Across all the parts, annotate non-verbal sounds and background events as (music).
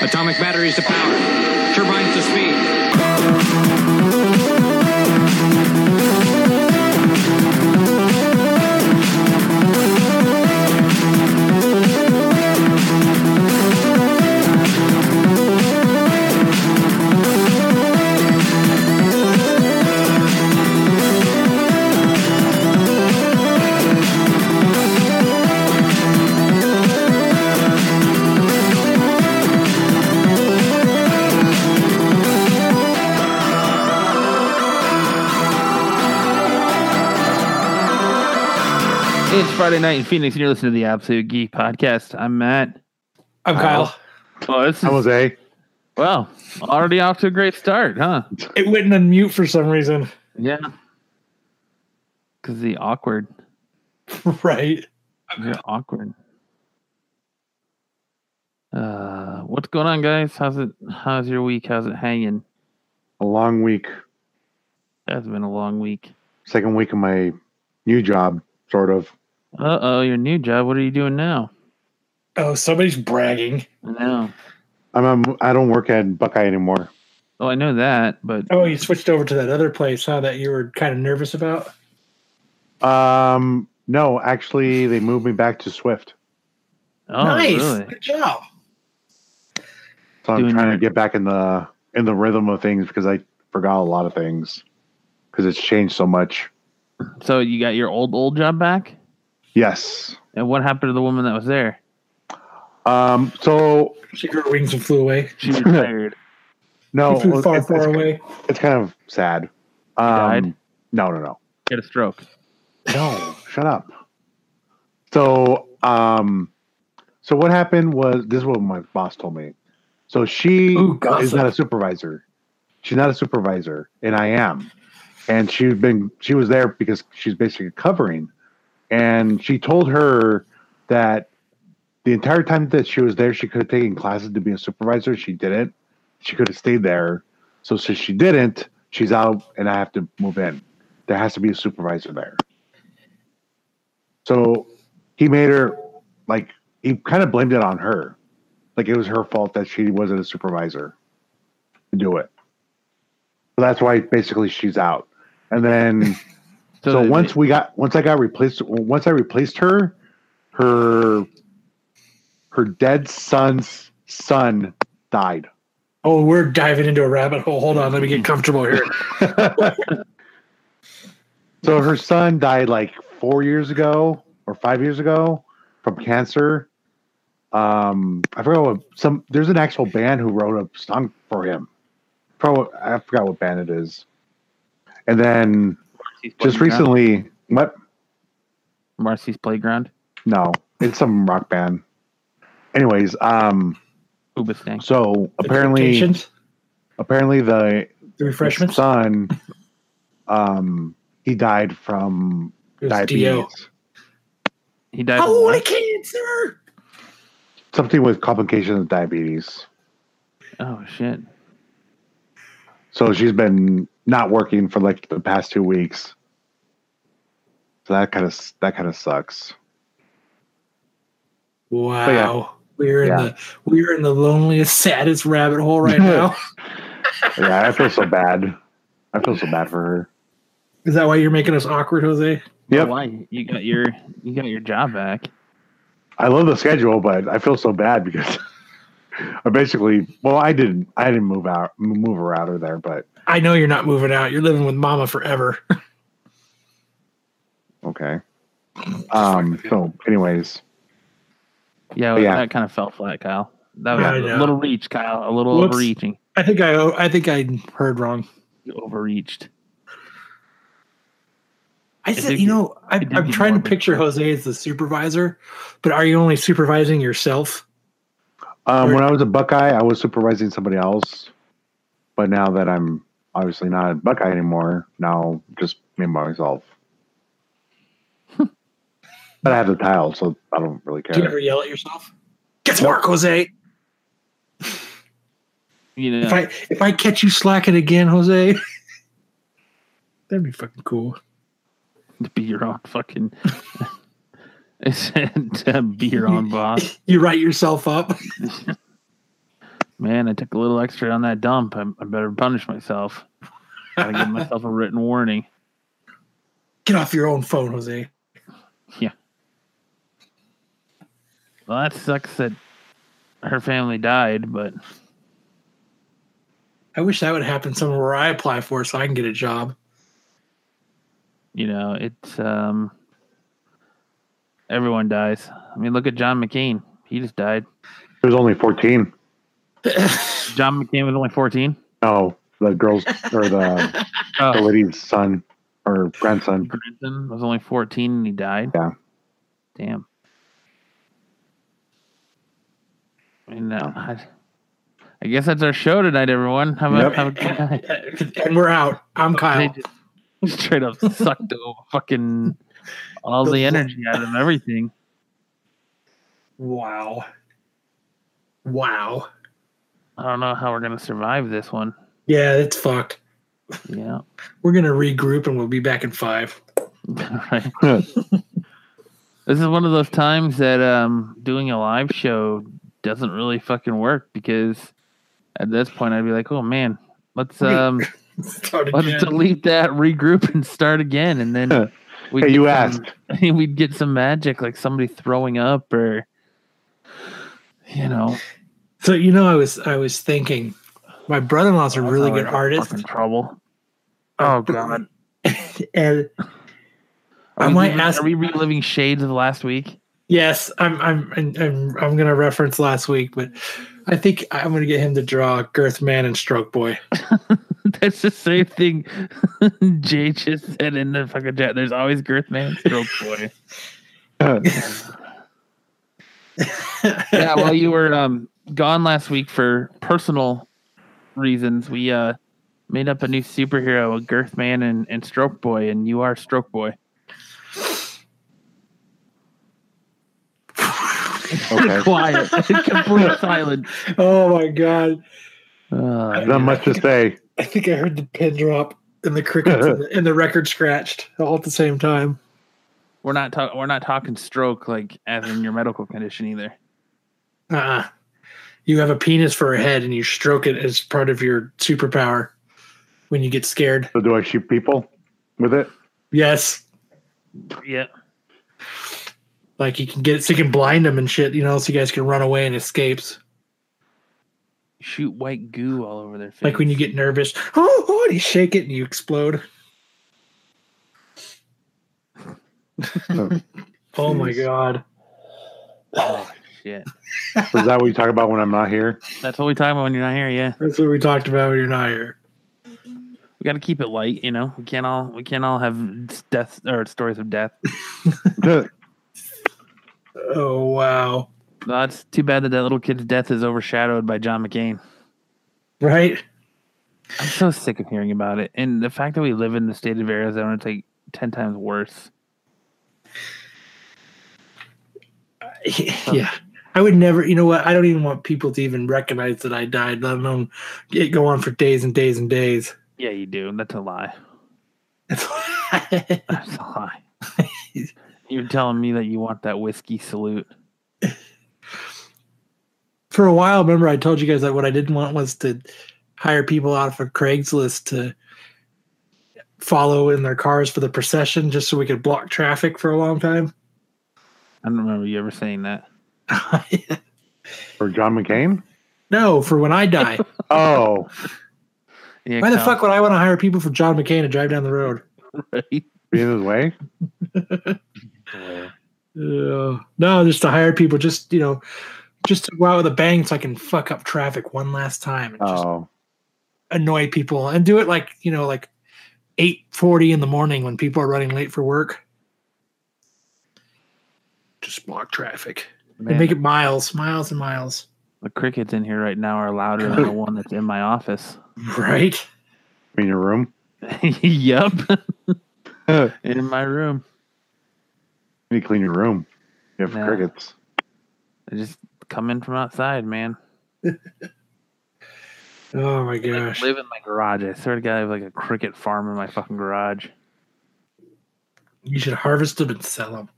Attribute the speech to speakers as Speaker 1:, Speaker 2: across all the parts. Speaker 1: Atomic batteries to power. Turbines to speed.
Speaker 2: It's Friday night in Phoenix, and you're listening to the Absolute Geek Podcast. I'm Matt.
Speaker 3: I'm Kyle.
Speaker 2: Oh, this
Speaker 4: How
Speaker 2: is,
Speaker 4: was A?
Speaker 2: well, already off to a great start, huh?
Speaker 3: It wouldn't unmute for some reason. (laughs)
Speaker 2: Yeah. Because the awkward.
Speaker 3: Right.
Speaker 2: You're awkward. Uh, what's going on, guys? How's it? How's your week? How's it hanging?
Speaker 4: A long week.
Speaker 2: That's been a long week.
Speaker 4: Second week of my new job, sort of.
Speaker 2: Uh oh, your new job. What are you doing now?
Speaker 3: Oh, somebody's bragging.
Speaker 2: I know.
Speaker 4: I'm, I'm I don't work at Buckeye anymore.
Speaker 2: Oh, I know that, but
Speaker 3: Oh, you switched over to that other place, huh? That you were kind of nervous about.
Speaker 4: Um, no, actually, they moved me back to Swift.
Speaker 2: oh,
Speaker 3: nice.
Speaker 2: really?
Speaker 3: Good job.
Speaker 4: So I'm
Speaker 2: Doing
Speaker 4: trying
Speaker 2: your-
Speaker 4: to get back in the in the rhythm of things because I forgot a lot of things because it's changed so much.
Speaker 2: So you got your old old job back?
Speaker 4: Yes.
Speaker 2: And what happened to the woman that was there?
Speaker 4: Um. So
Speaker 3: She grew her wings and flew away.
Speaker 2: She retired.
Speaker 4: no,
Speaker 3: she flew far,
Speaker 4: Oh, it's,
Speaker 3: far
Speaker 4: it's,
Speaker 3: away.
Speaker 4: it's kind of sad. Um,
Speaker 2: died?
Speaker 4: No, no, no.
Speaker 2: Get a stroke.
Speaker 4: No, shut up. So, um, so what happened was this is what my boss told me. So she
Speaker 3: Ooh,
Speaker 4: is
Speaker 3: gossip.
Speaker 4: not a supervisor. She's not a supervisor, and I am. And she's been she was there because she's basically covering. And she told her that the entire time that she was there, she could have taken classes to be a supervisor. She didn't. She could have stayed there. So since she didn't, she's out, and I have to move in. There has to be a supervisor there. So he made her like he kind of blamed it on her. Like it was her fault that she wasn't a supervisor to do it. So that's why basically she's out. And then so,
Speaker 2: they-
Speaker 4: once we got once I got replaced once I replaced her, her her dead son's son died.
Speaker 3: Oh, we're diving into a rabbit hole. Hold on, let me get comfortable here.
Speaker 4: (laughs) So her son died like four years ago or five years ago from cancer. Um, I forgot what some. There's an actual band who wrote a song for him. Pro, I forgot what band it is. And then
Speaker 2: Marcy's
Speaker 4: just
Speaker 2: Playground?
Speaker 4: recently, what?
Speaker 2: Marcy's Playground.
Speaker 4: No, it's some rock band. Anyways, um,
Speaker 2: Ubistang.
Speaker 4: so apparently,
Speaker 3: Expectations?
Speaker 4: apparently the
Speaker 3: the refreshments.
Speaker 4: son, um, he died from
Speaker 3: It was DO.
Speaker 4: diabetes.
Speaker 2: He died.
Speaker 3: Oh,
Speaker 2: from
Speaker 3: what a
Speaker 2: what?
Speaker 3: cancer!
Speaker 4: Something with complications of diabetes.
Speaker 2: Oh shit.
Speaker 4: So she's been not working for like the past two weeks. So that kind of that kind of sucks.
Speaker 3: Wow.
Speaker 4: yeah.
Speaker 3: We're in
Speaker 4: Yeah.
Speaker 3: the we're in the loneliest, saddest rabbit hole
Speaker 4: (laughs)
Speaker 3: right now.
Speaker 4: Yeah, I feel so bad. I feel so bad for her.
Speaker 3: Is that why you're making us awkward, Jose?
Speaker 4: Yep.
Speaker 2: Oh, Why you got your you got your job back?
Speaker 4: I love the schedule, but I feel so bad because (laughs) I basically well, I didn't I didn't move out move her out of there, but
Speaker 3: I know you're not moving out. You're living with Mama forever.
Speaker 4: okay. Um. So, anyways,
Speaker 2: Yeah,
Speaker 4: Oh, Yeah.
Speaker 2: that kind of fell flat, Kyle. That was
Speaker 3: Yeah, I
Speaker 2: a
Speaker 3: know.
Speaker 2: little reach, Kyle. A little
Speaker 3: Whoops.
Speaker 2: overreaching.
Speaker 3: I think I I think I heard wrong.
Speaker 2: You overreached.
Speaker 3: I
Speaker 2: did
Speaker 3: said, you know, I,
Speaker 2: it did
Speaker 3: I'm
Speaker 2: get
Speaker 3: trying
Speaker 2: morbid.
Speaker 3: to picture Jose as the supervisor, but are you only supervising yourself?
Speaker 4: um, when I was a Buckeye, I was supervising somebody else, but now that I'm obviously not a Buckeye anymore, now just me and myself. but I have the tile, so I don't really
Speaker 3: Do you
Speaker 4: care.
Speaker 3: ever yell at yourself? Get to work, Jose.
Speaker 2: You know,
Speaker 3: If I if I catch you slacking again, Jose, (laughs) that'd be fucking cool.
Speaker 2: to (laughs) be your own fucking. (laughs) I said to be your own boss.
Speaker 3: (laughs) You write yourself up.
Speaker 2: man, I took a little extra on that dump. I, I better punish myself. Gotta give myself a written warning.
Speaker 3: (laughs) Get off your own phone, Jose.
Speaker 2: Well, that sucks that her family died, but
Speaker 3: I wish that would happen somewhere where I apply for so I can get a job. (laughs)
Speaker 2: you know, it's um everyone dies. I mean, look at John McCain. He just died.
Speaker 4: There's only 14.
Speaker 2: John McCain was only 14.
Speaker 4: No, the girl's or the, the
Speaker 2: Oh,
Speaker 4: lady's son or grandson.
Speaker 2: Clinton was only 14 and he died.
Speaker 4: Yeah.
Speaker 2: Damn. I mean, uh, I, I guess that's our show tonight, everyone. Have a,
Speaker 4: Yep.
Speaker 2: have a good night. (laughs)
Speaker 3: and we're out. I'm
Speaker 2: They
Speaker 3: Kyle.
Speaker 2: just- just straight up sucked the fucking all
Speaker 3: The
Speaker 2: the
Speaker 3: fu-
Speaker 2: energy out of everything.
Speaker 3: Wow. Wow.
Speaker 2: I don't know how we're gonna survive this one.
Speaker 3: Yeah, it's fucked.
Speaker 2: Yeah,
Speaker 3: We're gonna regroup and we'll be back in five. (laughs)
Speaker 2: (laughs) right. This is one of those times that um, doing a live show doesn't really fucking work because at this point I'd be like, oh man, let's
Speaker 3: Right.
Speaker 2: um,
Speaker 3: Start
Speaker 2: let's
Speaker 3: again.
Speaker 2: delete that, regroup, and start again, and then (laughs) we
Speaker 4: Hey, you
Speaker 2: asked.
Speaker 4: asked.
Speaker 2: we'd get some magic like somebody throwing up or you know
Speaker 3: So you know, I was I was thinking, my brother-in-law's a really
Speaker 2: always
Speaker 3: good artist,
Speaker 2: fucking trouble oh god
Speaker 3: (laughs) and
Speaker 2: Are
Speaker 3: I
Speaker 2: we
Speaker 3: might
Speaker 2: reliving-
Speaker 3: ask-
Speaker 2: are we reliving shades of last week
Speaker 3: yes, I'm I'm I'm I'm, I'm gonna reference last week, but I think I'm gonna get him to draw Girth Man and Stroke Boy.
Speaker 2: that's the same thing (laughs) jay just said in the fucking chat there's always girth man stroke boy yeah well you were um gone last week for personal reasons we uh made up a new superhero girth man and, and stroke boy and you are stroke boy
Speaker 4: Okay.
Speaker 2: (laughs) quiet
Speaker 3: (laughs)
Speaker 2: complete silence
Speaker 3: oh my god!
Speaker 2: Uh,
Speaker 4: Not much to say.
Speaker 3: I think I heard the pin drop and the
Speaker 2: (laughs)
Speaker 3: crickets and, the, and the record scratched all at the same time.
Speaker 2: We're not talking. We're not talking stroke, like as in your medical condition either.
Speaker 3: Uh-uh. You have a penis for a head, and you stroke it as part of your superpower when you get scared.
Speaker 4: So do I shoot people with it?
Speaker 3: Yes.
Speaker 2: Yeah.
Speaker 3: Like you can get so you can blind them and shit, you know, so you guys can run away and escapes.
Speaker 2: Shoot white goo all over their face.
Speaker 3: Like when you get nervous, oh, oh, and you shake it and you explode.
Speaker 4: Oh.
Speaker 3: Oh my
Speaker 4: Jeez.
Speaker 3: god.
Speaker 2: Oh, shit.
Speaker 4: Is that what you talk about when I'm not here? (laughs)
Speaker 2: That's what we talk about when you're not here. Yeah,
Speaker 3: That's what we talked about when you're not here.
Speaker 2: we got to keep it light. You know, we can't all we can't all have death or stories of death.
Speaker 3: Oh wow.
Speaker 2: Well, it's too bad that that little kid's death is overshadowed by John McCain.
Speaker 3: Right? (laughs)
Speaker 2: I'm so sick of hearing about it, and the fact that we live in the state of Arizona, it's like ten times worse.
Speaker 3: yeah. I would never you know what, I don't even want people to even recognize that I died, let alone it go on for days and days and days. (laughs)
Speaker 2: Yeah, you do. That's a lie. (laughs)
Speaker 3: It's-
Speaker 2: That's a lie.
Speaker 3: (laughs)
Speaker 2: You're telling me that you want that whiskey salute.
Speaker 3: for a while, remember I told you guys that what I didn't want was to hire people out of Craigslist to follow in their cars for the procession just so we could block traffic for a long time. (laughs)
Speaker 2: I don't remember you ever saying that.
Speaker 4: Or John McCain?
Speaker 3: no, for when I die.
Speaker 4: Oh,
Speaker 2: Yeah,
Speaker 3: Why the
Speaker 2: Kyle,
Speaker 3: fuck would I want to hire people for John McCain to drive down the road? (laughs)
Speaker 2: right?
Speaker 4: be in his way?
Speaker 3: Uh, no, just to hire people, just you know, just to go out with a bang, so I can fuck up traffic one last time and just
Speaker 4: Oh,
Speaker 3: annoy people and do it like you know, like eight forty in the morning when people are running late for work. Just block traffic.
Speaker 2: Man,
Speaker 3: And make it miles, miles and
Speaker 4: (laughs)
Speaker 3: miles.
Speaker 2: the crickets in here right now are louder
Speaker 3: (laughs)
Speaker 2: than the one that's in my office. (laughs)
Speaker 3: Right?
Speaker 4: in your room?
Speaker 2: yep,
Speaker 4: you
Speaker 2: (laughs) in my room.
Speaker 4: need to clean your room. You have
Speaker 2: Yeah.
Speaker 4: crickets.
Speaker 2: They just come in from outside, man.
Speaker 3: Oh my
Speaker 2: I
Speaker 3: gosh.
Speaker 2: live in my garage. I swear to God, I have like a cricket farm in my fucking garage.
Speaker 3: You should harvest them and sell them.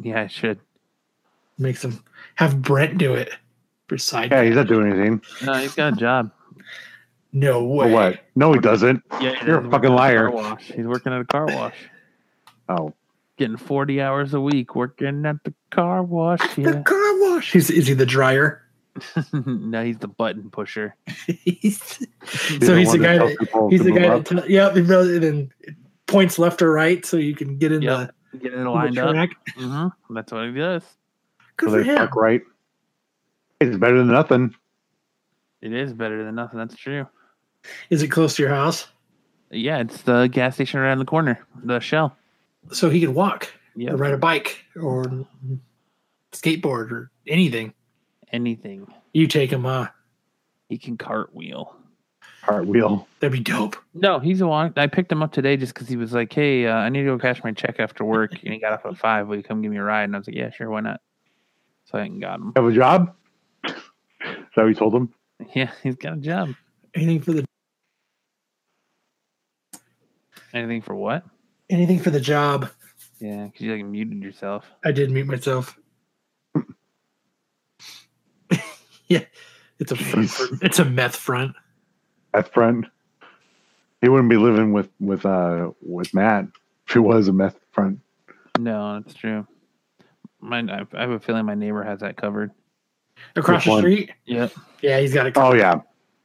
Speaker 2: Yeah, I should.
Speaker 3: Make them have Brent do it. for side.
Speaker 4: Yeah, he's not doing anything.
Speaker 2: No, he's got a job.
Speaker 3: No
Speaker 4: Or
Speaker 3: way.
Speaker 4: what? No, he doesn't.
Speaker 2: Yeah, he
Speaker 4: You're a
Speaker 2: does.
Speaker 4: fucking
Speaker 2: He's working at
Speaker 4: liar.
Speaker 2: car wash. He's working at a car wash,
Speaker 4: Oh,
Speaker 2: getting forty hours a week working at the car wash.
Speaker 3: The
Speaker 2: Yeah. (laughs)
Speaker 3: car wash. He's, is he the dryer? (laughs)
Speaker 2: no, he's the button pusher.
Speaker 3: he's So he's the
Speaker 4: one
Speaker 3: guy
Speaker 4: tells
Speaker 3: that-
Speaker 4: people
Speaker 3: he's
Speaker 4: to
Speaker 3: the
Speaker 4: move
Speaker 3: guy
Speaker 4: up.
Speaker 3: that t- yeah, he does it in points left or right so you can get in
Speaker 2: Yep, Getting it
Speaker 3: the, in
Speaker 2: lined
Speaker 3: the
Speaker 2: up.
Speaker 3: track.
Speaker 2: Mm-hmm. That's what he does.
Speaker 3: Good
Speaker 4: So
Speaker 3: for
Speaker 4: they
Speaker 3: him.
Speaker 4: fuck right. It's better than nothing.
Speaker 2: It is better than nothing. That's true.
Speaker 3: Is it close to your house?
Speaker 2: Yeah, it's the gas station around the corner. The Shell.
Speaker 3: So he could walk
Speaker 2: Yeah,
Speaker 3: or ride a bike or skateboard or anything.
Speaker 2: anything
Speaker 3: You take him, huh?
Speaker 2: he can cartwheel.
Speaker 4: Cartwheel.
Speaker 3: That'd be dope.
Speaker 2: No, he's a long. I picked him up today just because he was like, "Hey, uh, I need to go cash my check after work," and he got off at five. Will you come give me a ride? And I was like, "Yeah, sure, why not?" So I went and got him. (laughs)
Speaker 4: Have a job? So he told him.
Speaker 2: Yeah, he's got a job.
Speaker 3: Anything for the
Speaker 2: Anything for what?
Speaker 3: anything for the job.
Speaker 2: Yeah, because you like muted yourself.
Speaker 3: I did mute myself. (laughs) yeah, it's a front
Speaker 4: Jeez.
Speaker 3: for- it's a meth front.
Speaker 4: That friend. He wouldn't be living with with uh with Matt if he was a meth friend.
Speaker 2: No, that's true. My, I I have a feeling my neighbor has that covered.
Speaker 3: Across
Speaker 4: Which
Speaker 3: the
Speaker 4: one?
Speaker 3: street?
Speaker 2: Yep.
Speaker 3: Yeah, he's got it.
Speaker 4: Oh yeah.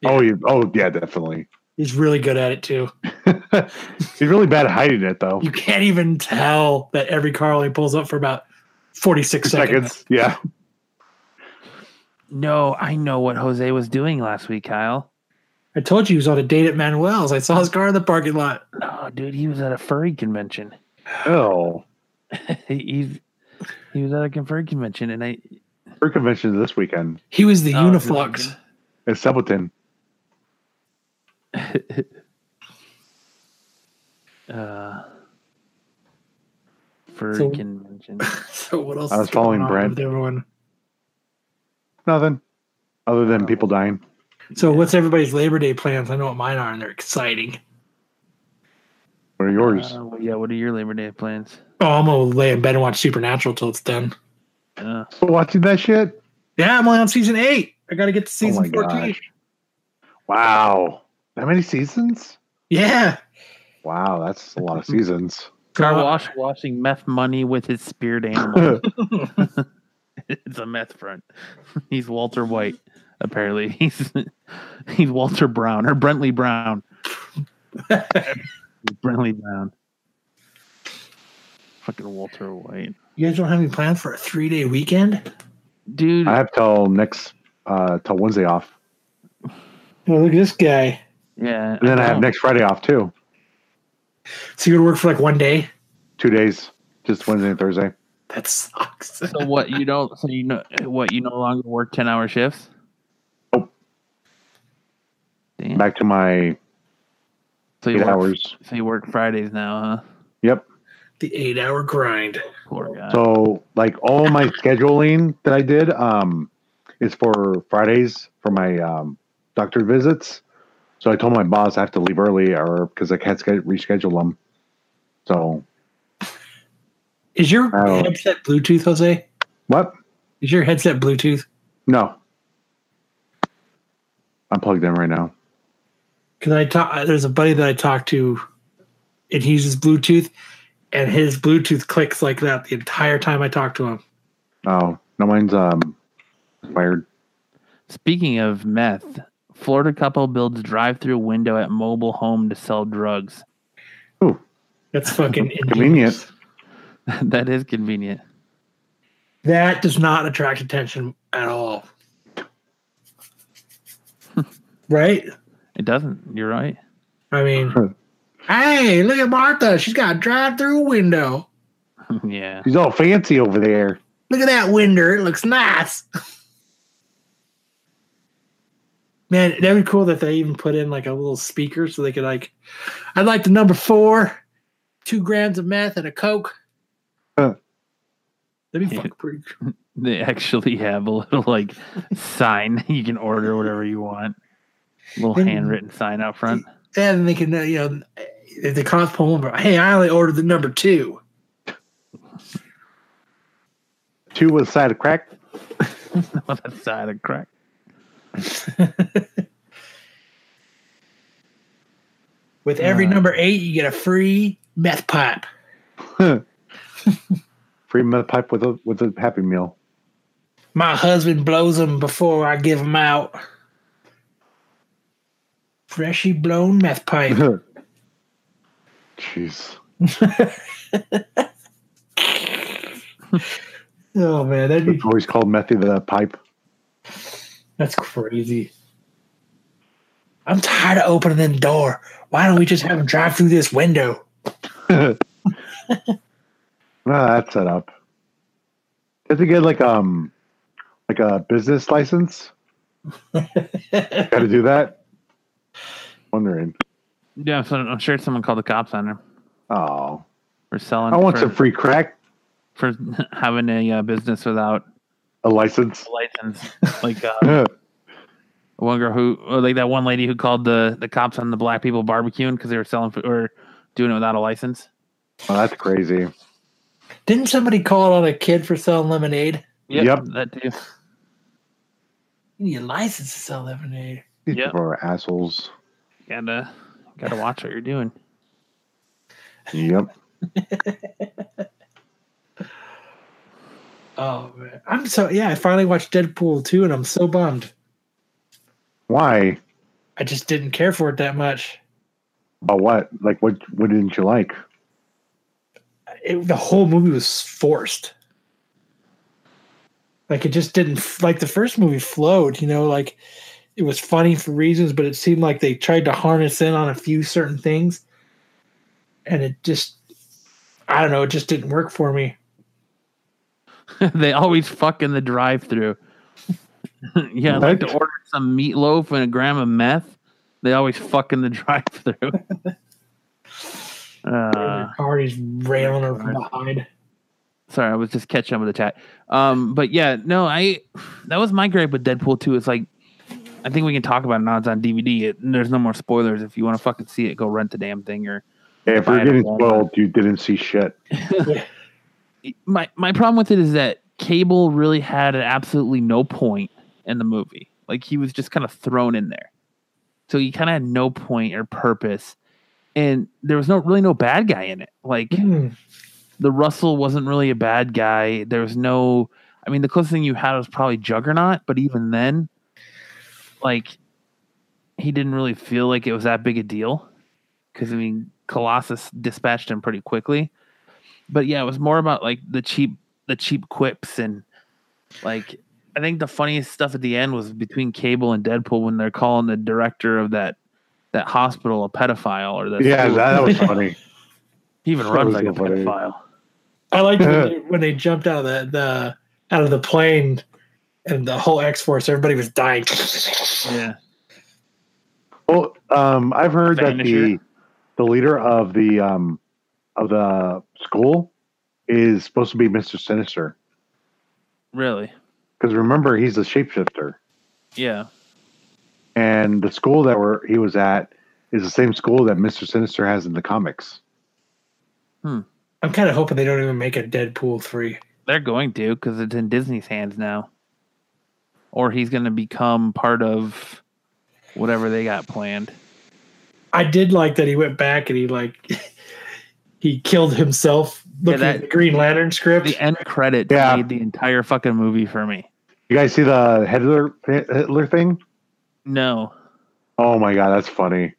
Speaker 4: Oh yeah. Oh yeah. Definitely. (laughs)
Speaker 3: He's really good at it too.
Speaker 4: He's really bad at hiding it though.
Speaker 3: You can't even tell that every car only pulls up for about 46 seconds.
Speaker 4: Seconds.
Speaker 3: (laughs)
Speaker 4: Yeah.
Speaker 2: No, I know what Jose was doing last week, Kyle.
Speaker 3: I told you he was on a date at Manuel's. I saw his car in the parking lot.
Speaker 2: No, Oh, dude, he was at a furry convention. (laughs)
Speaker 4: Oh.
Speaker 2: He- he's he was at a con- furry convention, and I
Speaker 4: Her convention is this weekend.
Speaker 3: He was the
Speaker 2: Oh, is this
Speaker 3: Uniflux.
Speaker 2: again?
Speaker 4: It's Subleton.
Speaker 2: uh furry
Speaker 3: So-
Speaker 2: convention.
Speaker 3: (laughs) So what else?
Speaker 4: I was
Speaker 3: is going
Speaker 4: following
Speaker 3: on
Speaker 4: Brent.
Speaker 3: with everyone.
Speaker 4: Nothing. Other than people dying.
Speaker 3: So what's everybody's Labor Day plans? I know what mine are, and they're exciting.
Speaker 4: What are yours?
Speaker 2: Uh, well, yeah, what are your Labor Day plans?
Speaker 3: Oh, I'm gonna lay in bed and watch Supernatural till it's done.
Speaker 2: Uh,
Speaker 4: Still watching that shit?
Speaker 3: Yeah, I'm only on season eight. I gotta get to
Speaker 4: oh
Speaker 3: season
Speaker 4: my
Speaker 3: 14.
Speaker 4: gosh. Wow. That many seasons?
Speaker 3: Yeah.
Speaker 4: Wow, that's a lot (laughs) of seasons.
Speaker 2: car
Speaker 3: Uh,
Speaker 2: wash washing meth money with his spirit
Speaker 4: (laughs)
Speaker 2: animal. it's a meth front. (laughs) He's Walter White, apparently. (laughs) He's he's Walter Brown or Brentley Brown. Brentley Brown. Fucking Walter White.
Speaker 3: You guys don't have any plans for a three day weekend?
Speaker 2: Dude,
Speaker 4: I have till next uh till Wednesday off.
Speaker 3: Well, look at this guy.
Speaker 2: yeah.
Speaker 4: And then I have
Speaker 2: know.
Speaker 4: next Friday off too.
Speaker 3: So you would work for like one day?
Speaker 4: Two days. Just Wednesday and Thursday.
Speaker 3: That sucks. (laughs)
Speaker 2: So what you don't so you know what you no longer work 10 hour shifts?
Speaker 4: Nope.
Speaker 2: Damn.
Speaker 4: Back to my
Speaker 2: so you
Speaker 4: eight
Speaker 2: work,
Speaker 4: hours.
Speaker 2: So you work Fridays now, huh?
Speaker 4: Yep.
Speaker 3: the eight hour grind.
Speaker 2: Poor guy.
Speaker 4: So like all my scheduling that I did um is for Fridays for my um doctor visits. So I told my boss I have to leave early or because I can't sched- reschedule them. So
Speaker 3: Is your
Speaker 4: Oh.
Speaker 3: headset Bluetooth, Jose?
Speaker 4: what?
Speaker 3: Is your headset Bluetooth?
Speaker 4: No. I'm plugged in right now.
Speaker 3: Because I talk, there's a buddy that I talked to, and he uses Bluetooth, and his Bluetooth clicks like that the entire time I talk to him.
Speaker 4: Oh, no mine's um wired.
Speaker 2: Speaking of meth, Florida couple builds drive-through window at mobile home to sell drugs. (laughs)
Speaker 3: That's fucking
Speaker 4: Convenient.
Speaker 2: that is convenient.
Speaker 3: That does not attract attention at all. right?
Speaker 2: It doesn't. You're right. (laughs)
Speaker 3: I mean, hey, look at Martha. She's got a drive through window.
Speaker 2: yeah.
Speaker 4: She's all fancy over there.
Speaker 3: Look at that window. It looks nice. Man, that'd be cool that they even put in like a little speaker so they could like, I'd like the number four, two grams of meth and a coke.
Speaker 4: Huh.
Speaker 3: That'd be fucking pretty.
Speaker 2: They actually have a little like sign you can order whatever you want. Little
Speaker 3: And-
Speaker 2: handwritten sign out front.
Speaker 3: And they can, uh, you know, if they cough pull over, hey, I only ordered the number two.
Speaker 4: Two with a side of crack. (laughs)
Speaker 2: (laughs) on that side of crack.
Speaker 3: With every
Speaker 2: Uh.
Speaker 3: number eight, you get a free meth pipe.
Speaker 4: Free meth pipe with a with a happy meal. (laughs)
Speaker 3: My husband blows them before I give them out. Freshly blown meth pipe.
Speaker 4: Jeez.
Speaker 3: oh man, that'd
Speaker 4: (laughs)
Speaker 3: be
Speaker 4: It's always called methy the pipe.
Speaker 3: that's crazy. I'm tired of opening the door. Why don't we just have them drive through this window?
Speaker 4: Well, Ah, that's set up. Does he get like um like a business
Speaker 2: (laughs)
Speaker 4: license? Gotta do that? Wondering.
Speaker 2: Yeah, so I'm sure someone called the cops on her
Speaker 4: Oh.
Speaker 2: for selling.
Speaker 4: I want
Speaker 2: for,
Speaker 4: some free crack,
Speaker 2: for (laughs) having a uh, business without
Speaker 4: a license. (laughs) Oh,
Speaker 2: a license. like uh, one girl who, or like that one lady who called the the cops on the black people barbecuing because they were selling food or doing it without a license.
Speaker 4: Oh, that's crazy.
Speaker 3: Didn't somebody call on a kid for selling lemonade?
Speaker 4: Yep.
Speaker 2: that too.
Speaker 3: You need a license to sell lemonade.
Speaker 4: These
Speaker 2: Yeah.
Speaker 4: people are assholes.
Speaker 2: Gotta gotta watch what you're doing. (laughs)
Speaker 4: Yep.
Speaker 3: Oh man, I'm so yeah. I finally watched Deadpool two, and I'm so bummed.
Speaker 4: Why?
Speaker 3: I just didn't care for it that much.
Speaker 4: About what? Like what what didn't you like?
Speaker 3: it, the whole movie was forced. Like it just didn't f- like the first movie flowed, you know, like it was funny for reasons, but it seemed like they tried to harness in on a few certain things. And it just I don't know, it just didn't work for me.
Speaker 2: they always fuck in the drive-through. (laughs) yeah, I'd like to order some meatloaf and a gram of meth. They always fuck in the (laughs) drive-through. uh,
Speaker 3: Already railing her from behind.
Speaker 2: sorry, I was just catching up with the chat. Um, but yeah, no, I that was my gripe with Deadpool 2. It's like I think we can talk about it now. It's on DVD. It, there's no more spoilers. If you want to fucking see it, go rent the damn thing or
Speaker 4: If
Speaker 2: Buy
Speaker 4: you're
Speaker 2: it at
Speaker 4: getting
Speaker 2: Walmart.
Speaker 4: spoiled, you didn't see shit.
Speaker 2: my my problem with it is that Cable really had absolutely no point in the movie. Like he was just kind of thrown in there, so he kind of had no point or purpose, and there was no really no bad guy in it. Like
Speaker 3: Mm.
Speaker 2: the Russell wasn't really a bad guy. There was no, I mean, the closest thing you had was probably Juggernaut, but even then, like he didn't really feel like it was that big a deal because I mean, Colossus dispatched him pretty quickly. But yeah, it was more about like the cheap, the cheap quips and like I think the funniest stuff at the end was between Cable and Deadpool when they're calling the director of that that hospital a pedophile or that
Speaker 4: Yeah,
Speaker 2: school.
Speaker 4: that, that was
Speaker 2: (laughs)
Speaker 4: funny.
Speaker 2: he even
Speaker 4: that
Speaker 2: runs
Speaker 4: was
Speaker 2: like a
Speaker 4: so funny.
Speaker 2: pedophile.
Speaker 3: (clears throat) I liked when, they, when they jumped out of the, the out of the plane and the whole X Force, everybody was dying. (laughs)
Speaker 2: Yeah.
Speaker 4: Well, um, I've heard that the
Speaker 2: Vanisher.
Speaker 4: the leader of the um, of the school is supposed to be Mister Sinister
Speaker 2: Really?
Speaker 4: because remember he's a shapeshifter,
Speaker 2: Yeah.
Speaker 4: and the school that were he was at is the same school that Mister Sinister has in the comics.
Speaker 3: I'm kind of hoping they don't even make a Deadpool three.
Speaker 2: They're going to because it's in Disney's hands now. Or he's going to become part of whatever they got planned.
Speaker 3: I did like that he went back and he like (laughs) he killed himself looking
Speaker 2: that-
Speaker 3: at the Green Lantern script.
Speaker 2: The end credit
Speaker 4: Yeah.
Speaker 2: made the entire fucking movie for me.
Speaker 4: You guys see the Hitler Hitler thing?
Speaker 2: No.
Speaker 4: Oh my god, that's funny.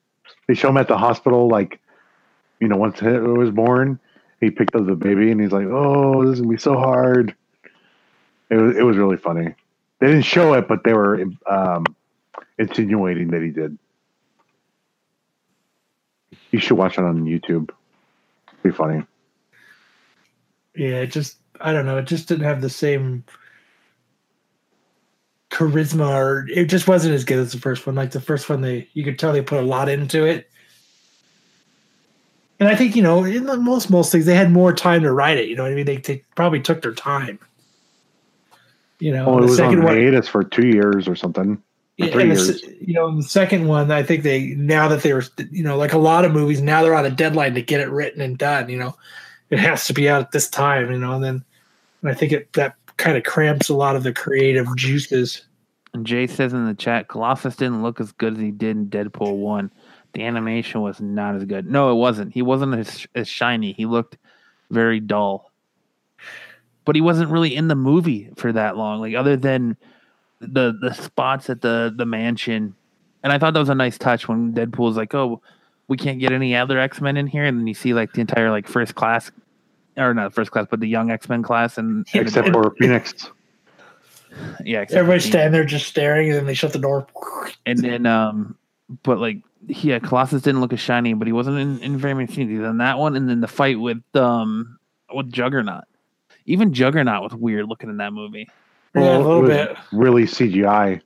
Speaker 4: They show him at the hospital, like, you know, once Hitler was born, he picked up the baby and he's like, "Oh, this is gonna be so hard." It was it was really funny. They didn't show it, but they were um, insinuating that he did. You should watch it on YouTube. Be funny.
Speaker 3: yeah, it just I don't know, it just didn't have the same charisma or it just wasn't as good as the first one. Like the first one they you could tell they put a lot into it. And I think, you know, in the most most things they had more time to write it, you know what I mean? They, they probably took their time. You know,
Speaker 4: Oh, it
Speaker 3: the
Speaker 4: was on
Speaker 3: second one
Speaker 4: hiatus for two years or something. for
Speaker 3: Yeah,
Speaker 4: three
Speaker 3: and the se- you know, the second one, I think they now that they were, you know, like a lot of movies, now they're on a deadline to get it written and done. You know, it has to be out at this time. You know, and then and I think it that kind of cramps a lot of the creative juices.
Speaker 2: And Jay says in the chat, Colossus didn't look as good as he did in Deadpool one. The animation was not as good. No, it wasn't. He wasn't as, as shiny. He looked very dull. But he wasn't really in the movie for that long. Like other than the the spots at the the mansion, and I thought that was a nice touch when Deadpool's like, "Oh, we can't get any other X Men in here," and then you see like the entire like first class, or not first class, but the young X Men class, and and-
Speaker 4: except for Phoenix.
Speaker 2: yeah, except for
Speaker 3: Everybody's
Speaker 2: Phoenix.
Speaker 3: standing there just staring, and then they shut the door.
Speaker 2: And then, um, but like, yeah, Colossus didn't look as shiny, but he wasn't in, in very many scenes. He's in that one, and then the fight with um with Juggernaut. Even Juggernaut was weird looking in that movie.
Speaker 3: yeah, a
Speaker 4: it
Speaker 3: little
Speaker 4: was
Speaker 3: bit.
Speaker 4: Really CGI.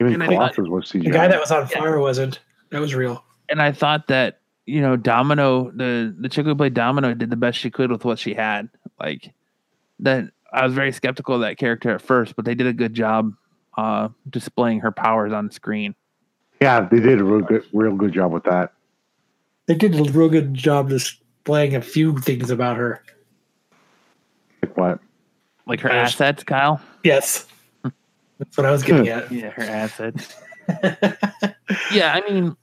Speaker 4: Even
Speaker 2: And I think-
Speaker 4: Colossus was CGI.
Speaker 3: The guy that was on
Speaker 2: Yeah.
Speaker 3: fire wasn't. That was real.
Speaker 2: And I thought that you know Domino, the the chick who played Domino, did the best she could with what she had. Like that, I was very skeptical of that character at first, but they did a good job uh displaying her powers on screen.
Speaker 4: yeah, they did a real good, real good job with that.
Speaker 3: They did a real good job displaying a few things about her.
Speaker 4: Like what?
Speaker 2: Like her
Speaker 3: Yes.
Speaker 2: assets, Kyle.
Speaker 3: Yes, that's what I was getting at.
Speaker 2: Yeah, her assets. yeah, I mean,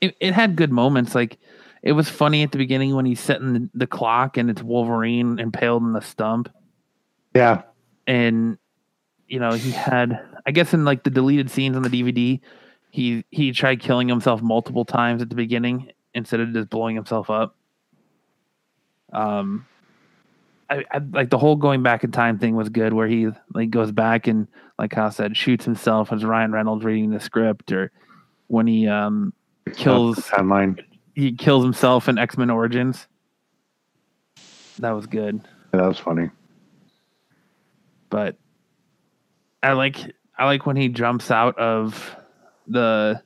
Speaker 2: it, it had good moments. Like, it was funny at the beginning when he's setting the, the clock and it's Wolverine impaled in the stump.
Speaker 4: Yeah,
Speaker 2: And, you know, he had, I guess, in like the deleted scenes on the DVD, he he tried killing himself multiple times at the beginning instead of just blowing himself up. Um, I, I like the whole going back in time thing was good, where he like goes back and like Kyle said, shoots himself as Ryan Reynolds reading the script, or when he um kills
Speaker 4: timeline.
Speaker 2: he kills himself in X Men Origins. That was good,
Speaker 4: Yeah, that was funny.
Speaker 2: but I like I like when he jumps out of the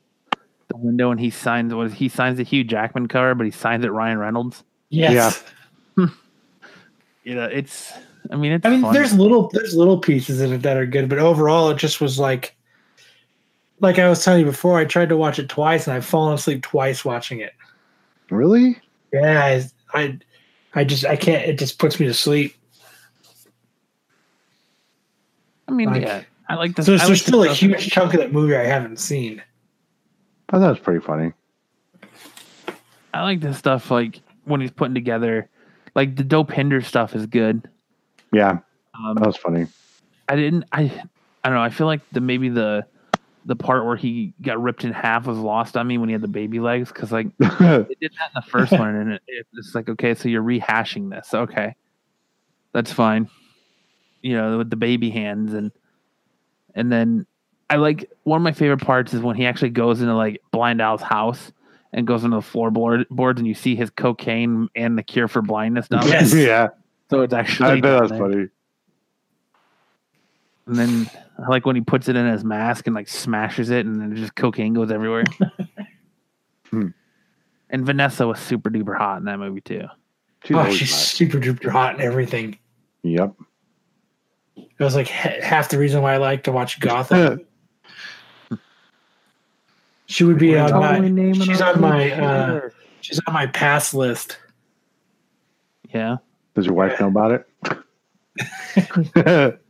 Speaker 2: the window and he signs what is- he signs the Hugh Jackman cover, but he signs it Ryan Reynolds.
Speaker 3: (laughs) Yes,
Speaker 2: You know, it's I mean it's
Speaker 3: I mean,
Speaker 2: fun.
Speaker 3: there's little there's little pieces in it that are good, but overall, it just was like, like I was telling you before, I tried to watch it twice, and I've fallen asleep twice watching it.
Speaker 4: Really?
Speaker 3: Yeah, I, I, I just I can't. It just puts me to sleep.
Speaker 2: I mean
Speaker 3: like-
Speaker 2: yeah. I like this.
Speaker 3: So
Speaker 2: I like
Speaker 3: there's, there's
Speaker 2: the
Speaker 3: still a
Speaker 2: stuff-
Speaker 3: huge chunk of that movie I haven't seen.
Speaker 4: Oh, that was pretty funny.
Speaker 2: I like this stuff like when he's putting together like the dope hinder stuff is good.
Speaker 4: Yeah,
Speaker 2: Um,
Speaker 4: that was funny. (laughs)
Speaker 2: I didn't I I don't know, I feel like the maybe the the part where he got ripped in half was lost on me when he had the baby legs because like they did that in the first one and it, it's like okay so you're rehashing this okay that's fine you know with the baby hands and and then i like one of my favorite parts is when he actually goes into like blind owl's house and goes into the floorboard boards and you see his cocaine and the cure for blindness down there.
Speaker 3: Yes.
Speaker 4: (laughs) yeah,
Speaker 2: so it's actually
Speaker 4: I bet
Speaker 2: down
Speaker 4: that was
Speaker 2: there.
Speaker 4: funny.
Speaker 2: and then I like when he puts it in his mask and like smashes it and then just cocaine goes everywhere
Speaker 4: (laughs) Hmm.
Speaker 2: and vanessa was super duper hot in that movie too
Speaker 4: She's
Speaker 3: oh,
Speaker 4: always
Speaker 3: she's
Speaker 4: hot.
Speaker 3: super duper hot and everything.
Speaker 4: Yep.
Speaker 3: It was like ha- half the reason why I like to watch Gotham. she would be on my she's on my uh, she's on my pass list.
Speaker 2: yeah
Speaker 4: Does your wife know about it?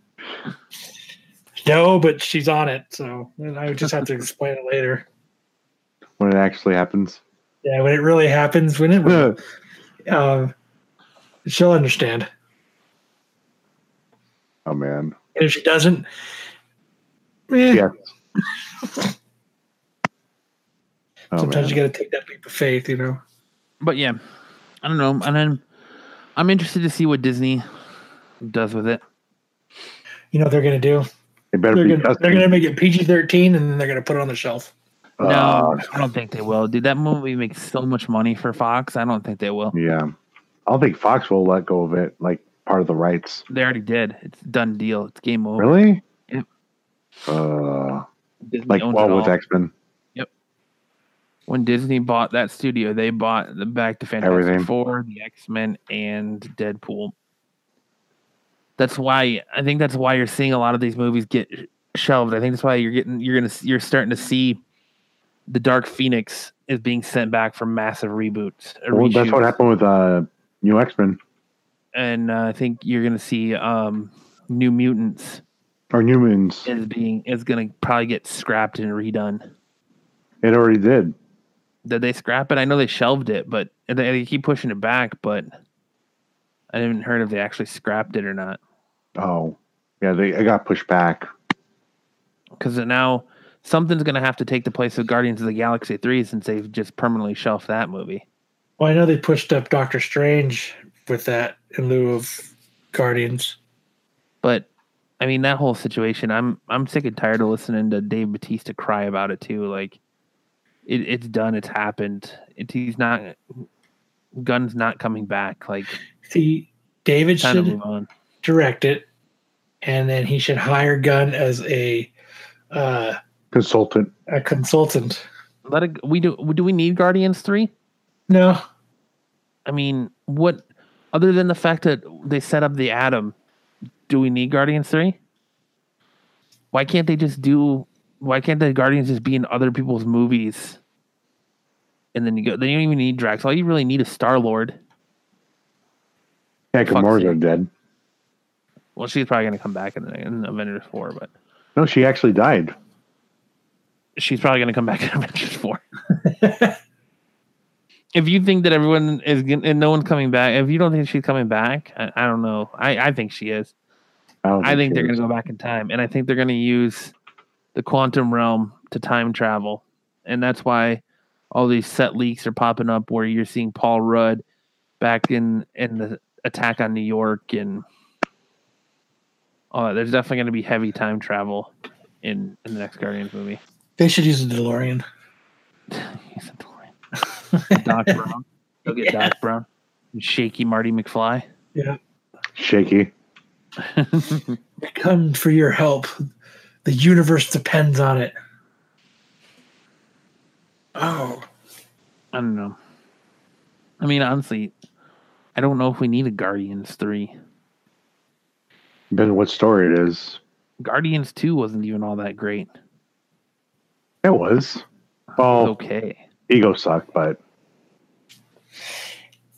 Speaker 3: No, oh, but she's on it, so and I would just have to explain it later.
Speaker 4: (laughs) when it actually happens.
Speaker 3: (laughs)
Speaker 4: (laughs)
Speaker 3: Yeah, when it really happens, when it um, she'll understand.
Speaker 4: Oh man.
Speaker 3: And if she doesn't, eh,
Speaker 4: Yeah. Oh,
Speaker 3: sometimes
Speaker 4: man.
Speaker 3: you got to take that leap of faith, you know.
Speaker 2: but yeah i don't know and then i'm interested to see what disney does with it
Speaker 3: You know what they're gonna do?
Speaker 4: It better
Speaker 3: They're
Speaker 4: be
Speaker 3: gonna
Speaker 4: Justin.
Speaker 3: they're gonna make it PG thirteen, and then they're gonna put it on the shelf.
Speaker 2: no
Speaker 4: Uh,
Speaker 2: i don't think they will dude that movie makes so much money for fox i don't think they will
Speaker 4: yeah. I don't think Fox will let go of it, like part of the rights.
Speaker 2: they already did it's done deal it's game over
Speaker 4: Really?
Speaker 2: Yep.
Speaker 4: Uh,
Speaker 2: Disney
Speaker 4: like
Speaker 2: owns
Speaker 4: well
Speaker 2: it
Speaker 4: with
Speaker 2: all.
Speaker 4: X Men.
Speaker 2: when Disney bought that studio, they bought the Back to Fantastic
Speaker 4: Everything.
Speaker 2: Four, the X Men, and Deadpool. That's why I think that's why you're seeing a lot of these movies get shelved. I think that's why you're getting you're gonna you're starting to see the Dark Phoenix is being sent back for massive reboots. uh,
Speaker 4: Well, that's what
Speaker 2: reshoots.
Speaker 4: happened with uh, New X Men.
Speaker 2: and uh, I think you're gonna see um, New Mutants
Speaker 4: or Newman's.
Speaker 2: is being is gonna probably get scrapped and redone.
Speaker 4: It already did.
Speaker 2: Did they scrap it? I know they shelved it, but and they, they keep pushing it back. But I haven't heard if they actually scrapped it or not.
Speaker 4: Oh, yeah, they it got pushed back.
Speaker 2: Because now something's gonna have to take the place of Guardians of the Galaxy three since they've just permanently shelved that movie.
Speaker 3: Well, I know they pushed up Doctor Strange with that in lieu of Guardians.
Speaker 2: But I mean that whole situation. I'm I'm sick and tired of listening to Dave Batista cry about it too. Like it, it's done. It's happened. It, he's not. Gun's not coming back. Like
Speaker 3: See, David
Speaker 2: time to
Speaker 3: should
Speaker 2: move on.
Speaker 3: direct it, and then he should hire Gunn as a uh,
Speaker 4: Consultant.
Speaker 3: a consultant.
Speaker 2: Let it. We do. Do we need Guardians three?
Speaker 3: No,
Speaker 2: I mean, what other than the fact that they set up the Atom? Do we need Guardians three? Why can't they just do? Why can't the Guardians just be in other people's movies? And then you go. They don't even need Drax. All you really need is Star Lord.
Speaker 4: Yeah,
Speaker 2: Fuck's
Speaker 4: Gamora's are
Speaker 2: sake.
Speaker 4: dead.
Speaker 2: Well, she's probably gonna come back in, the, in Avengers four, but
Speaker 4: No, she actually died.
Speaker 2: she's probably gonna come back (laughs) in Avengers four. if you think that everyone is gon- and no one's coming back, if you don't think she's coming back, I, I don't know. I, I think she is.
Speaker 4: don't
Speaker 2: I think
Speaker 4: she
Speaker 2: they're
Speaker 4: is.
Speaker 2: going to go back in time, and I think they're going to use the quantum realm to time travel, and that's why all these set leaks are popping up where you're seeing Paul Rudd back in in the attack on New York and all that. There's definitely going to be heavy time travel in in the next Guardians movie.
Speaker 3: they should use a DeLorean.
Speaker 2: He's a DeLorean. (laughs) Doc Brown, go get (laughs) Doc Brown, and shaky Marty McFly.
Speaker 4: shaky.
Speaker 3: Come for your help. The universe depends on it. Oh,
Speaker 2: I don't know. I mean, honestly, I don't know if we need a Guardians 3.
Speaker 4: Depending on what story it is.
Speaker 2: Guardians 2 wasn't even all that great. It
Speaker 4: It was.
Speaker 2: was
Speaker 4: Oh,
Speaker 2: okay.
Speaker 4: ego sucked, but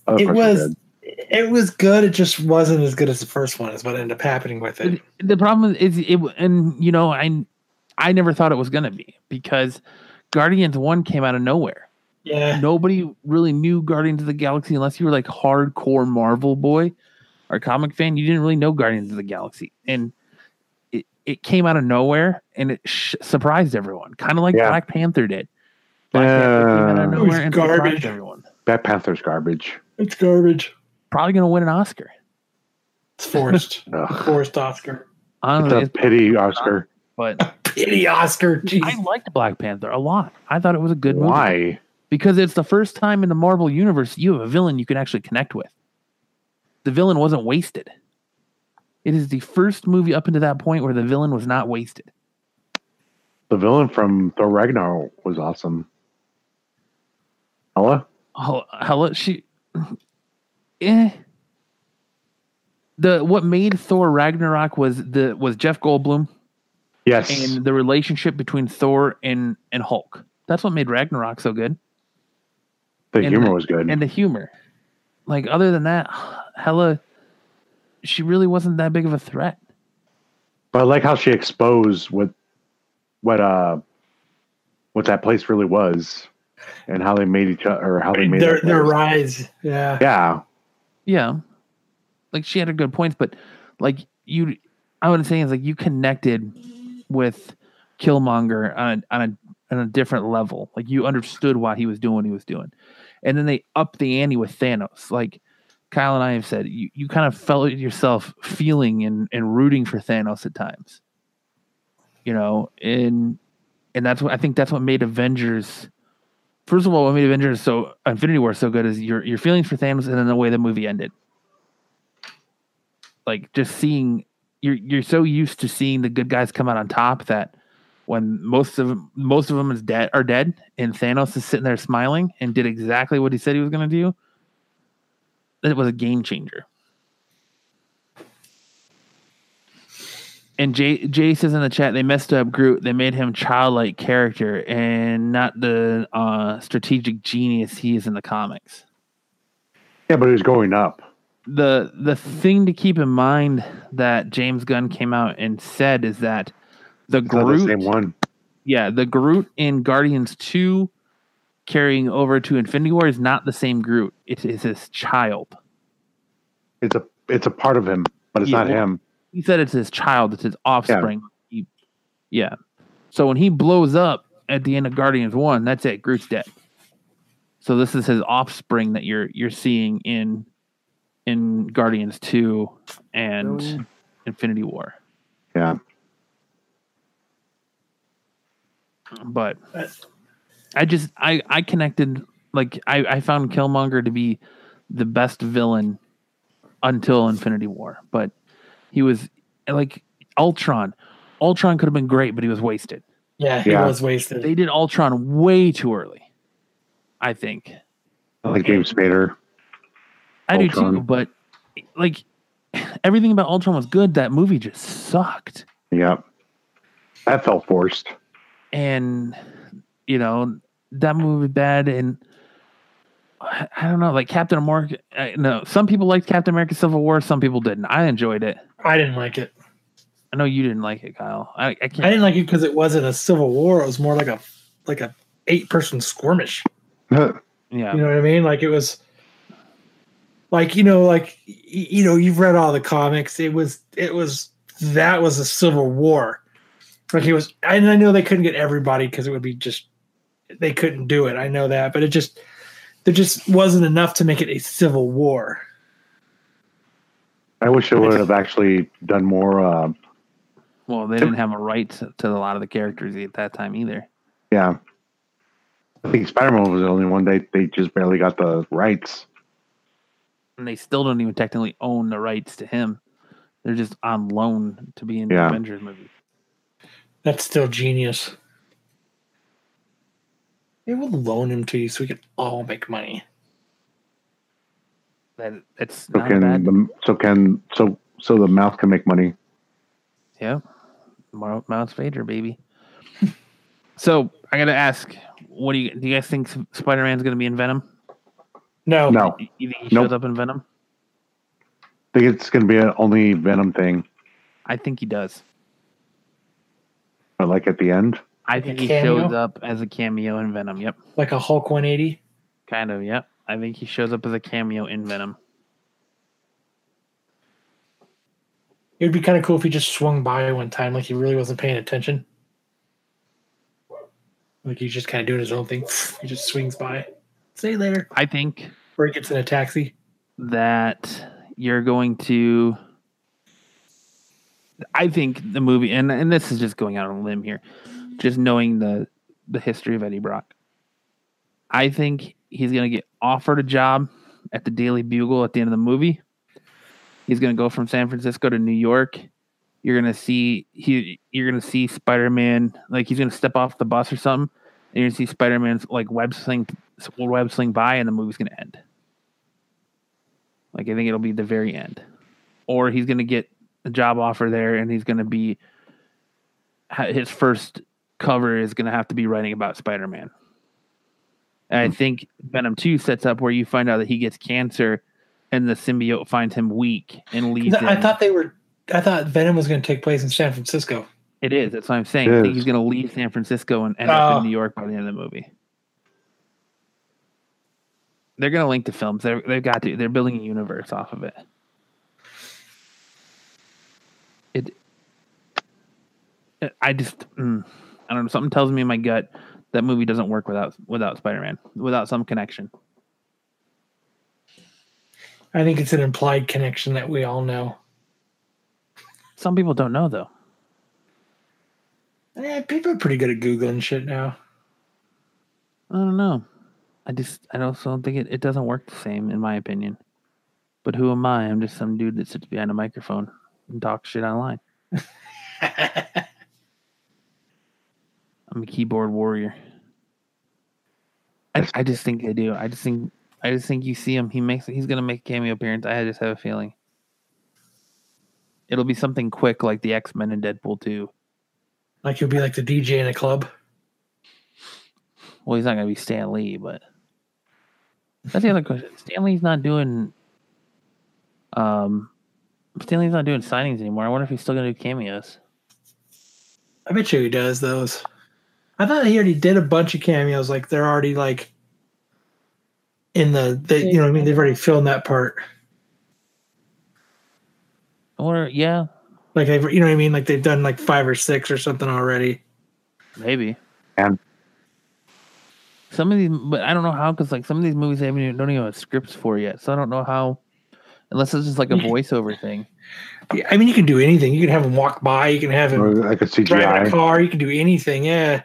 Speaker 4: other
Speaker 3: it
Speaker 4: parts were
Speaker 3: was.
Speaker 4: good.
Speaker 3: It was good. It just wasn't as good as the first one. Is what ended up happening with it.
Speaker 2: The problem is it and you know, I I never thought it was going to be because Guardians 1 came out of nowhere.
Speaker 3: Yeah,
Speaker 2: Nobody really knew Guardians of the Galaxy unless you were like hardcore Marvel boy or comic fan, you didn't really know Guardians of the Galaxy. And it it came out of nowhere and it sh- surprised everyone, kind of like
Speaker 4: Yeah.
Speaker 2: Black Panther did. Black Panther came out
Speaker 4: Uh,
Speaker 2: of
Speaker 3: It was
Speaker 2: nowhere and surprised
Speaker 3: garbage.
Speaker 2: everyone.
Speaker 4: Black Panther's garbage.
Speaker 3: it's garbage.
Speaker 2: Probably going to win an Oscar.
Speaker 3: It's
Speaker 4: (laughs)
Speaker 3: forced.
Speaker 4: Ugh.
Speaker 3: forced Oscar.
Speaker 2: Honestly,
Speaker 4: It's a
Speaker 2: Oh, it's-
Speaker 4: pity, Oscar.
Speaker 2: but
Speaker 3: Pity Oscar. Jeez.
Speaker 2: I liked Black Panther a lot. I thought it was a good movie
Speaker 4: Why?
Speaker 2: because it's the first time in the Marvel universe you have a villain you can actually connect with. The villain wasn't wasted. It is the first movie up until that point where the villain was not wasted.
Speaker 4: The villain from Thor Ragnar was awesome. Hella?
Speaker 2: Hel- Hella, she, eh. The what made Thor Ragnarok was the was Jeff Goldblum
Speaker 4: Yes.
Speaker 2: and the relationship between Thor and and Hulk. That's what made Ragnarok so good,
Speaker 4: the
Speaker 2: and
Speaker 4: humor
Speaker 2: the-
Speaker 4: was good.
Speaker 2: and the humor. Like other than that, (sighs) Hella, she really wasn't that big of a threat.
Speaker 4: but I like how she exposed what what uh what that place really was and how they made each other or how they made
Speaker 3: their
Speaker 4: that
Speaker 3: their
Speaker 4: place.
Speaker 3: rise. Yeah.
Speaker 4: Yeah.
Speaker 2: Yeah, like she had her good points, but like you, I would say is like you connected with Killmonger on a, on a on a different level. Like you understood why he was doing what he was doing, and then they upped the ante with Thanos. Like Kyle and I have said, you you kind of felt yourself feeling and and rooting for Thanos at times. You know, and and that's what I think that's what made Avengers. First of all, what made Avengers so Infinity War so good is your your feelings for Thanos, and then the way the movie ended. Like just seeing you're you're so used to seeing the good guys come out on top that when most of most of them is dead are dead, and Thanos is sitting there smiling and did exactly what he said he was going to do. It was a game changer. And Jay, Jay says in the chat they messed up Groot. They made him childlike character and not the uh, strategic genius he is in the comics.
Speaker 4: Yeah, but it was going up.
Speaker 2: the the thing to keep in mind that James Gunn came out and said is that the
Speaker 4: It's not the
Speaker 2: Groot
Speaker 4: same one.
Speaker 2: yeah, the Groot in Guardians 2 carrying over to Infinity War is not the same Groot. It is his child.
Speaker 4: It's a it's a part of him, but it's
Speaker 2: Yeah,
Speaker 4: not
Speaker 2: well-
Speaker 4: him.
Speaker 2: He said it's his child, it's his offspring. He- Yeah. So when he blows up at the end of Guardians 1, that's it. Groot's dead. So this is his offspring that you're you're seeing in in Guardians 2 and
Speaker 4: Oh, yeah.
Speaker 2: Infinity War.
Speaker 4: Yeah.
Speaker 2: But I just I I connected like I I found Killmonger to be the best villain until Infinity War, but he was like Ultron. Ultron could have been great, but he was wasted.
Speaker 3: Yeah, he
Speaker 4: Yeah.
Speaker 3: was wasted.
Speaker 2: They did Ultron way too early. I think.
Speaker 4: I like James Spader.
Speaker 2: I do too,
Speaker 4: Ultron.
Speaker 2: but like (sighs) everything about Ultron was good. That movie just sucked.
Speaker 4: Yeah. That felt forced.
Speaker 2: and you know that movie was bad and I I don't know, like Captain America. I- No, some people liked Captain America: Civil War, some people didn't. I enjoyed it.
Speaker 3: I didn't like it.
Speaker 2: I know you didn't like it, Kyle. I, I can't.
Speaker 3: I didn't like it because it wasn't a civil war. It was more like a like a eight person skirmish.
Speaker 2: yeah,
Speaker 3: You know what I mean? Like it was like you know like y- you know you've read all the comics. It was it was that was a civil war. Like it was and I know they couldn't get everybody cuz it would be just they couldn't do it. I know that, but it just there just wasn't enough to make it a civil war.
Speaker 4: I wish I would have actually done more uh,
Speaker 2: well, they didn't have a right to, to a lot of the characters at that time either.
Speaker 4: Yeah. I think Spider Man was the only one they, they just barely got the rights.
Speaker 2: And they still don't even technically own the rights to him. They're just on loan to be in the
Speaker 4: Yeah.
Speaker 2: Avengers movie.
Speaker 3: That's still genius. Maybe we'll loan him to you so we can all make money.
Speaker 2: That that's
Speaker 4: So
Speaker 2: not
Speaker 4: can
Speaker 2: bad.
Speaker 4: the, so can so so the mouth can make money.
Speaker 2: Yeah. Mount Vader,
Speaker 3: (laughs)
Speaker 2: baby. so I gotta ask, what do you do you guys think Spider Man's gonna be in Venom?
Speaker 3: No,
Speaker 4: No.
Speaker 2: You think he
Speaker 4: Nope.
Speaker 2: shows up in Venom?
Speaker 4: I think it's gonna be an only Venom thing.
Speaker 2: I think he does.
Speaker 4: But like at the end.
Speaker 2: I
Speaker 3: Like a
Speaker 2: think he
Speaker 3: cameo?
Speaker 2: shows up as a cameo in Venom. Yep.
Speaker 3: like a Hulk 180.
Speaker 2: Kind of, yep. I think he shows up as a cameo in Venom.
Speaker 3: It would be kind of cool if he just swung by one time, like he really wasn't paying attention. Like he's just kind of doing his own thing. (laughs) He just swings by. See you later.
Speaker 2: I think
Speaker 3: Or he gets in a taxi.
Speaker 2: that you're going to I think the movie and and this is just going out on a limb here, just knowing the the history of Eddie Brock. I think he's gonna get offered a job at the Daily Bugle at the end of the movie. He's gonna go from San Francisco to New York. You're gonna see he you're gonna see Spider Man like he's gonna step off the bus or something, and you're gonna see Spider Man's like web sling web sling by, and the movie's gonna end. Like I think it'll be the very end, or he's gonna get a job offer there, and he's gonna be ha- his first cover is gonna have to be writing about Spider Man. And
Speaker 3: Hmm.
Speaker 2: I think Venom Two sets up where you find out that he gets cancer, and the symbiote finds him weak and leaves.
Speaker 3: I
Speaker 2: him.
Speaker 3: thought they were. I thought Venom was going to take place in San Francisco.
Speaker 2: it is. That's what I'm saying.
Speaker 4: It
Speaker 2: I think
Speaker 4: is.
Speaker 2: he's gonna leave San Francisco and end up
Speaker 3: Oh.
Speaker 2: in New York by the end of the movie. They're gonna link the films. They're, they've got to. They're building a universe off of it. uh, I just, mm, I don't know. Something tells me in my gut that movie doesn't work without without Spider Man, without some connection.
Speaker 3: I think it's an implied connection that we all know.
Speaker 2: Some people don't know though.
Speaker 3: Eh, people are pretty good at googling shit now.
Speaker 2: I don't know. I just, I also don't think it, it doesn't work the same in my opinion. But who am I? I'm just some dude that sits behind a microphone and talks shit online. I'm a keyboard warrior. I, I just think they do. I just think I just think you see him. He makes he's gonna make a cameo appearance. I just have a feeling. It'll be something quick like the X Men and Deadpool 2.
Speaker 3: Like you'll be like the DJ in a club.
Speaker 2: Well, he's not gonna be Stan Lee, but that's the other question. Stan Lee's not doing Um, Stanley's not doing signings anymore. I wonder if he's still going to do cameos.
Speaker 3: I bet you he does those. I thought he already did a bunch of cameos. Like they're already like in the they, you know what I mean they've already filmed that part.
Speaker 2: Or yeah,
Speaker 3: Like they've you know what I mean like they've done like five or six or something already.
Speaker 2: maybe.
Speaker 4: And-
Speaker 2: some of these, but I don't know how because like some of these movies they haven't even don't even have scripts for yet. So I don't know how, unless it's just like a voiceover thing.
Speaker 3: Yeah, I mean you can do anything. You can have him walk by. You can have him
Speaker 4: Or like a
Speaker 3: drive a
Speaker 4: CGI.
Speaker 3: car. You can do anything. Yeah.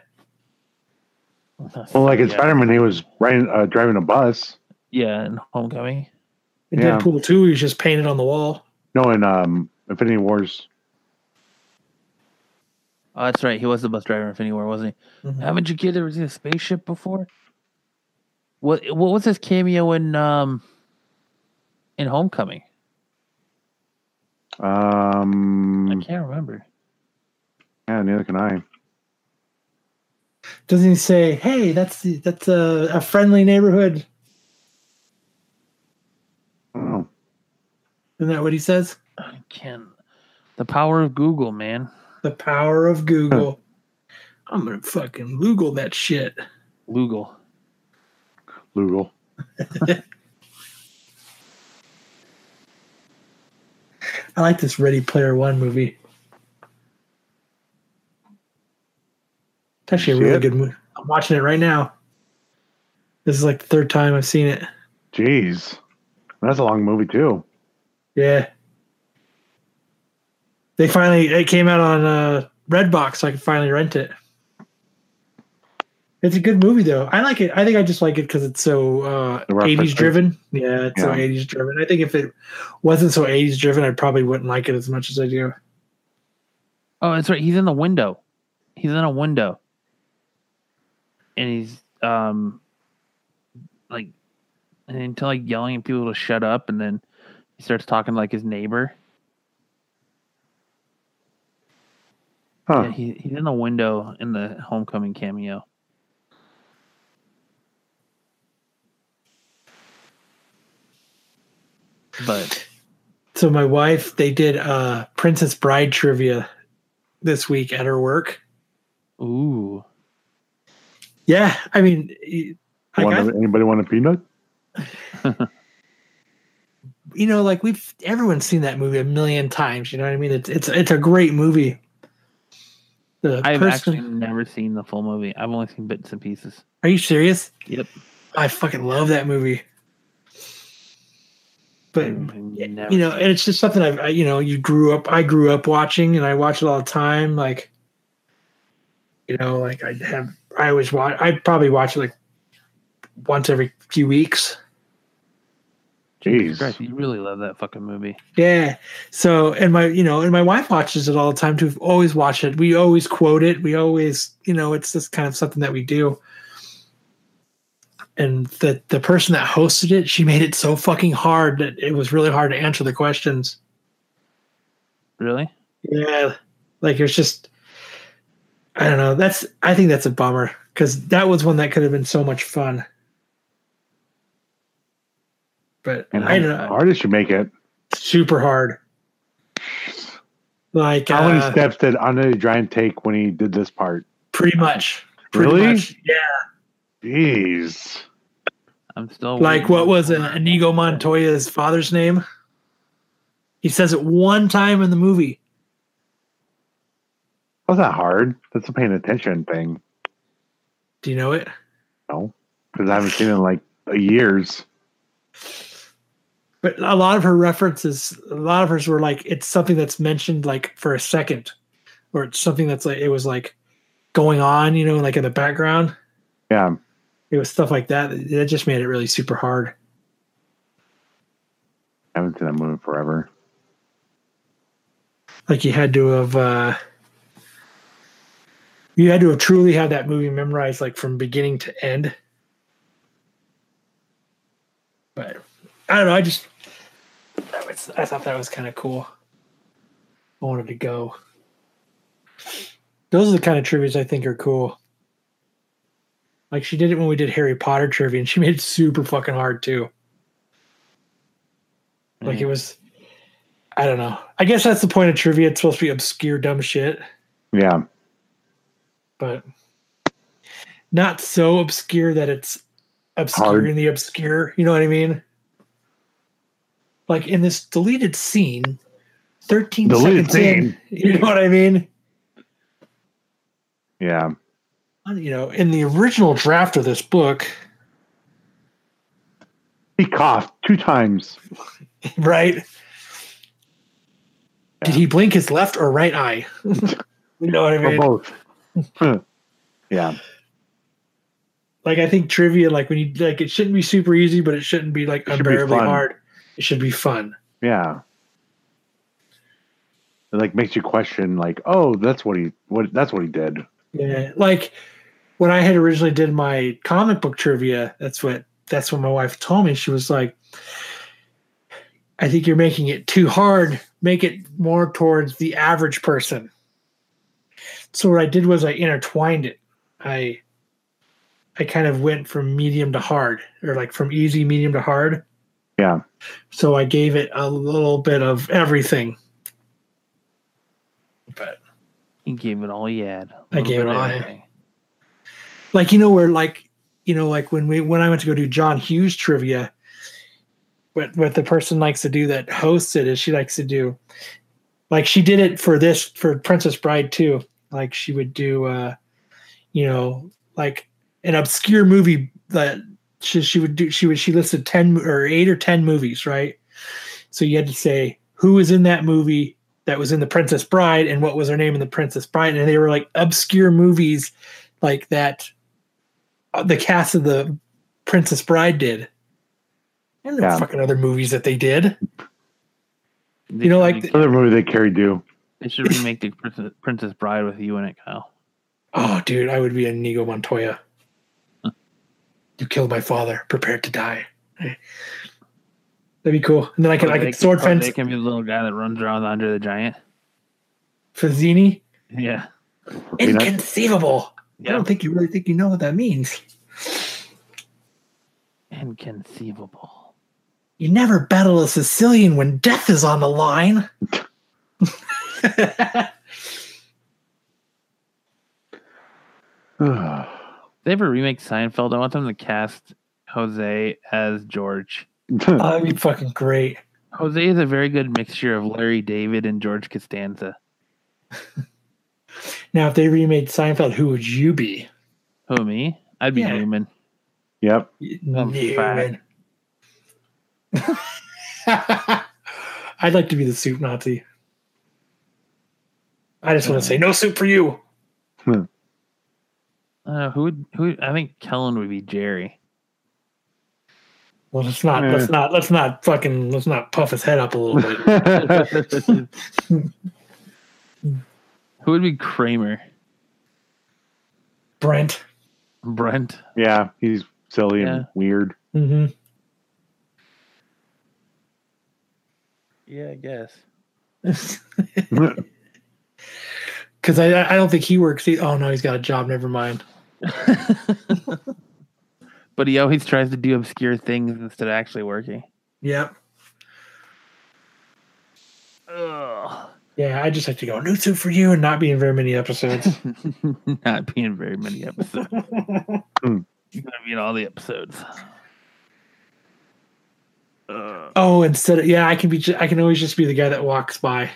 Speaker 4: Well, like in
Speaker 2: yeah.
Speaker 4: Spider Man, he was riding, uh, driving a bus.
Speaker 2: yeah, and Homecoming.
Speaker 3: In
Speaker 4: Yeah.
Speaker 3: Deadpool two, he was just painted on the wall.
Speaker 4: No, in um, Infinity Wars.
Speaker 2: Oh, that's right. He was the bus driver in Infinity War, wasn't he?
Speaker 3: Mhm.
Speaker 2: Haven't you kid ever seen a spaceship before? What What was his cameo in um in Homecoming? I
Speaker 4: Um,
Speaker 2: can't remember.
Speaker 4: yeah, neither can I.
Speaker 3: Doesn't he say, "Hey, that's the, that's a, a friendly neighborhood"?
Speaker 4: I don't know.
Speaker 3: Isn't that what he says?
Speaker 2: I can't. The power of Google, man.
Speaker 3: The power of Google. I'm gonna fucking Google that shit.
Speaker 2: Google.
Speaker 4: Lugal.
Speaker 3: I like this Ready Player One movie. It's actually a
Speaker 4: See
Speaker 3: really
Speaker 4: it?
Speaker 3: good movie. I'm watching it right now. This is like the third time I've seen it.
Speaker 4: Jeez, that's a long movie too.
Speaker 3: Yeah. They finally it came out on uh, Redbox, so I could finally rent it. It's a good movie though. I like it. I think I just like it because it's so uh,
Speaker 4: The references.
Speaker 3: '80s driven. Yeah, it's so
Speaker 4: Yeah.
Speaker 3: '80s driven. I think if it wasn't so '80s driven, I probably wouldn't like it as much as I do.
Speaker 2: Oh, that's right. He's in the window. He's in a window. And he's um like until like yelling at people to shut up and then he starts talking to like his neighbor.
Speaker 4: Huh?
Speaker 2: Yeah, he, he's in the window in the homecoming cameo. But
Speaker 3: So my wife, they did uh, Princess Bride trivia this week at her work.
Speaker 2: ooh,
Speaker 3: Yeah, I mean, y- like,
Speaker 4: Want
Speaker 3: I-
Speaker 4: a- anybody want a peanut?
Speaker 3: you know, like we've everyone's seen that movie a million times. You know what I mean? It's it's it's a great movie. The
Speaker 2: I've
Speaker 3: person,
Speaker 2: actually never seen the full movie. I've only seen bits and pieces.
Speaker 3: are you serious?
Speaker 2: Yep.
Speaker 3: I fucking love that movie. But you know, and it's just something I've I, you know you grew up. I grew up watching, and I watch it all the time. Like, you know, like I have. I always watch. I probably watch it like once every few weeks.
Speaker 4: Jeez.
Speaker 2: Christ, you really love that fucking movie.
Speaker 3: Yeah. So, and my, you know, and my wife watches it all the time too. We've Always watch it. We always quote it. We always, you know, it's just kind of something that we do. And the the person that hosted it, she made it so fucking hard that it was really hard to answer the questions.
Speaker 2: Really?
Speaker 3: Yeah. Like it's just, I don't know. That's, I think that's a bummer because that was one that could have been so much fun. But
Speaker 4: And
Speaker 3: I don't
Speaker 4: how
Speaker 3: know.
Speaker 4: hard did she make it?
Speaker 3: Super hard. Like,
Speaker 4: How many
Speaker 3: uh,
Speaker 4: steps did Andre Giant take when he did this part?
Speaker 3: Pretty much. Pretty
Speaker 4: Really?
Speaker 3: Much. Yeah.
Speaker 4: Jeez.
Speaker 2: I'm still
Speaker 3: Like
Speaker 2: waiting.
Speaker 3: what was uh, Inigo Montoya's father's name? He says it one time in the movie.
Speaker 4: That's not hard. That's a paying attention thing.
Speaker 3: Do you know it?
Speaker 4: No, because I haven't seen it in like years.
Speaker 3: But a lot of her references, a lot of hers were like it's something that's mentioned like for a second, or it's something that's like it was like going on, you know, like in the background.
Speaker 4: Yeah.
Speaker 3: It was stuff like that. That just made it really super hard.
Speaker 4: I haven't seen that movie in forever.
Speaker 3: Like you had to have uh you had to have truly had that movie memorized like from beginning to end. But I don't know, I just that was, I thought that was kind of cool. I wanted to go. Those are the kind of trivias I think are cool. Like she did it when we did Harry Potter trivia and she made it super fucking hard too. Like it was I don't know. I guess that's the point of trivia. It's supposed to be obscure, dumb shit,
Speaker 4: Yeah.
Speaker 3: but not so obscure that it's obscure
Speaker 4: Hard.
Speaker 3: in the obscure. You know what I mean? Like in this deleted scene, 13
Speaker 4: Deleted
Speaker 3: seconds in. You know what I mean?
Speaker 4: Yeah.
Speaker 3: You know, in the original draft of this book, (laughs)
Speaker 4: He coughed two times.
Speaker 3: right? Did he blink his left or right eye? (laughs) you know what I
Speaker 4: Or
Speaker 3: mean?
Speaker 4: both. (laughs) yeah.
Speaker 3: like I think trivia, like when you like it shouldn't be super easy, but it shouldn't be like
Speaker 4: It should be
Speaker 3: unbearably
Speaker 4: fun.
Speaker 3: hard. It should be fun.
Speaker 4: Yeah. It like makes you question like, oh, that's what he what that's what he did.
Speaker 3: Yeah. Like when I had originally did my comic book trivia, that's what that's what my wife told me. She was like, I think you're making it too hard. Make it more towards the average person. So what I did was I intertwined it. I I kind of went from medium to hard, or like from easy, medium to hard.
Speaker 4: Yeah.
Speaker 3: So I gave it a little bit of everything. But
Speaker 2: He gave it all he had.
Speaker 3: I
Speaker 2: Little
Speaker 3: gave it
Speaker 2: bit of
Speaker 3: all I had.
Speaker 2: everything.
Speaker 3: like you know where like you know like when we when I went to go do John Hughes trivia, what what the person likes to do that hosts it is she likes to do, like she did it for this for Princess Bride too. Like she would do, uh you know, like an obscure movie that she she would do she would she listed ten or eight or ten movies right, so you had to say who was in that movie. That was in the Princess Bride, and what was her name in the Princess Bride? And they were like obscure movies like that uh, the cast of the Princess Bride did. And the
Speaker 4: Yeah.
Speaker 3: fucking other movies that they did.
Speaker 2: They
Speaker 3: You know,
Speaker 2: should
Speaker 3: like
Speaker 2: remake-
Speaker 3: the-
Speaker 4: Another movie they carried (sighs) do.
Speaker 2: they should remake the Princess- Princess Bride with you in it, Kyle.
Speaker 3: Oh, dude, I would be a Nigo Montoya. You killed my father. Prepared to die. That'd be cool. And then I could, I
Speaker 2: Or they
Speaker 3: could sword
Speaker 2: or
Speaker 3: fence
Speaker 2: They can be the little guy that runs around under the giant.
Speaker 3: Fazzini.
Speaker 2: Yeah.
Speaker 4: Peanut.
Speaker 3: Inconceivable. I
Speaker 2: Yeah.
Speaker 3: don't think you really think you know what that means.
Speaker 2: Inconceivable.
Speaker 3: You never battle a Sicilian when death is on the line. (laughs)
Speaker 2: If they ever remake Seinfeld, I want them to cast Jose as George.
Speaker 3: Oh, that'd be fucking great.
Speaker 2: Jose is a very good mixture of Larry David and George Costanza.
Speaker 3: Now, if they remade Seinfeld, who would you be?
Speaker 2: Who me? I'd be
Speaker 3: Yeah.
Speaker 2: Newman.
Speaker 4: yep.
Speaker 2: I'm
Speaker 3: Newman. (laughs) I'd like to be the soup Nazi. I just want to say no soup for you.
Speaker 2: I don't know who would who. I think Kellen would be (laughs) Jerry.
Speaker 3: Well, let's not let's
Speaker 4: Yeah.
Speaker 3: not let's not fucking let's not puff his head up a little bit.
Speaker 4: (laughs)
Speaker 2: who would be Kramer?
Speaker 3: Brent.
Speaker 2: Brent.
Speaker 4: yeah, he's silly
Speaker 2: Yeah.
Speaker 4: and
Speaker 3: (laughs)
Speaker 4: weird. (laughs)
Speaker 3: hmm
Speaker 2: Yeah, I guess.
Speaker 3: Because I I don't think he works. e- oh no, he's got a job. Never mind.
Speaker 2: But he always tries to do obscure things instead of actually working.
Speaker 3: Yep.
Speaker 2: Ugh.
Speaker 3: Yeah, I just like to go no soup for you and not be in very many episodes.
Speaker 2: (laughs) Not being very many (laughs) episodes.
Speaker 4: Hmm.
Speaker 2: You're gonna be in all the episodes. Ugh.
Speaker 3: Oh, instead of yeah, I can be. ju- I can always just be the guy that
Speaker 2: (laughs)
Speaker 3: walks by,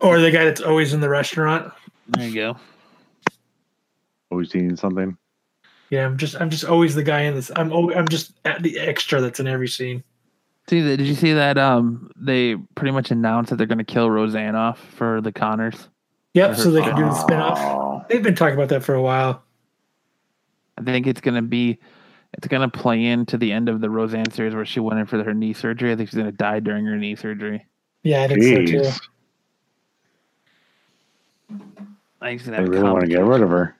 Speaker 3: or the guy that's always in the restaurant.
Speaker 2: there you go.
Speaker 4: Always eating something.
Speaker 3: Yeah, I'm just. I'm just always the guy in this. I'm. al- I'm just at the extra that's in every scene.
Speaker 2: See that? Did you see that? Um, they pretty much announced that they're gonna kill Roseanne off for the Connors.
Speaker 3: Yep. So they can do the
Speaker 2: Uh,
Speaker 3: spinoff.
Speaker 4: Oh.
Speaker 3: They've been talking about that for a while.
Speaker 2: I think it's gonna be, it's gonna play into the end of the Roseanne series where she went in for her knee surgery. I think she's gonna die during her knee surgery.
Speaker 3: Yeah, I think so too.
Speaker 4: Jeez.
Speaker 2: I think she's gonna
Speaker 4: I
Speaker 2: have
Speaker 4: really want to get rid of her.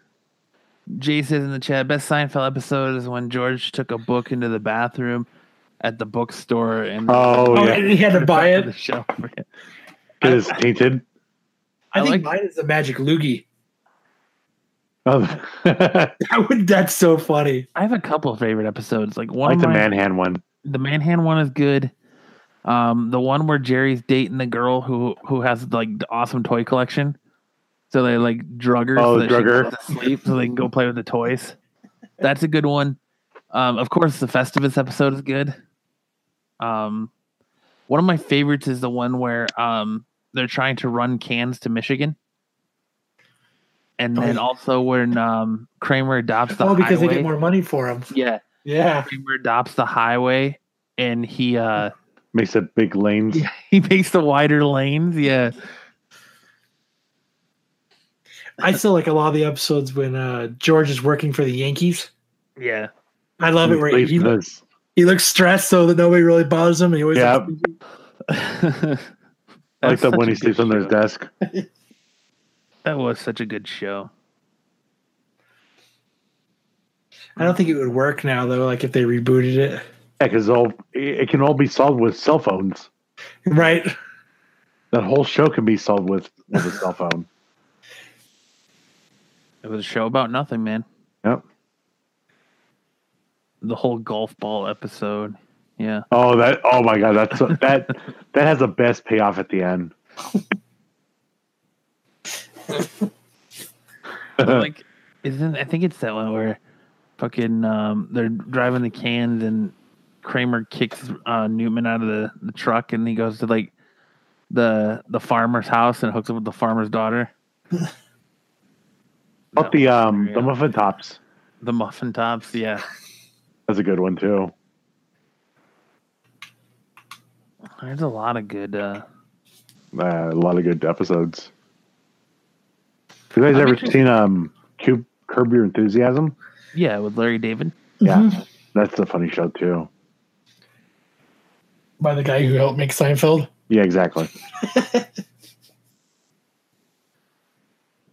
Speaker 2: Jay says in the chat, best Seinfeld episode is when George took a book into the bathroom at the bookstore and (laughs)
Speaker 4: Oh,
Speaker 3: Oh,
Speaker 4: yeah.
Speaker 3: and he had to buy
Speaker 2: The (laughs)
Speaker 3: it.
Speaker 2: shelf.
Speaker 4: It is tainted. (laughs)
Speaker 3: I
Speaker 2: I
Speaker 3: think
Speaker 2: like-
Speaker 3: mine is the magic loogie. (laughs)
Speaker 4: Oh,
Speaker 3: I would. That's so funny.
Speaker 2: I have a couple of favorite episodes. Like one,
Speaker 4: like
Speaker 2: of
Speaker 4: the
Speaker 2: mine-
Speaker 4: Manhan one.
Speaker 2: the Manhan one is good. Um, the one where Jerry's dating the girl who who has like the awesome toy collection. So they like drug her
Speaker 4: Oh,
Speaker 2: so that she
Speaker 4: drug her.
Speaker 2: goes to sleep so they can go play with the toys. That's a good one. Um, of course, the Festivus episode is good. Um, one of my favorites is the one where um, they're trying to run cans to Michigan, and
Speaker 3: Oh,
Speaker 2: then
Speaker 3: yeah.
Speaker 2: also when um, Kramer adopts the
Speaker 3: All because
Speaker 2: highway.
Speaker 3: they get more money for them.
Speaker 2: yeah,
Speaker 3: Yeah.
Speaker 2: Kramer adopts the highway, and he uh, (laughs)
Speaker 4: Makes it big lanes.
Speaker 2: Yeah. he makes the wider lanes. Yeah,
Speaker 3: I still like a lot of the episodes when uh, George is working for the Yankees.
Speaker 2: (laughs) yeah.
Speaker 3: I love it where
Speaker 4: Leaves
Speaker 3: he,
Speaker 4: this.
Speaker 3: he looks stressed so that nobody really bothers him. And he always
Speaker 4: Yeah.
Speaker 3: looks-
Speaker 4: I like
Speaker 2: That's
Speaker 4: that
Speaker 2: such
Speaker 4: when
Speaker 2: a
Speaker 4: he
Speaker 2: good
Speaker 4: sleeps under his
Speaker 2: show.
Speaker 4: desk.
Speaker 2: That was such a good show.
Speaker 3: I don't think it would work now though. Like if they rebooted it,
Speaker 4: Yeah, 'cause all it can all be solved with cell phones.
Speaker 3: right?
Speaker 4: That whole show can be solved with, with a cell phone. (laughs)
Speaker 2: It was a show about nothing, man.
Speaker 4: Yep.
Speaker 2: The whole golf ball episode. Yeah.
Speaker 4: Oh, that! Oh my God, that's that. That has the best payoff at the end.
Speaker 2: like isn't I think it's that one where fucking um they're driving the cans and Kramer kicks uh Newman out of the, the truck and he goes to like the the farmer's house and hooks up with the farmer's daughter.
Speaker 4: How about the um
Speaker 2: Yeah.
Speaker 4: the muffin tops.
Speaker 2: The muffin tops, yeah.
Speaker 4: That's a good one too.
Speaker 2: There's a lot of good uh
Speaker 4: Uh, a lot of good episodes. You guys
Speaker 2: I'm
Speaker 4: ever
Speaker 2: interested-
Speaker 4: seen um Cube, Curb Your Enthusiasm?
Speaker 2: yeah, with Larry David.
Speaker 4: Yeah, that's a funny show too.
Speaker 3: By the guy who helped make Seinfeld.
Speaker 4: Yeah, exactly.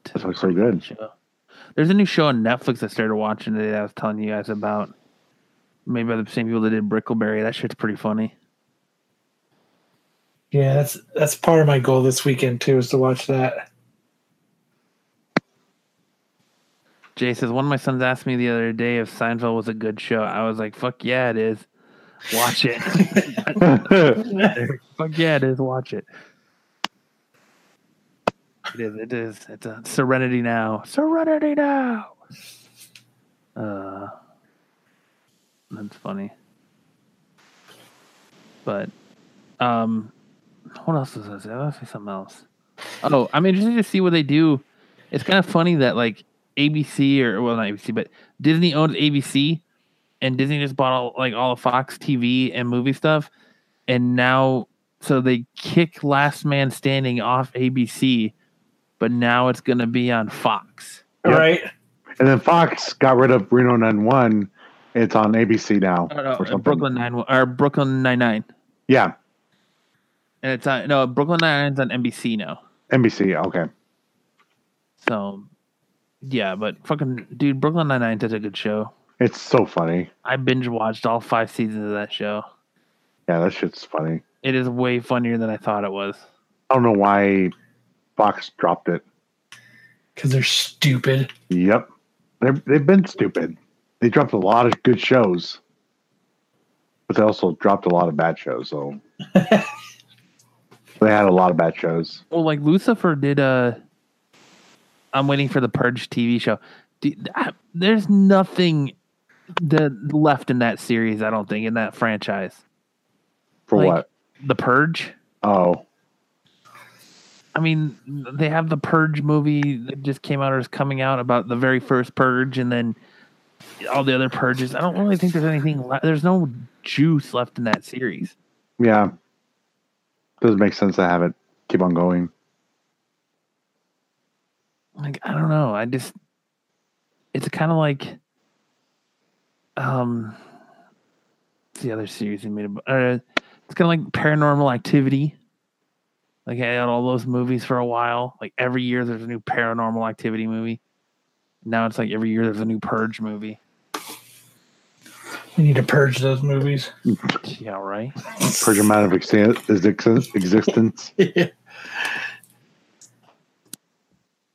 Speaker 4: That's actually good. (laughs)
Speaker 2: Show. There's a new show on Netflix I started watching today that I was telling you guys about. Maybe by the same people that did Brickleberry. That shit's pretty funny.
Speaker 3: Yeah, that's that's part of my goal this weekend too is to watch that.
Speaker 2: Jay says one of my sons asked me the other day if Seinfeld was a good show. I was like, "Fuck yeah, it is. Watch it. Fuck yeah, it is. Watch it. It is. It is. It's a Serenity now. Serenity now. Uh, that's funny. But, um, what else was this? I was gonna say something else. Oh, I'm interested to see what they do. It's kind of funny that like ABC or well, not ABC, but Disney owns ABC, and Disney just bought all like all of Fox TV and movie stuff, and now so they kick Last Man Standing off ABC, but now it's gonna be on Fox.
Speaker 4: Yeah.
Speaker 3: Right?
Speaker 4: and then Fox got rid of Reno 91. It's on ABC now
Speaker 2: Or, uh,
Speaker 4: or something.
Speaker 2: Brooklyn Nine or Brooklyn Nine Nine,
Speaker 4: Yeah,
Speaker 2: and it's on no Brooklyn Nine Nine's on NBC now.
Speaker 4: NBC. Okay.
Speaker 2: So, yeah, but fucking dude, Brooklyn Nine Nine did a good show.
Speaker 4: It's so funny.
Speaker 2: I binge watched all five seasons of that show.
Speaker 4: Yeah, that shit's funny.
Speaker 2: It is way funnier than I thought it was.
Speaker 4: I don't know why Fox dropped it.
Speaker 3: Because they're stupid.
Speaker 4: Yep. They've, they've been stupid. They dropped a lot of good shows, but they also dropped a lot of bad shows. So they had a lot of bad shows.
Speaker 2: Well, like Lucifer did a. I'm waiting for the Purge TV show. Do- I- There's nothing the left in that series. I don't think in that franchise.
Speaker 4: For
Speaker 2: Like-
Speaker 4: what?
Speaker 2: The Purge.
Speaker 4: Oh,
Speaker 2: I mean, they have the Purge movie that just came out or is coming out about the very first Purge, and then all the other Purges. I don't really think there's anything. Le- there's no juice left in that series.
Speaker 4: yeah. Doesn't make sense to have it keep on going.
Speaker 2: like I don't know. I just it's kind of like um what's the other series they made about uh, it's kind of like paranormal activity. Like I had all those movies for a while. Like every year there's a new paranormal activity movie. Now it's like every year there's a new purge movie.
Speaker 3: We need to purge those movies.
Speaker 2: Yeah, right.
Speaker 4: Purge amount of exi- exi- existence.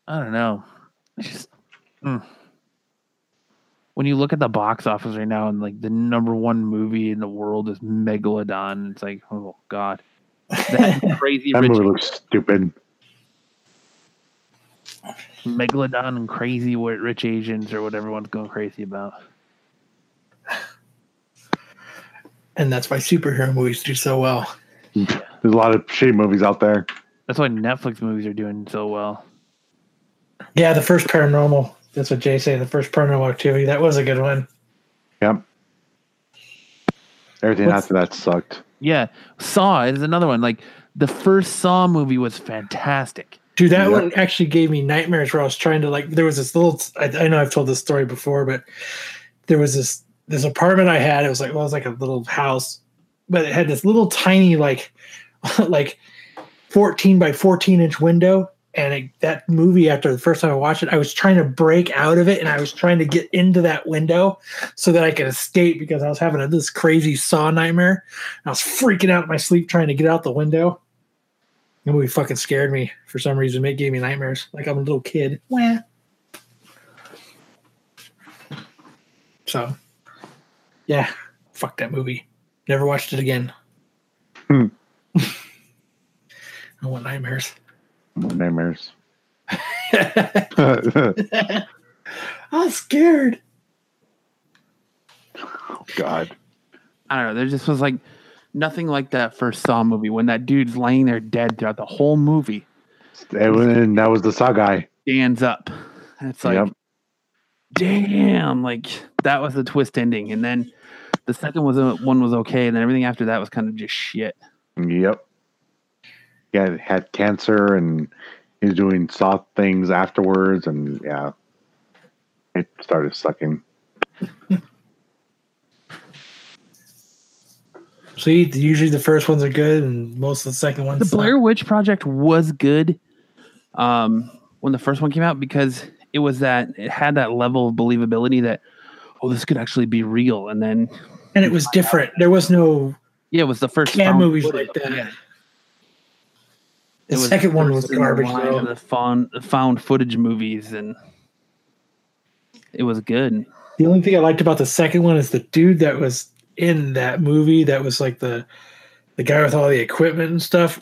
Speaker 2: I don't know. It's just mm. hmm. when you look at the box office right now and like the number one movie in the world is Megalodon, it's like, oh god.
Speaker 4: (laughs)
Speaker 2: That crazy
Speaker 4: That
Speaker 2: rich
Speaker 4: movie looks stupid.
Speaker 2: Megalodon and crazy wi- rich Asians or what everyone's going crazy about.
Speaker 3: (laughs) and that's why superhero movies do so well.
Speaker 4: There's a lot of shitty movies out there.
Speaker 2: That's why Netflix movies are doing so well.
Speaker 3: Yeah, the first paranormal. That's what Jay said. The first paranormal activity. That was a good one.
Speaker 4: Yep. Everything
Speaker 3: What's-
Speaker 4: after that sucked.
Speaker 2: Yeah, Saw is another one. Like the first Saw movie was fantastic.
Speaker 3: Dude, that
Speaker 4: Yep.
Speaker 3: one actually gave me nightmares where I was trying to like there was this little I, I know I've told this story before, but there was this this apartment I had. It was like well, it was like a little house, but it had this little tiny like (laughs) like 14 by 14 inch window. And it, that movie, after the first time I watched it, I was trying to break out of it and I was trying to get into that window so that I could escape because I was having a, this crazy saw nightmare. I was freaking out in my sleep trying to get out the window. The movie fucking scared me for some reason. It gave me nightmares. Like I'm a little kid. Wah. So, yeah, fuck that movie. Never watched it again.
Speaker 4: Hmm.
Speaker 3: (laughs) I want nightmares.
Speaker 4: Nightmares. (laughs)
Speaker 3: I'm scared.
Speaker 4: God.
Speaker 2: I don't know. There just was like nothing like that first Saw movie when that dude's laying there dead throughout the whole movie,
Speaker 4: And then that was the saw guy.
Speaker 2: stands up. And it's like,
Speaker 4: Yep.
Speaker 2: damn, like that was the twist ending. And then the second was uh, one was okay, and then everything after that was kind of just shit.
Speaker 4: Yep. Yeah, he had cancer and he's doing soft things afterwards, and yeah, it started sucking.
Speaker 3: See, usually the first ones are good, and most of the second ones.
Speaker 2: The
Speaker 3: suck.
Speaker 2: Blair Witch Project was good um, when the first one came out because it was that it had that level of believability that oh this could actually be real, and then
Speaker 3: and it was different. There was no
Speaker 2: yeah, it was the first
Speaker 3: Cam
Speaker 2: found
Speaker 3: movies
Speaker 2: footage.
Speaker 3: like that.
Speaker 2: Yeah.
Speaker 3: The
Speaker 2: It
Speaker 3: second one was
Speaker 2: first in
Speaker 3: garbage.
Speaker 2: line
Speaker 3: though.
Speaker 2: of The found, found footage movies and it was good.
Speaker 3: The only thing I liked about the second one is the dude that was in that movie that was like the the guy with all the equipment and stuff.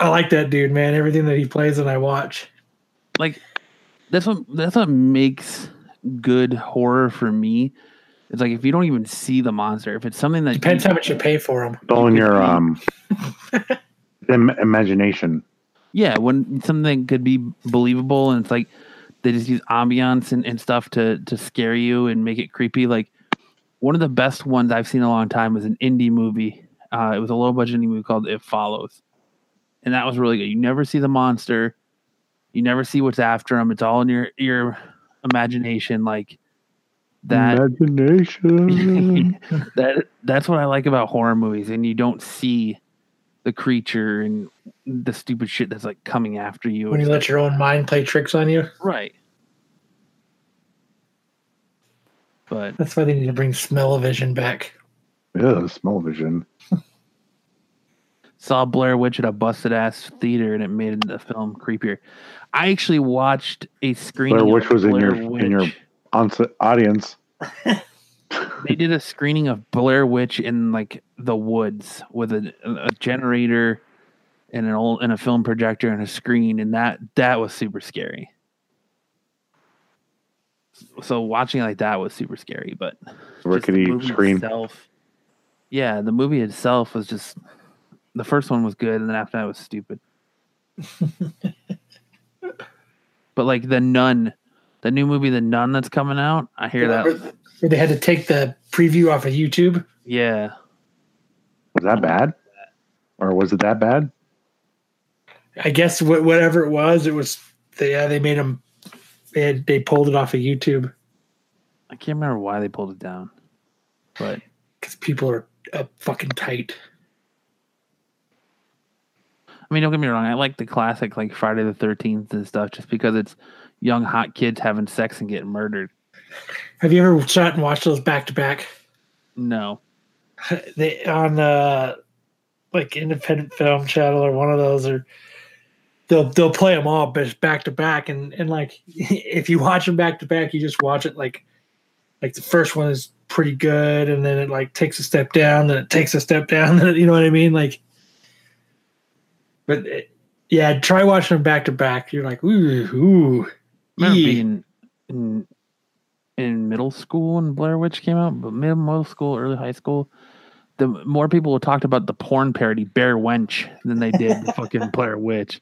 Speaker 3: I like that dude, man. Everything that he plays and I watch.
Speaker 2: Like that's what that's what makes good horror for me. It's like if you don't even see the monster, if it's something that
Speaker 3: Depends
Speaker 2: you,
Speaker 3: how much you pay for him.
Speaker 4: All in your um,
Speaker 2: (laughs)
Speaker 4: im- imagination.
Speaker 2: yeah, when something could be believable and it's like they just use ambiance and, and stuff to to scare you and make it creepy. Like one of the best ones I've seen in a long time was an indie movie. Uh, it was a low budget indie movie called It Follows, and that was really good. You never see the monster, you never see what's after him. It's all in your your imagination. Like that (laughs)
Speaker 4: imagination.
Speaker 2: that that's what I like about horror movies, and you don't see the creature and the stupid shit that's like coming after you.
Speaker 3: When you let your own mind play tricks on you.
Speaker 2: right. But
Speaker 3: That's why they need to bring smell vision back.
Speaker 4: yeah, small vision.
Speaker 2: saw Blair Witch at a busted ass theater, and it made the film creepier. I actually watched a screening.
Speaker 4: Blair
Speaker 2: of
Speaker 4: Witch was in
Speaker 2: Blair
Speaker 4: your- in your-
Speaker 2: Witch.
Speaker 4: On audience.
Speaker 2: they did a screening of Blair Witch in like the woods with a, a generator and an old and a film projector and a screen, and that that was super scary. So watching it like that was super scary, but just the
Speaker 4: Rickety
Speaker 2: movie
Speaker 4: screen.
Speaker 2: itself- yeah, the movie itself was just the first one was good, and then after that was (laughs) stupid. but like the Nun, the new movie, the Nun that's coming out, I hear that.
Speaker 3: Where they had to take the preview off of YouTube.
Speaker 2: Yeah,
Speaker 4: Was that bad? Or was it that bad?
Speaker 3: I guess wh- whatever it was, it was they yeah, they made them they had, they pulled it off of YouTube
Speaker 2: I can't remember why they pulled it down, but
Speaker 3: because people are up fucking tight.
Speaker 2: I mean, don't get me wrong. I like the classic like Friday the Thirteenth and stuff, just because it's young hot kids having sex and getting murdered.
Speaker 3: Have you ever shot and watched those back to back?
Speaker 2: No,
Speaker 3: they on uh like independent film channel or one of those or they'll they'll play them (laughs) all but back to back and and like if you watch them back to back you just watch it like like the first one is pretty good and then it like takes a step down then it takes a step down (laughs) then it- you know what i mean like but it, yeah try watching them back to back you're like ooh ooh
Speaker 2: I remember
Speaker 3: ee."
Speaker 2: being E in, in middle school when Blair Witch came out, but mid middle school, early high school, the more people talked about the porn parody Bear Wench than they did the fucking Blair Witch.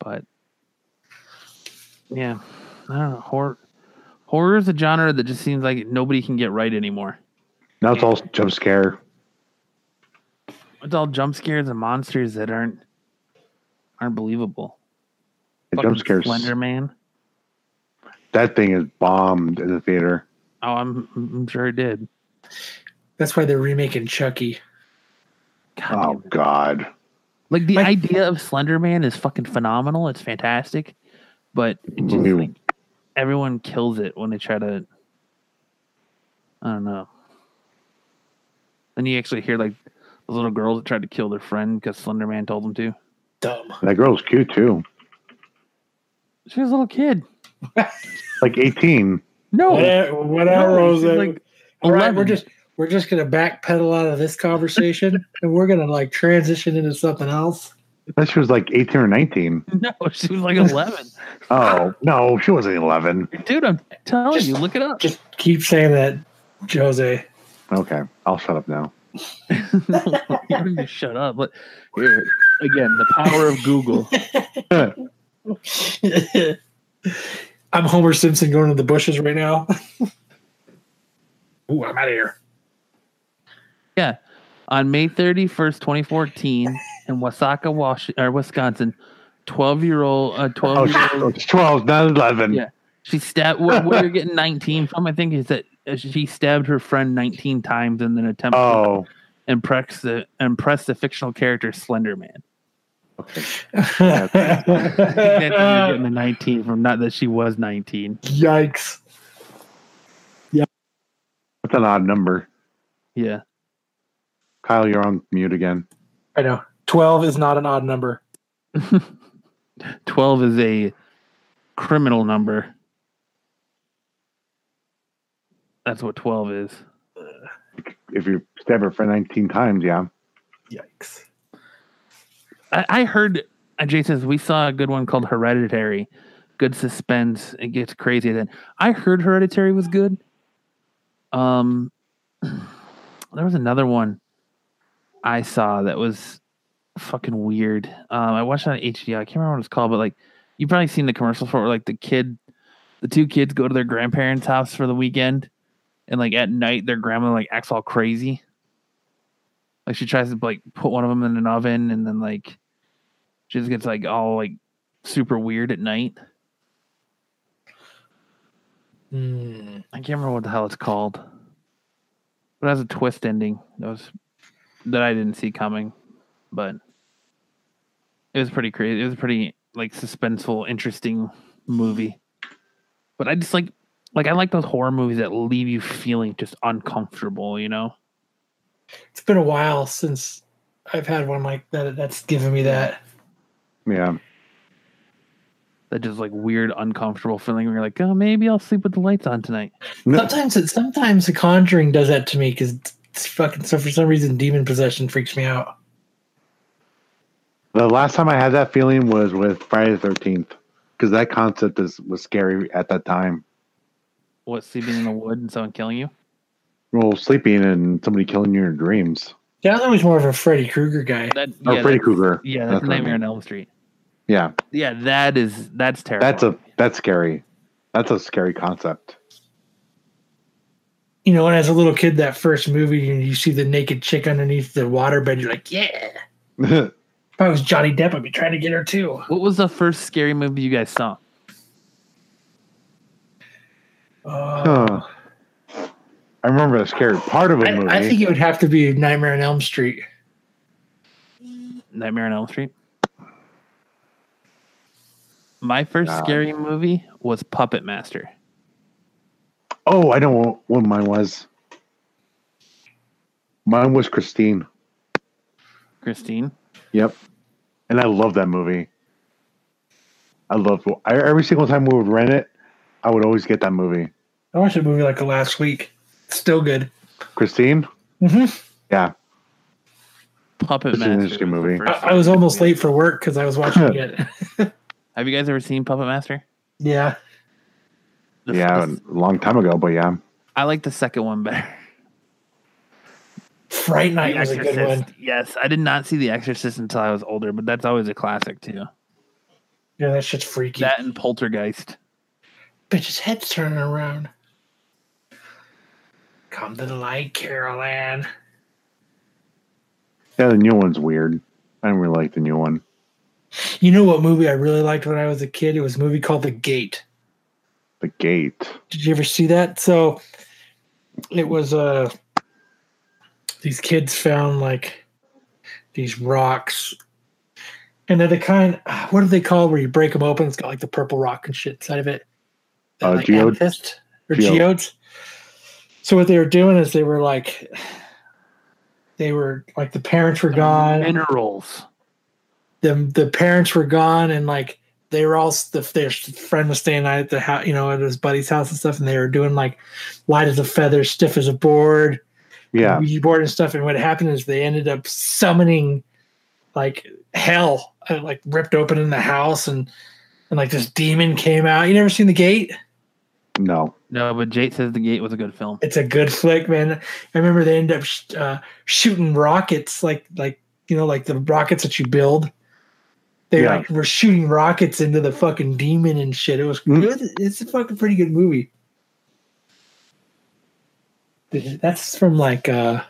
Speaker 2: But yeah, I don't know. Horror, horror is a genre that just seems like nobody can get right anymore.
Speaker 4: Now it's all jump scare.
Speaker 2: It's all jump scares and monsters that aren't aren't believable.
Speaker 4: The
Speaker 2: Fucking
Speaker 4: jump scares.
Speaker 2: Slender Man.
Speaker 4: That thing is bombed in the theater.
Speaker 2: Oh, I'm I'm sure it did.
Speaker 3: that's why they're remaking chucky
Speaker 2: God damn
Speaker 4: Oh
Speaker 2: it.
Speaker 4: God.
Speaker 2: Like the
Speaker 3: Like-
Speaker 2: idea of Slender Man is fucking phenomenal. It's fantastic, but it just,
Speaker 4: Ew.
Speaker 2: like, everyone kills it when they try to. I don't know. Then you actually hear like those little girls that tried to kill their friend because Slender Man told them to.
Speaker 3: dumb
Speaker 4: That girl's cute too.
Speaker 2: She was a little kid.
Speaker 4: Like 18.
Speaker 2: Oh, No,
Speaker 3: whatever, whatever
Speaker 2: No,
Speaker 3: Jose.
Speaker 2: she's like
Speaker 3: all right we're
Speaker 2: 11.
Speaker 3: just we're just gonna backpedal out of this conversation (laughs) and we're gonna like transition into something else
Speaker 4: That she was like 18 or 19.
Speaker 2: (laughs) no, she was like eleven.
Speaker 4: Oh no, she wasn't 11.
Speaker 2: (laughs) Dude, I'm telling
Speaker 3: Just-
Speaker 2: you, look it up. (laughs)
Speaker 3: just keep saying that jose
Speaker 4: Okay, I'll shut up now. (laughs)
Speaker 2: You don't need to shut up. But here again, the power of (laughs) Google.
Speaker 4: Oh,
Speaker 3: I'm Homer Simpson going to the bushes right now. (laughs) Ooh, I'm out of here.
Speaker 2: Yeah. On May 31st, 2014, in Wasaka, Wash- or Wisconsin, 12 year old, uh, 12
Speaker 4: Oh,
Speaker 2: year
Speaker 4: she
Speaker 2: old,
Speaker 4: was 12, not 11.
Speaker 2: Yeah. she stabbed, where, where you're getting 19 from, I think, is that uh, she stabbed her friend 19 times in an attempt
Speaker 4: Oh,
Speaker 2: to impress the, impress the fictional character Slender Man. That's where you're getting the 19 from, not that she was 19.
Speaker 3: Yikes.
Speaker 4: that's an odd number.
Speaker 2: Yeah.
Speaker 4: Kyle, you're on mute again.
Speaker 3: I know. 12 is not an odd number.
Speaker 2: 12 is a criminal number. That's what 12 is.
Speaker 4: If you stab her for 19 times, yeah.
Speaker 3: Yikes.
Speaker 2: I, I heard uh, Jason says we saw a good one called Hereditary. Good suspense. It gets crazy then. I heard Hereditary was good. Um (clears throat) there was another one I saw that was fucking weird. Um I watched it on HBO. I can't remember what it's called, but like you've probably seen the commercial for it where like the kid the two kids go to their grandparents' house for the weekend and like at night their grandma like acts all crazy. Like she tries to like put one of them in an oven, and then like she just gets like all like super weird at night.
Speaker 3: Hmm.
Speaker 2: I can't remember what the hell it's called, but it has a twist ending that was that I didn't see coming, but it was pretty crazy. It was a pretty like suspenseful, interesting movie. But I just like like I like those horror movies that leave you feeling just uncomfortable. You know?
Speaker 3: It's been a while since I've had one like that. That's given me that.
Speaker 4: Yeah.
Speaker 2: That just like weird, uncomfortable feeling where you're like, oh, maybe I'll sleep with the lights on tonight.
Speaker 4: No,
Speaker 3: Sometimes it, sometimes the conjuring does that to me because it's fucking so for some reason demon possession freaks me out.
Speaker 4: the last time I had that feeling was with Friday the 13th because that concept is, was scary at that time.
Speaker 2: What sleeping in the wood and someone killing you?
Speaker 4: Well, sleeping and somebody killing you in your dreams.
Speaker 3: Yeah, I was always more of a Freddy Krueger guy.
Speaker 2: That,
Speaker 4: Or
Speaker 2: yeah,
Speaker 4: Oh, Freddy
Speaker 2: that-
Speaker 4: Krueger.
Speaker 2: Yeah,
Speaker 4: That's
Speaker 2: that's,
Speaker 4: what I
Speaker 2: Nightmare
Speaker 4: mean.
Speaker 2: on Elm Street.
Speaker 4: Yeah.
Speaker 2: Yeah, that is that's terrible.
Speaker 4: That's a that's scary. That's a scary concept. (laughs)
Speaker 3: you know, and as a little kid, that first movie, and you see the naked chick underneath the waterbed, you're like, yeah.
Speaker 4: Friday
Speaker 3: If I was Johnny Depp, I'd be trying to get her too.
Speaker 2: What was the first scary movie you guys saw?
Speaker 3: Uh,
Speaker 4: Huh. I remember the scary part of a movie.
Speaker 3: I, I think it would have to be Nightmare on Elm Street.
Speaker 2: Nightmare on Elm Street. My first
Speaker 4: Nah.
Speaker 2: scary movie was Puppet Master.
Speaker 4: oh, I know what, what mine was. Mine was Christine.
Speaker 2: Christine.
Speaker 4: Yep. And I love that movie. I love I, every single time we would rent it, I would always get that movie.
Speaker 3: I watched a movie like the last week. It's still good.
Speaker 4: Christine,
Speaker 3: hmm
Speaker 4: yeah,
Speaker 2: Puppet
Speaker 4: This is an
Speaker 2: Master.
Speaker 4: interesting
Speaker 2: was the
Speaker 4: movie.
Speaker 2: first
Speaker 3: I, I
Speaker 2: one.
Speaker 3: was almost late for work because I was watching it. (laughs)
Speaker 2: Have you guys ever seen Puppet Master?
Speaker 3: yeah,
Speaker 2: The-
Speaker 4: yeah,
Speaker 2: the-
Speaker 4: a long time ago, but yeah,
Speaker 2: I like the second one
Speaker 3: (laughs)
Speaker 2: better.
Speaker 3: Fright Night
Speaker 2: The
Speaker 3: was a good one.
Speaker 2: Exorcist. Yes, I did not see The Exorcist until I was older, but that's always a classic too.
Speaker 3: Yeah, that shit's freaky.
Speaker 2: That and Poltergeist.
Speaker 3: Bitch's head's turning around. Come to the light, Carol Ann.
Speaker 4: yeah, the new one's weird. I don't really like the new one.
Speaker 3: You know what movie I really liked when I was a kid? It was a movie called The Gate.
Speaker 4: The Gate.
Speaker 3: Did you ever see that? So it was uh these kids found like these rocks. And they're the kind (sighs) ah, what do they call where you break them open? It's got like the purple rock and shit inside of it. They're,
Speaker 4: Uh,
Speaker 3: like
Speaker 4: geode?
Speaker 3: amethyst or
Speaker 4: Geode.
Speaker 3: geodes. So what they were doing is they were like (sighs) they were like the parents were gone.
Speaker 2: Minerals.
Speaker 3: the the parents were gone and like they were all the, their friend was staying at the house you know at his buddy's house and stuff and they were doing like light as a feather stiff as a board
Speaker 4: Yeah,
Speaker 3: Ouija board and stuff and what happened is they ended up summoning like hell uh, like ripped open in the house and and like this demon came out you never seen the gate
Speaker 2: Mm-hmm.
Speaker 4: no,
Speaker 2: No, but Jake says The Gate was a good film.
Speaker 3: it's a good flick, man. I remember they end up sh- uh, shooting rockets, like like you know, like the rockets that you build. They
Speaker 4: Yeah.
Speaker 3: like were shooting rockets into the fucking demon and shit. It was
Speaker 4: Mm.
Speaker 3: good. It's a fucking pretty good movie. That's from like uh,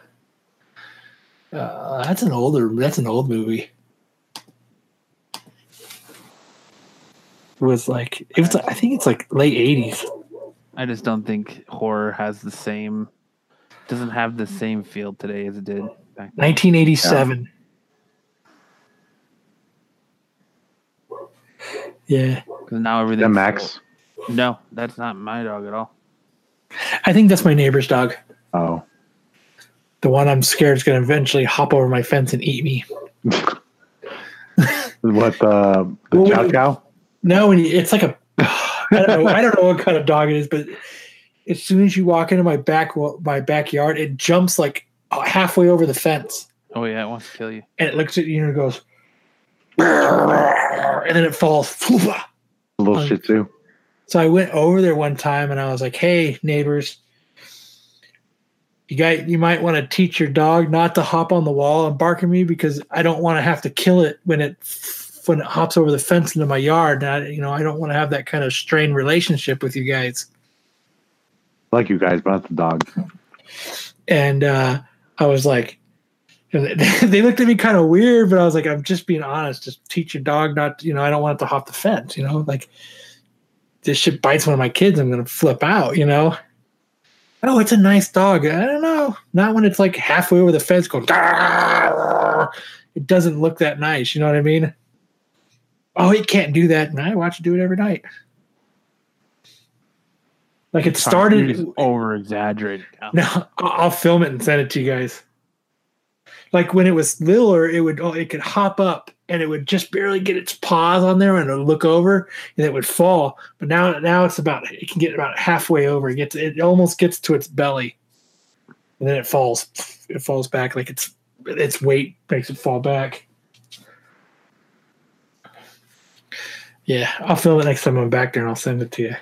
Speaker 3: uh that's an older that's an old movie. It was like it was I think it's like late eighties.
Speaker 2: I just don't think horror has the same doesn't have the same feel today as it did back then.
Speaker 3: 1987. Yeah.
Speaker 2: 'Cause now
Speaker 4: Is
Speaker 2: everything
Speaker 4: that Max.
Speaker 2: No, that's not my dog at all.
Speaker 3: I think that's my neighbor's dog.
Speaker 4: Oh,
Speaker 3: The one I'm scared is going to eventually hop over my fence and eat me.
Speaker 4: what uh, the
Speaker 3: Well,
Speaker 4: Chow
Speaker 3: we-
Speaker 4: Chow?
Speaker 3: No, and it's like a (sighs) I don't know I don't know what kind of dog it is, but as soon as you walk into my back wa- my backyard, it jumps like uh, halfway over the fence
Speaker 2: Oh yeah, it wants to kill you.
Speaker 3: and it looks at you and it goes and then it falls. (laughs)
Speaker 4: Little
Speaker 3: Um,
Speaker 4: Shih Tzu.
Speaker 3: So I went over there one time and I was like, "Hey, neighbors, you guys, you might want to teach your dog not to hop on the wall and bark at me because I don't want to have to kill it when it when it hops over the fence into my yard. And I, you know, I don't want to have that kind of strained relationship with you guys."
Speaker 4: Like you guys, but not the dog.
Speaker 3: And uh, I was like, (laughs) they looked at me kind of weird, but I was like, "I'm just being honest. Just teach your dog not, to- you know, I don't want it to hop the fence. You know, like this shit bites one of my kids, I'm gonna flip out, you know. Oh, it's a nice dog. I don't know. Not when it's like halfway over the fence going. "Grrr." It doesn't look that nice. You know what I mean? Oh, it can't do that, and I watch it do it every night. Like it started.
Speaker 2: over exaggerated.
Speaker 3: No, I- I'll film it and send it to you guys. Like when it was littler, it would oh, it could hop up and it would just barely get its paws on there and it would look over and it would fall. But now now it's about it can get about halfway over. It gets it almost gets to its belly, and then it falls. It falls back like its its weight makes it fall back. Yeah, I'll film it next time I'm back there and I'll send it to you.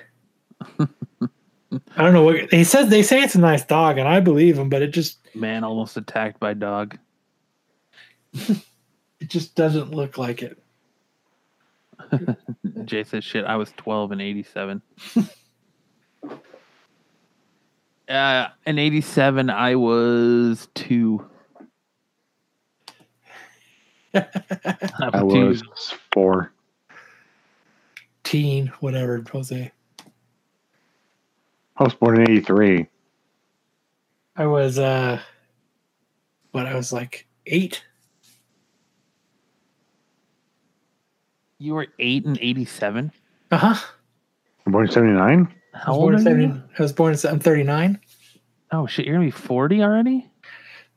Speaker 3: I don't know what he says. They say it's a nice dog, and I believe him, but it just
Speaker 2: Man almost attacked by dog.
Speaker 3: it just doesn't look like it.
Speaker 2: Jay says shit, I was twelve in eighty seven. (laughs) uh in eighty seven I was two. (laughs)
Speaker 4: I was four.
Speaker 3: (laughs) Teen, whatever, Jose.
Speaker 4: I was born in '83.
Speaker 3: I was uh, what I was like eight.
Speaker 2: You were eight and eighty seven?
Speaker 3: Uh huh.
Speaker 4: I'm born in '79.
Speaker 3: I
Speaker 2: Uh-huh. How
Speaker 3: was
Speaker 2: old
Speaker 3: born in
Speaker 2: are you?
Speaker 3: 70 I was born in se- I'm 39.
Speaker 2: Oh shit, you're gonna be forty already?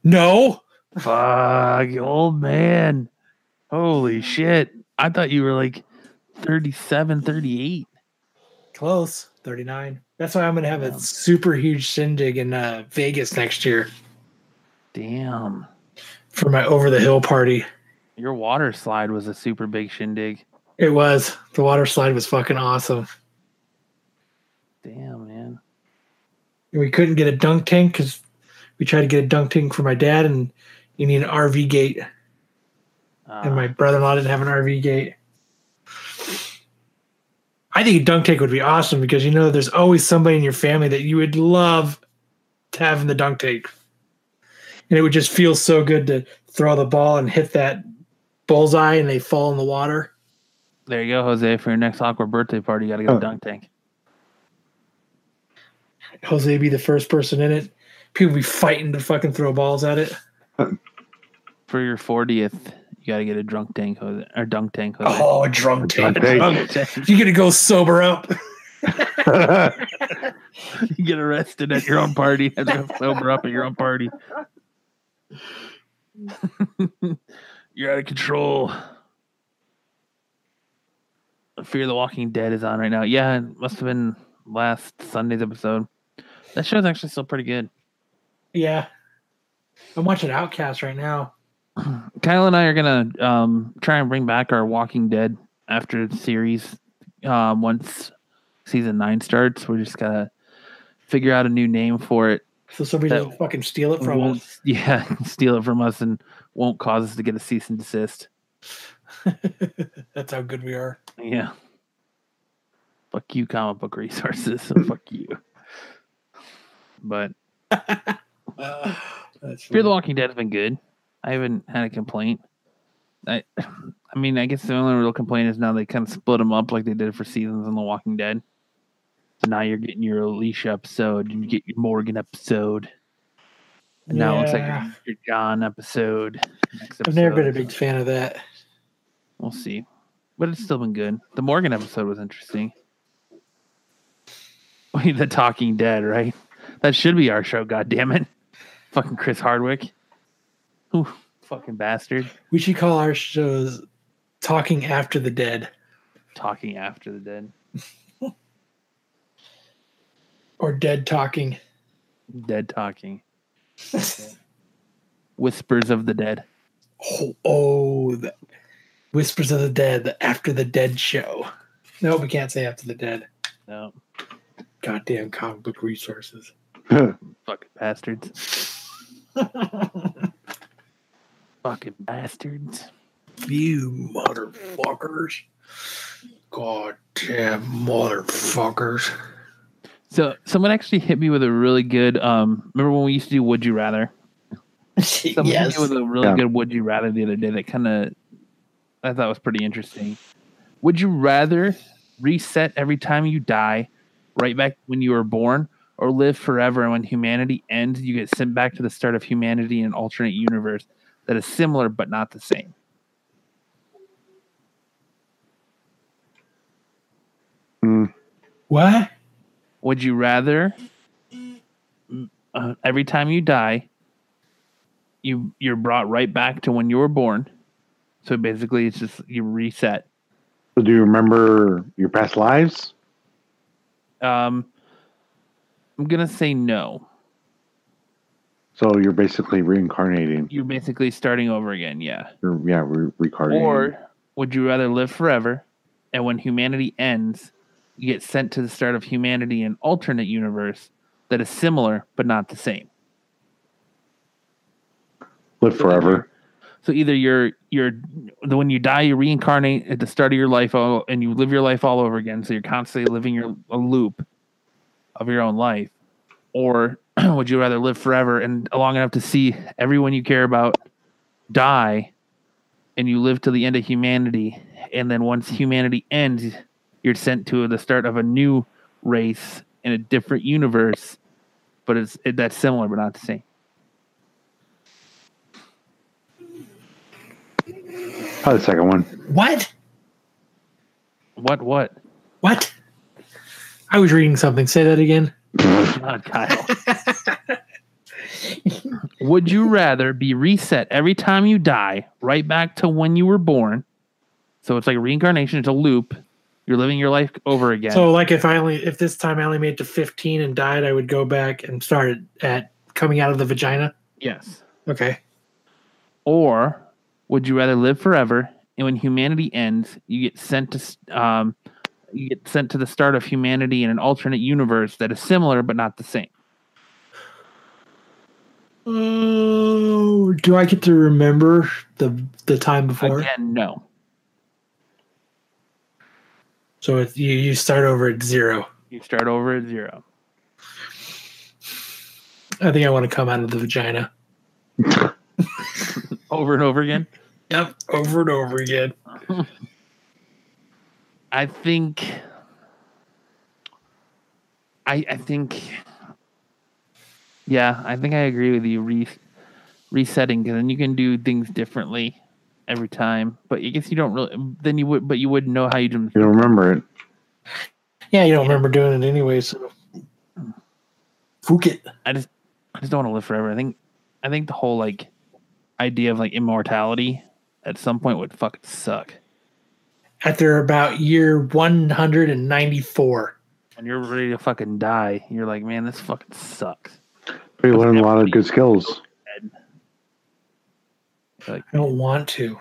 Speaker 3: No,
Speaker 2: Fuck, you old man. Holy shit. I thought you were like 37, 38.
Speaker 3: close. 39. That's why I'm gonna have a super huge shindig in uh, Vegas next year
Speaker 2: Damn.
Speaker 3: for my over the hill party.
Speaker 2: Your water slide was a super big shindig.
Speaker 3: It was the water slide was fucking awesome.
Speaker 2: Damn, man.
Speaker 3: We couldn't get a dunk tank because we tried to get a dunk tank for my dad, and you need an RV gate,
Speaker 2: Uh,
Speaker 3: and my brother-in-law didn't have an RV gate. I think a dunk tank would be awesome because you know there's always somebody in your family that you would love to have in the dunk tank, and it would just feel so good to throw the ball and hit that bullseye, and they fall in the water.
Speaker 2: Uh, there you go, Jose. For your next awkward birthday party, you got to get
Speaker 4: Oh.
Speaker 2: a dunk tank.
Speaker 3: Jose be the first person in it. People be fighting to fucking throw balls at it.
Speaker 2: For your 40th, you got to get a drunk tank, Jose, or dunk tank, Jose.
Speaker 3: Oh, a drunk tank.
Speaker 4: Dunk
Speaker 2: (laughs)
Speaker 4: tank.
Speaker 3: You're gonna go sober up.
Speaker 2: you (laughs) get arrested at your own party and then sober up at your own party. (laughs) You're out of control. Fear the Walking Dead is on right now. Yeah, it must have been last Sunday's episode. That show's actually still pretty good.
Speaker 3: Yeah. I'm watching Outcast right now.
Speaker 2: Kyle and I are gonna um, try and bring back our Walking Dead after the series um, once season nine starts. We're just gonna figure out a new name for it.
Speaker 3: So somebody
Speaker 2: That-
Speaker 3: doesn't fucking steal it from
Speaker 2: won't-
Speaker 3: us.
Speaker 2: Yeah, (laughs) steal it from us and won't cause us to get a cease and desist.
Speaker 3: That's how good we are.
Speaker 2: Yeah. Fuck you, comic book resources. (laughs) and fuck you. But
Speaker 3: (sighs) That's
Speaker 2: Fear the
Speaker 3: funny.
Speaker 2: Walking Dead has been good. I haven't had a complaint. I, (sighs) I mean, I guess the only real complaint is now they kind of split them up like they did for seasons on The Walking Dead. So now you're getting your Alicia episode, and you get your Morgan episode, and now it looks like
Speaker 3: Yeah.
Speaker 2: your, your John episode. next
Speaker 3: I've never been a
Speaker 2: episode.
Speaker 3: big fan of that.
Speaker 2: We'll see. But it's still been good. The Morgan episode was interesting. (laughs) Wait, the Talking Dead, right? That should be our show, God damn it! (laughs) Fucking Chris Hardwick. Whew, fucking bastard.
Speaker 3: We should call our shows Talking After the Dead
Speaker 2: Talking after the dead.
Speaker 3: or Dead
Speaker 2: (laughs)
Speaker 3: Talking.
Speaker 2: Dead talking. Whispers of the dead.
Speaker 3: Oh, oh the Whispers of the Dead, the After the Dead show. No, we can't say After the Dead.
Speaker 2: No.
Speaker 3: Goddamn comic book resources.
Speaker 2: Fucking bastards. Fucking bastards.
Speaker 3: You motherfuckers. Goddamn motherfuckers.
Speaker 2: So someone actually hit me with a really good um remember when we used to do Would You Rather? Someone hit me
Speaker 3: yes.
Speaker 2: with a really
Speaker 4: Yeah.
Speaker 2: good Would You Rather the other day that kinda I thought was pretty interesting. Would you rather reset every time you die, right back when you were born, or live forever and when humanity ends, you get sent back to the start of humanity in an alternate universe that is similar but not the same?
Speaker 4: Mm,
Speaker 3: What?
Speaker 2: Would you rather uh, every time you die, you you're brought right back to when you were born? So basically, it's just you reset.
Speaker 4: so do you remember your past lives?
Speaker 2: Um, I'm gonna say no.
Speaker 4: So you're basically reincarnating.
Speaker 2: You're basically starting over again. Yeah.
Speaker 4: You're, yeah, re- reincarnating.
Speaker 2: Or would you rather live forever, and when humanity ends, you get sent to the start of humanity in alternate universe that is similar but not the same?
Speaker 4: live forever.
Speaker 2: So either you're you're the when you die, you reincarnate at the start of your life, all, and you live your life all over again. So you're constantly living your a loop of your own life. Or (clears throat) would you rather live forever and long enough to see everyone you care about die, and you live to the end of humanity, and then once humanity ends, you're sent to the start of a new race in a different universe, but it's it, that's similar but not the same.
Speaker 4: Probably the second one. (laughs)
Speaker 3: What?
Speaker 2: What what?
Speaker 3: What? I was reading something. Say that again.
Speaker 2: God, Kyle. Would you rather be reset every time you die, right back to when you were born? So it's like reincarnation, it's a loop, You're living your life over again.
Speaker 3: So like if I only if this time I only made it to 15 and died, I would go back and start at coming out of the vagina.
Speaker 2: yes.
Speaker 3: Okay.
Speaker 2: Or would you rather live forever and when humanity ends, you get sent to s- um, you get sent to the start of humanity in an alternate universe that is similar but not the same?
Speaker 3: Oh, do I get to remember the the time before?
Speaker 2: Again, no.
Speaker 3: So if you you start over at zero.
Speaker 2: You start over at zero.
Speaker 3: I think I want to come out of the vagina.
Speaker 2: Over and over again.
Speaker 3: Yep, over and over again.
Speaker 2: I think I I think yeah, I think I agree with you re- resetting because then you can do things differently every time. But I guess you don't really then you would but you wouldn't know how you did
Speaker 4: You don't remember it.
Speaker 3: Yeah, you don't remember doing it anyway, so fuck it.
Speaker 2: I just I just don't want to live forever. I think I think the whole like idea of like immortality at some point would fucking suck.
Speaker 3: After about year 194.
Speaker 2: When you're ready to fucking die, you're like, man, this fucking sucks.
Speaker 4: But you learn a lot of good skills.
Speaker 3: I don't want to.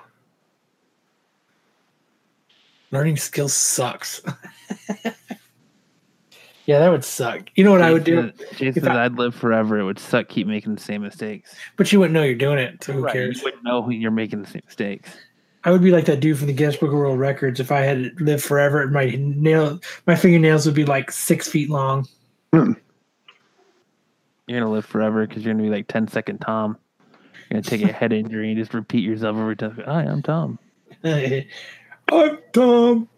Speaker 3: Learning skills sucks. (laughs) yeah, that would suck. You know what I would
Speaker 2: Mm-hmm.
Speaker 3: do?
Speaker 2: Jason
Speaker 3: If
Speaker 2: said
Speaker 3: I-
Speaker 2: I'd live forever. It would suck. Keep making the same mistakes.
Speaker 3: But you wouldn't know you're doing it, so who
Speaker 2: Right,
Speaker 3: cares?
Speaker 2: You wouldn't know when you're making the same mistakes.
Speaker 3: I would be like that dude from the Guinness Book of World Records if I had lived forever. My nail, my fingernails would be like six feet long. (laughs)
Speaker 2: You're gonna live forever because you're gonna be like 10 second Tom. You're gonna take a head injury and just repeat yourself every time. Hi, I'm Tom.
Speaker 3: I'm dumb.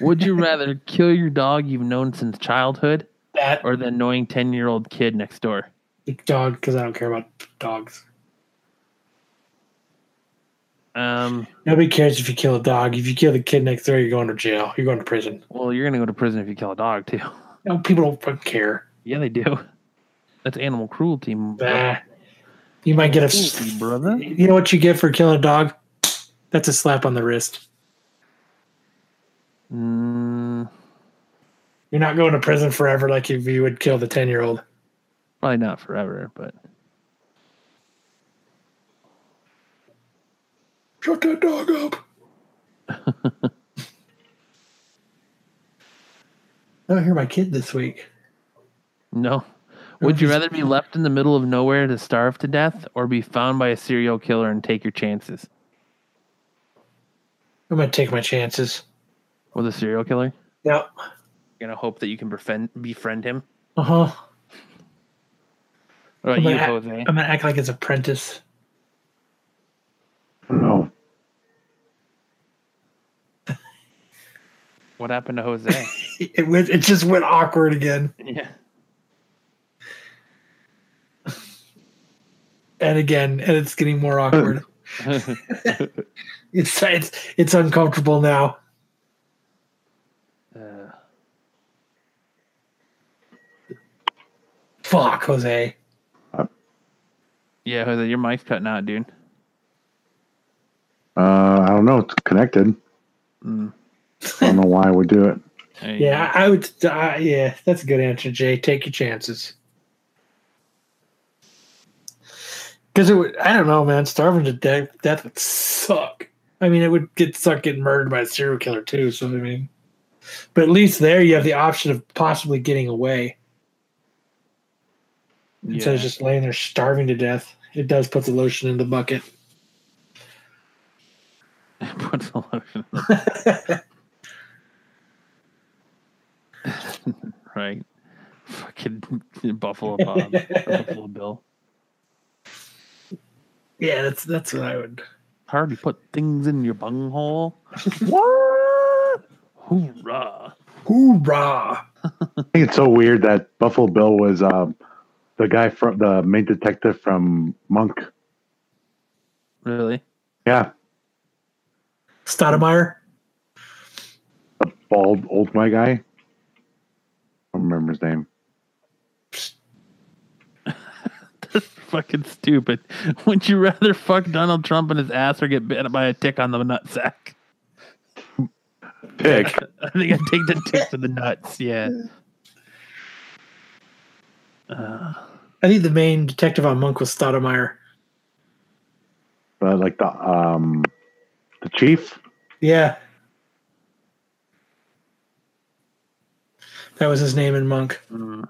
Speaker 2: Would you rather kill your dog you've known since childhood
Speaker 3: That
Speaker 2: or the annoying 10 year old kid next door?
Speaker 3: dog, because I don't care about dogs.
Speaker 2: Um,
Speaker 3: Nobody cares if you kill a dog. If you kill the kid next door, you're going to jail. You're going to prison.
Speaker 2: well, you're gonna go to prison if you kill a dog too. (laughs)
Speaker 3: No, people don't fucking care.
Speaker 2: Yeah, they do. That's animal cruelty, m-
Speaker 3: Bah. You might get a.
Speaker 2: cruelty, (laughs) brother.
Speaker 3: You know what you get for killing a dog? That's a slap on the wrist.
Speaker 2: Mm,
Speaker 3: You're not going to prison forever like if you would kill the 10 year old.
Speaker 2: probably not forever, but
Speaker 3: Shut that dog up. (laughs) I don't hear my kid this week.
Speaker 2: no. Would you rather be left in the middle of nowhere to starve to death or be found by a serial killer and take your chances?
Speaker 3: I'm going to take my chances.
Speaker 2: With a serial killer?
Speaker 3: Yep.
Speaker 2: You're gonna hope that you can befriend, befriend him?
Speaker 3: Uh huh.
Speaker 2: What about
Speaker 3: I'm
Speaker 2: um,
Speaker 3: gonna
Speaker 2: you,
Speaker 3: act-
Speaker 2: Jose?
Speaker 3: I'm going to act like his apprentice.
Speaker 4: I don't know.
Speaker 2: What happened to (laughs) Jose?
Speaker 3: It, went, it just went awkward again
Speaker 2: yeah.
Speaker 3: and again, and it's getting more
Speaker 2: (laughs)
Speaker 3: awkward. (laughs) it's, it's, it's uncomfortable now.
Speaker 2: Uh,
Speaker 3: Fuck, Jose.
Speaker 2: yeah, Jose, your mic's cutting out, dude.
Speaker 4: Uh, I don't know. It's connected.
Speaker 2: Mm.
Speaker 4: I don't know why I would do it.
Speaker 2: There you
Speaker 3: Yeah, I I would. Uh, yeah, that's a good answer, Jay. Take your chances. Because it would, I don't know, man. Starving to death, death would suck. I mean, it would get suck getting murdered by a serial killer too. So I mean, but at least there you have the option of possibly getting away
Speaker 2: go.
Speaker 3: instead of
Speaker 2: Yeah.
Speaker 3: just laying there starving to death. It does put the lotion in the bucket.
Speaker 2: (laughs) Put the lotion on. right. Fucking Buffalo Bob. or Buffalo Bill.
Speaker 3: Yeah, that's that's what I would.
Speaker 2: Hard to put things in your bunghole. what? Hoorah.
Speaker 3: Hoorah!
Speaker 4: I think it's so weird that Buffalo Bill was um, the guy from the main detective from Monk.
Speaker 2: Really?
Speaker 4: Yeah,
Speaker 3: Stoudemire.
Speaker 4: the bald old white guy. I don't remember his name.
Speaker 2: Fucking (laughs) stupid. Would you rather fuck Donald Trump in his ass or get bit by a tick on the nutsack?
Speaker 5: pick.
Speaker 2: (laughs) I think I take the tick to the nuts. Yeah. Uh,
Speaker 3: I think the main detective on Monk was Stoudemire.
Speaker 4: (laughs) But like the um, the chief.
Speaker 3: Yeah. That was his name in Monk.
Speaker 2: mm.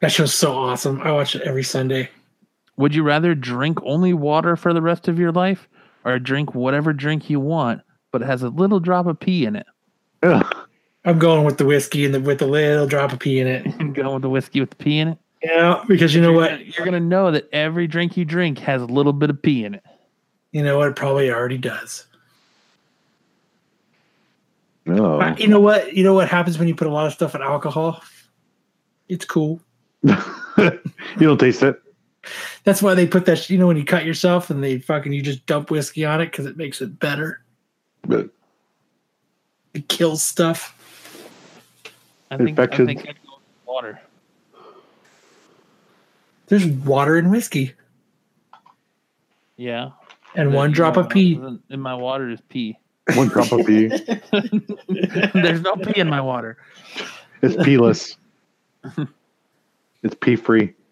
Speaker 3: That show's so awesome. I watch it every Sunday.
Speaker 2: Would you rather drink only water for the rest of your life or drink whatever drink you want, but it has a little drop of pee in it? (laughs)
Speaker 4: Ugh.
Speaker 3: I'm going with the whiskey and the, with a little drop of pee in it.
Speaker 2: And going with the whiskey with the pee in it?
Speaker 3: Yeah, because you know what?
Speaker 2: You're going to know that every drink you drink has a little bit of pee in it.
Speaker 3: You know what? It probably already does.
Speaker 2: Oh.
Speaker 4: No. (laughs)
Speaker 3: Uh, You know what? You know what happens when you put a lot of stuff in alcohol? It's cool.
Speaker 4: you don't taste it.
Speaker 3: That's why they put that. sh- You know when you cut yourself and they fucking you just dump whiskey on it because it makes it better.
Speaker 4: But
Speaker 3: It kills stuff.
Speaker 2: I think, I
Speaker 4: Infections.
Speaker 2: think I'd go with water.
Speaker 3: There's water in whiskey
Speaker 2: Yeah.
Speaker 3: and
Speaker 2: That-
Speaker 3: one
Speaker 2: you
Speaker 3: drop
Speaker 2: know,
Speaker 3: of pee.
Speaker 2: in- In my water is pee.
Speaker 4: one drop of pee.
Speaker 2: There's no pee in my water.
Speaker 4: It's peeless. it's pee free.
Speaker 2: (laughs)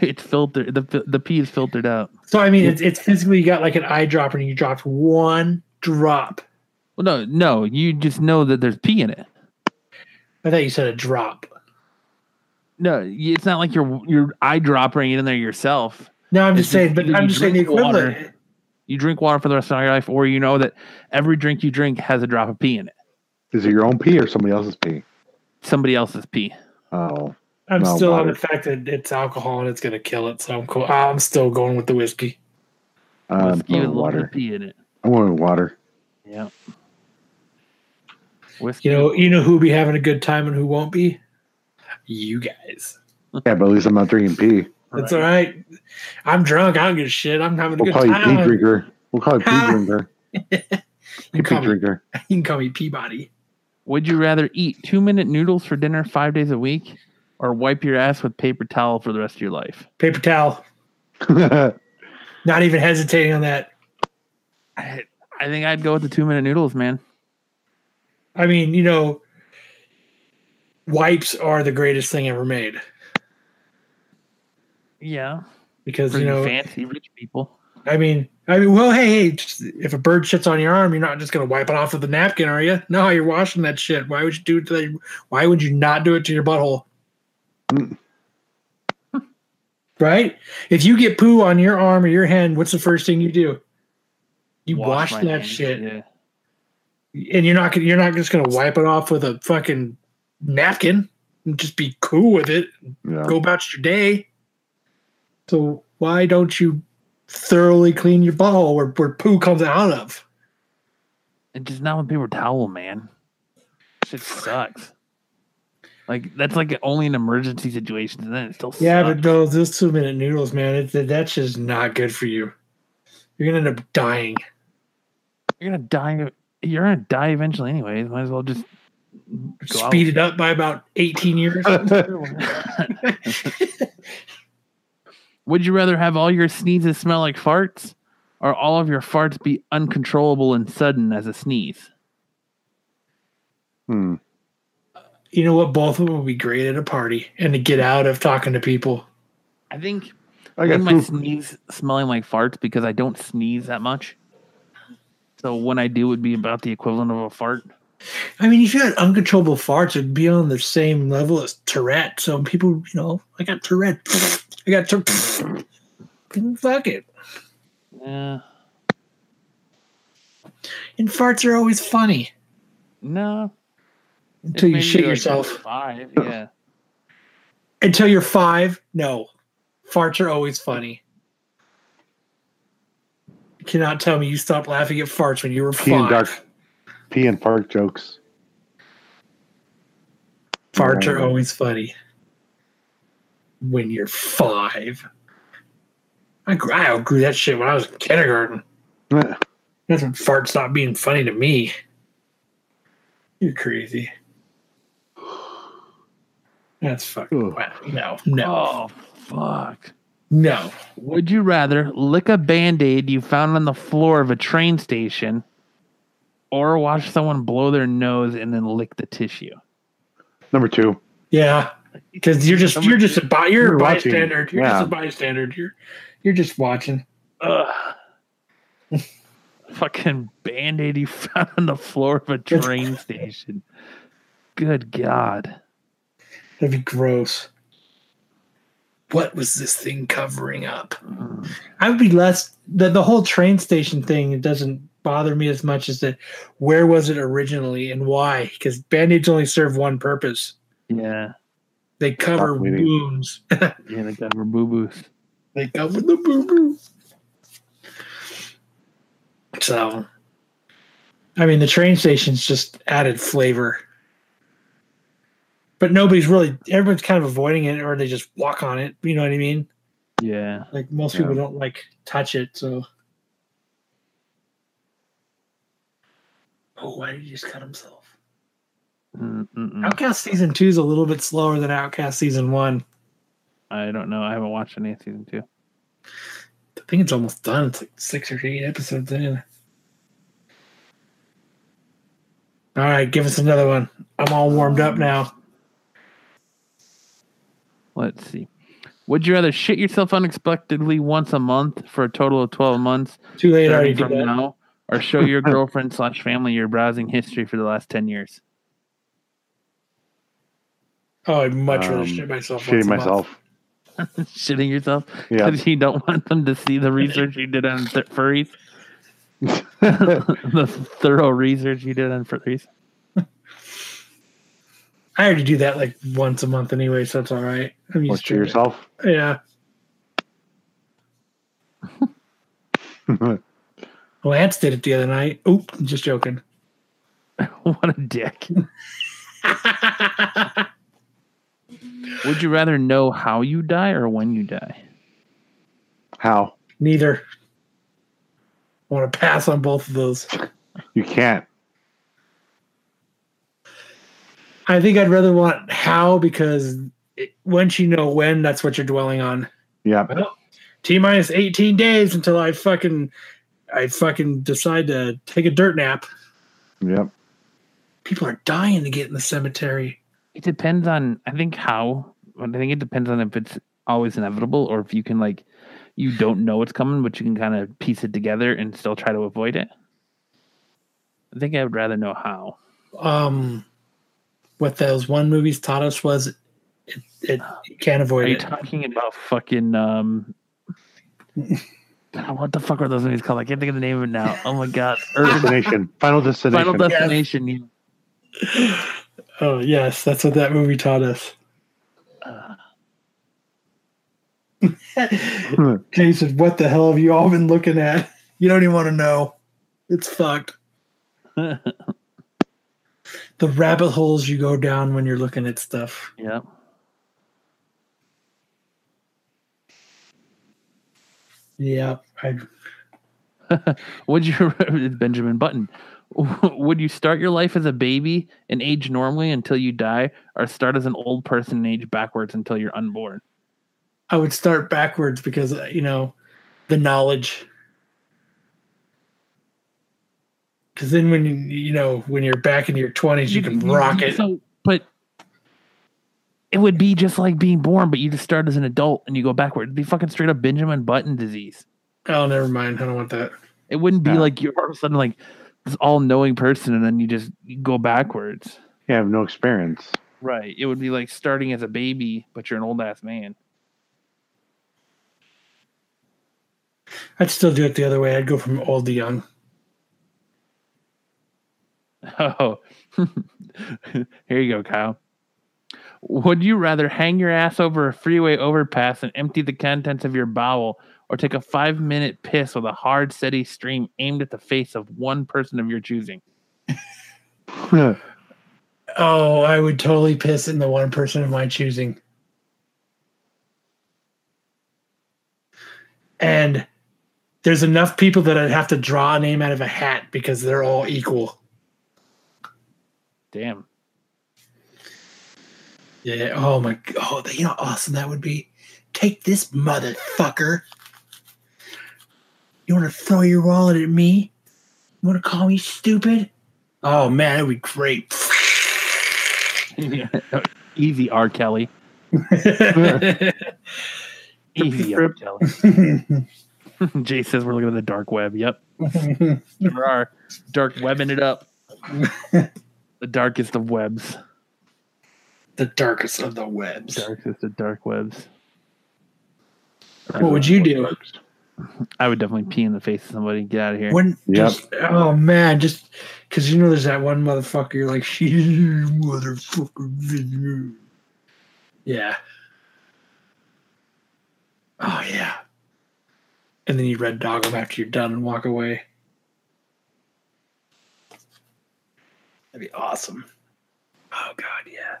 Speaker 2: It's filtered. The, fil- the pee is filtered out.
Speaker 3: So I mean, it's it's physically you got like an eyedropper and you dropped one drop.
Speaker 2: Well, no, no. You just know that there's pee in it.
Speaker 3: I thought you said a drop.
Speaker 2: No, y- it's not like you're you're eyedropping it in there yourself.
Speaker 3: No, I'm
Speaker 2: It's
Speaker 3: just saying,
Speaker 2: just
Speaker 3: but
Speaker 2: you-
Speaker 3: I'm
Speaker 2: you
Speaker 3: just saying the
Speaker 2: drink water.
Speaker 3: equivalent.
Speaker 2: You drink water for the rest of your life, or you know that every drink you drink has a drop of pee in it.
Speaker 4: Is it your own pee or somebody else's pee?
Speaker 2: Somebody else's pee.
Speaker 4: Oh,
Speaker 3: I'm
Speaker 4: No,
Speaker 3: still on
Speaker 4: water.
Speaker 3: the fact that it's alcohol and it's gonna kill it, so I'm cool. I'm still going with the whiskey.
Speaker 4: um,
Speaker 2: Whiskey with a little bit
Speaker 4: water.
Speaker 2: of pee in it.
Speaker 4: I'm going with water.
Speaker 2: Yeah. Whiskey.
Speaker 3: You know, you know who'll be having a good time and who won't be? You guys.
Speaker 4: Yeah, but at least I'm not drinking pee.
Speaker 3: That's all right. I'm drunk. I don't give a shit. I'm having a
Speaker 4: We'll
Speaker 3: good
Speaker 4: call you pee
Speaker 3: time. You
Speaker 4: drinker. We'll call you pee
Speaker 3: Ah. (laughs)
Speaker 4: drinker. Pee
Speaker 3: can call
Speaker 4: pee
Speaker 3: me-
Speaker 4: drinker.
Speaker 3: (laughs) you can call me Peabody.
Speaker 2: Would you rather eat two minute noodles for dinner five days a week, or wipe your ass with paper towel for the rest of your life?
Speaker 3: Paper towel. Not even hesitating on that.
Speaker 2: I, I think I'd go with the two minute noodles, man.
Speaker 3: I mean, you know, wipes are the greatest thing ever made
Speaker 2: Yeah,
Speaker 3: because
Speaker 2: for
Speaker 3: you
Speaker 2: you
Speaker 3: know,
Speaker 2: fancy rich people.
Speaker 3: I mean, I mean, well, hey, hey, just- if a bird shits on your arm, you're not just gonna wipe it off with a napkin, are you? No, you're washing that shit. Why would you do it to? The, why would you not do it to
Speaker 2: (laughs)
Speaker 3: your butthole?
Speaker 4: Mm.
Speaker 3: right? If you get poo on your arm or your hand, what's the first thing you do? You wash,
Speaker 2: my
Speaker 3: that
Speaker 2: hands,
Speaker 3: shit,
Speaker 2: Yeah.
Speaker 3: and you're not gonna you're not just gonna wipe it off with a fucking napkin and just be cool with it
Speaker 4: (laughs) yeah.
Speaker 3: go about your day. So why don't you thoroughly clean your butthole where, where poo comes out of?
Speaker 2: And just not with paper towel, man. Shit sucks. Like that's like only in emergency situations, and then it still
Speaker 3: Yeah,
Speaker 2: sucks.
Speaker 3: but no, those two minute noodles, man, it, that- that's just not good for you. You're gonna end up dying.
Speaker 2: you're gonna die. You're gonna die eventually, anyways. Might as well just go out.
Speaker 3: Speed it up by about 18
Speaker 2: (laughs)
Speaker 3: years.
Speaker 2: Would you rather have all your sneezes smell like farts, or all of your farts be uncontrollable and sudden as a sneeze?
Speaker 4: (laughs) Hmm.
Speaker 3: you know what? Both of them would be great at a party and to get out of talking to people.
Speaker 2: I think
Speaker 4: I
Speaker 2: I
Speaker 4: got
Speaker 2: think my
Speaker 4: food.
Speaker 2: sneeze smelling like farts because I don't sneeze that much. So when I do, it would be about the equivalent of a fart.
Speaker 3: I mean, if you had uncontrollable farts, it'd be on the same level as Tourette. So people, you know, I got Tourette. I got Tourette. (laughs) Fuck it.
Speaker 2: Yeah.
Speaker 3: And farts are always funny.
Speaker 2: No. it's
Speaker 3: until you
Speaker 2: maybe
Speaker 3: shit
Speaker 2: like
Speaker 3: yourself.
Speaker 2: Five.
Speaker 3: (laughs)
Speaker 2: Yeah.
Speaker 3: Until you're five, no. Farts are always funny. You cannot tell me you stopped laughing at farts when you were
Speaker 4: Pee and
Speaker 3: five.
Speaker 4: dark. Pee and fart jokes. (laughs)
Speaker 3: Farts are always funny when you're five. I grew, I outgrew that shit when I was in kindergarten. That's when farts stopped being funny to me. You're crazy. That's fucking
Speaker 4: Ugh.
Speaker 3: wow. No, no,
Speaker 2: Oh fuck.
Speaker 3: no.
Speaker 2: Would you rather lick a band aid you found on the floor of a train station or watch someone blow their nose and then lick the tissue.
Speaker 4: Number two.
Speaker 3: Yeah, because you're just you're just a bi- you're
Speaker 4: You're
Speaker 3: a
Speaker 4: watching.
Speaker 3: bystander. You're
Speaker 4: Yeah.
Speaker 3: just a bystander. You're you're just watching.
Speaker 2: Ugh. Fucking band aid he found on the floor of a
Speaker 3: (laughs)
Speaker 2: train station. Good God.
Speaker 3: That'd be gross. What was this thing covering up? I would be less the the whole train station thing. It doesn't bother me as much as the where was it originally and why? Because band aids only serve one purpose.
Speaker 2: Yeah.
Speaker 3: They cover
Speaker 4: Stop bleeding.
Speaker 3: wounds.
Speaker 2: Yeah, they got her boo boos.
Speaker 3: They cover the boo boo. So, I mean, the train station's just added flavor. But nobody's really, everyone's kind of avoiding it or they just walk on it. You know what I mean?
Speaker 2: Yeah.
Speaker 3: Like most
Speaker 4: Yeah.
Speaker 3: people don't like touch it. So, oh, why did he just cut himself?
Speaker 2: Mm, mm, mm.
Speaker 3: Outcast season two is a little bit slower than Outcast season one.
Speaker 2: I don't know. I haven't watched any of season two.
Speaker 3: I think it's almost done. It's like six or eight episodes in. All right, give us another one. I'm all warmed up now.
Speaker 2: Let's see. Would you rather shit yourself unexpectedly once a month for a total of 12 months
Speaker 3: Too late, I already
Speaker 2: starting
Speaker 3: did
Speaker 2: from
Speaker 3: that.
Speaker 2: now or show your girlfriend slash family your browsing history for the last 10 years? (laughs)
Speaker 3: Oh, I'd much rather
Speaker 4: Um,
Speaker 3: shit myself. once
Speaker 4: Shitting
Speaker 3: a month.
Speaker 4: myself.
Speaker 3: (laughs)
Speaker 2: Shitting yourself?
Speaker 4: Yeah.
Speaker 2: because you don't want them to see the research you did on th- furries. (laughs) the thorough research you did on furries.
Speaker 3: I already do that like once a month anyway, so that's all right. I'm
Speaker 4: Or
Speaker 3: used
Speaker 4: shit
Speaker 3: to it.
Speaker 4: yourself. (laughs)
Speaker 3: Yeah. Lance did it the other night. Oop, I'm just joking.
Speaker 2: (laughs)
Speaker 3: (laughs)
Speaker 2: what a dick. Would you rather know how you die or when you die?
Speaker 4: How?
Speaker 3: Neither. Want to pass on both of those.
Speaker 4: You can't.
Speaker 3: I think I'd rather want how because it, once you know when, that's what you're dwelling on.
Speaker 4: Yeah.
Speaker 3: T minus 18 days until I fucking I fucking decide to take a dirt nap. (laughs)
Speaker 4: Yep.
Speaker 3: People are dying to get in the cemetery.
Speaker 2: It depends on, I think, how. I think it depends on if it's always inevitable or if you can, like, you don't know it's coming, but you can kind of piece it together and still try to avoid it. I think I would rather know how.
Speaker 3: Um, what those one movies taught us was it, it you can't
Speaker 2: Are
Speaker 3: avoid
Speaker 2: you
Speaker 3: it.
Speaker 2: talking about fucking um? (laughs) God, what the fuck are those movies called? I can't think of the name of it now. Oh my (laughs) god! Urban-
Speaker 4: Destination. Final destination.
Speaker 2: Final Destination. you-
Speaker 3: Oh yes, that's what that movie taught us. (laughs) Jason, what the hell have you all been looking at? You don't even want to know. It's fucked. The rabbit holes you go down when you're looking at stuff.
Speaker 2: yeah.
Speaker 3: Yeah, I,
Speaker 2: Would you (laughs) Benjamin Button? (laughs) Would you start your life as a baby and age normally until you die, or start as an old person and age backwards until you're unborn?
Speaker 3: I would start backwards because uh, you know the knowledge. Because then, when you you know when you're back into your twenties, you can rock it.
Speaker 2: So, but it would be just like being born, but you just start as an adult and you go backwards. It'd be fucking straight up Benjamin Button disease.
Speaker 3: Oh, never mind. I don't want that.
Speaker 2: It wouldn't be
Speaker 4: Yeah.
Speaker 2: like you're (laughs) all of a sudden like this all knowing person and then you just go backwards.
Speaker 4: You have no experience.
Speaker 3: (laughs)
Speaker 2: Right. It would be like starting as a baby, but you're an old ass man. (laughs)
Speaker 3: I'd still do it the other way. I'd go from old to young.
Speaker 2: Oh. (laughs) Here you go, Kyle. Would you rather hang your ass over a freeway overpass and empty the contents of your bowel or take a five minute piss with a hard, steady stream aimed at the face of one person of your choosing?
Speaker 3: Oh, I would totally piss in the one person of my choosing. And there's enough people that I'd have to draw a name out of a hat because they're all equal.
Speaker 2: Damn.
Speaker 3: Yeah. Oh my. g- Oh, they- you know, how awesome that would be. Take this, motherfucker. You want to throw your wallet at me? You want to call me stupid? Oh man, it'd be great. (laughs)
Speaker 2: Easy R. Kelly. Easy R. Kelly. (laughs) Jay says we're looking at the dark web. Yep. we are dark webbing it (laughs) up. the darkest of webs.
Speaker 3: the darkest of the webs.
Speaker 2: Darkest of dark webs.
Speaker 3: What would you do?
Speaker 4: (laughs)
Speaker 2: I would definitely pee in the face of somebody. Get out of here.
Speaker 3: When
Speaker 4: Yep.
Speaker 3: just oh man, just because you know there's that one motherfucker. You're like, (laughs) she's motherfucker. Yeah. Oh yeah. And then you red dog him after you're done and walk away. That'd be awesome. Oh god, yeah.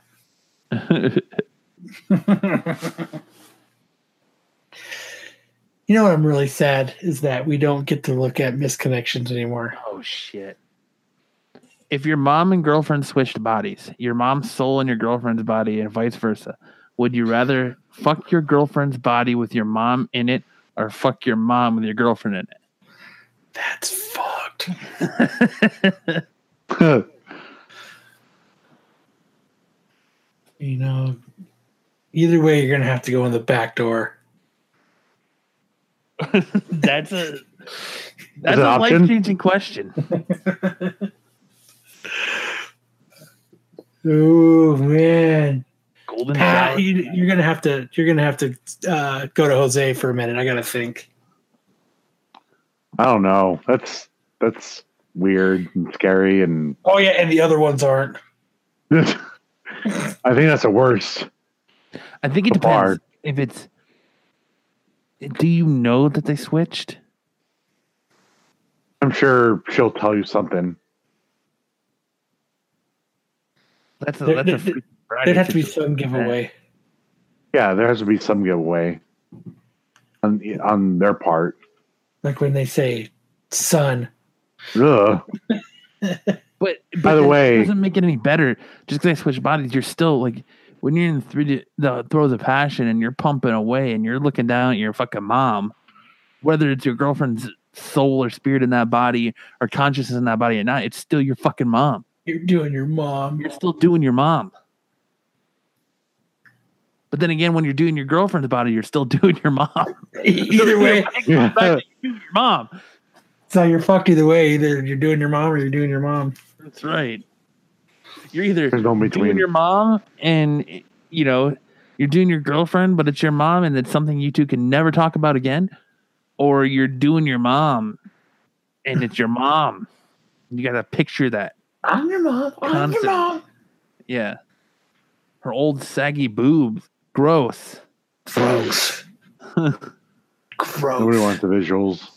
Speaker 3: You know what I'm really sad is that we don't get to look at misconnections anymore.
Speaker 2: (laughs) oh shit. If your mom and girlfriend switched bodies, your mom's soul and your girlfriend's body, and vice versa, would you rather fuck your girlfriend's body with your mom in it, or fuck your mom with your girlfriend in
Speaker 3: That's fucked.
Speaker 2: it?
Speaker 3: You know, either way, you're gonna have to go in the back door. (laughs)
Speaker 2: that's a that's
Speaker 4: an
Speaker 2: a
Speaker 4: option?
Speaker 2: life changing question. (laughs)
Speaker 3: Oh man,
Speaker 2: Golden
Speaker 3: Pat,
Speaker 2: shower.
Speaker 3: you, you're gonna have to you're gonna have to uh, go to Jose for a minute. I gotta think.
Speaker 4: I don't know. That's that's weird and scary, and (laughs)
Speaker 3: Oh yeah, and the other ones aren't.
Speaker 4: I think that's the worst.
Speaker 2: I think it
Speaker 4: the
Speaker 2: depends
Speaker 4: bar.
Speaker 2: if it's. Do you know that they switched?
Speaker 4: I'm sure she'll tell you something.
Speaker 2: That's a,
Speaker 3: There-
Speaker 2: that's a
Speaker 3: there-
Speaker 2: Freaky Friday
Speaker 3: There'd have to be
Speaker 2: situation.
Speaker 3: some giveaway.
Speaker 4: Yeah, there has to be some giveaway on on their part.
Speaker 3: Like when they say son.
Speaker 4: Ugh.
Speaker 2: But, but
Speaker 4: By the
Speaker 2: that
Speaker 4: way-
Speaker 2: doesn't make it any better. Just because I switch bodies, you're still like when you're in three di- the throws of passion and you're pumping away and you're looking down at your fucking mom, whether it's your girlfriend's soul or spirit in that body or consciousness in that body or not, it's still your fucking mom.
Speaker 3: You're doing your
Speaker 2: (laughs)
Speaker 3: mom.
Speaker 2: You're still doing your mom. But then again, when you're doing your girlfriend's body, you're still (laughs) doing your mom.
Speaker 3: Either way,
Speaker 2: Back to you, your mom.
Speaker 3: so you're fucked either way. Either you're doing your mom or you're doing your mom.
Speaker 2: That's right. You're either
Speaker 4: There's no
Speaker 2: doing
Speaker 4: between.
Speaker 2: your mom and you know you're doing your girlfriend, but it's your mom, and it's something you two can never talk about again, or you're doing your mom, and it's your mom. You gotta picture that.
Speaker 3: I'm your mom. I'm
Speaker 2: Constant.
Speaker 3: your mom.
Speaker 2: Yeah, her old saggy boobs, gross.
Speaker 4: (laughs)
Speaker 3: Gross. Gross.
Speaker 4: Nobody wants the visuals.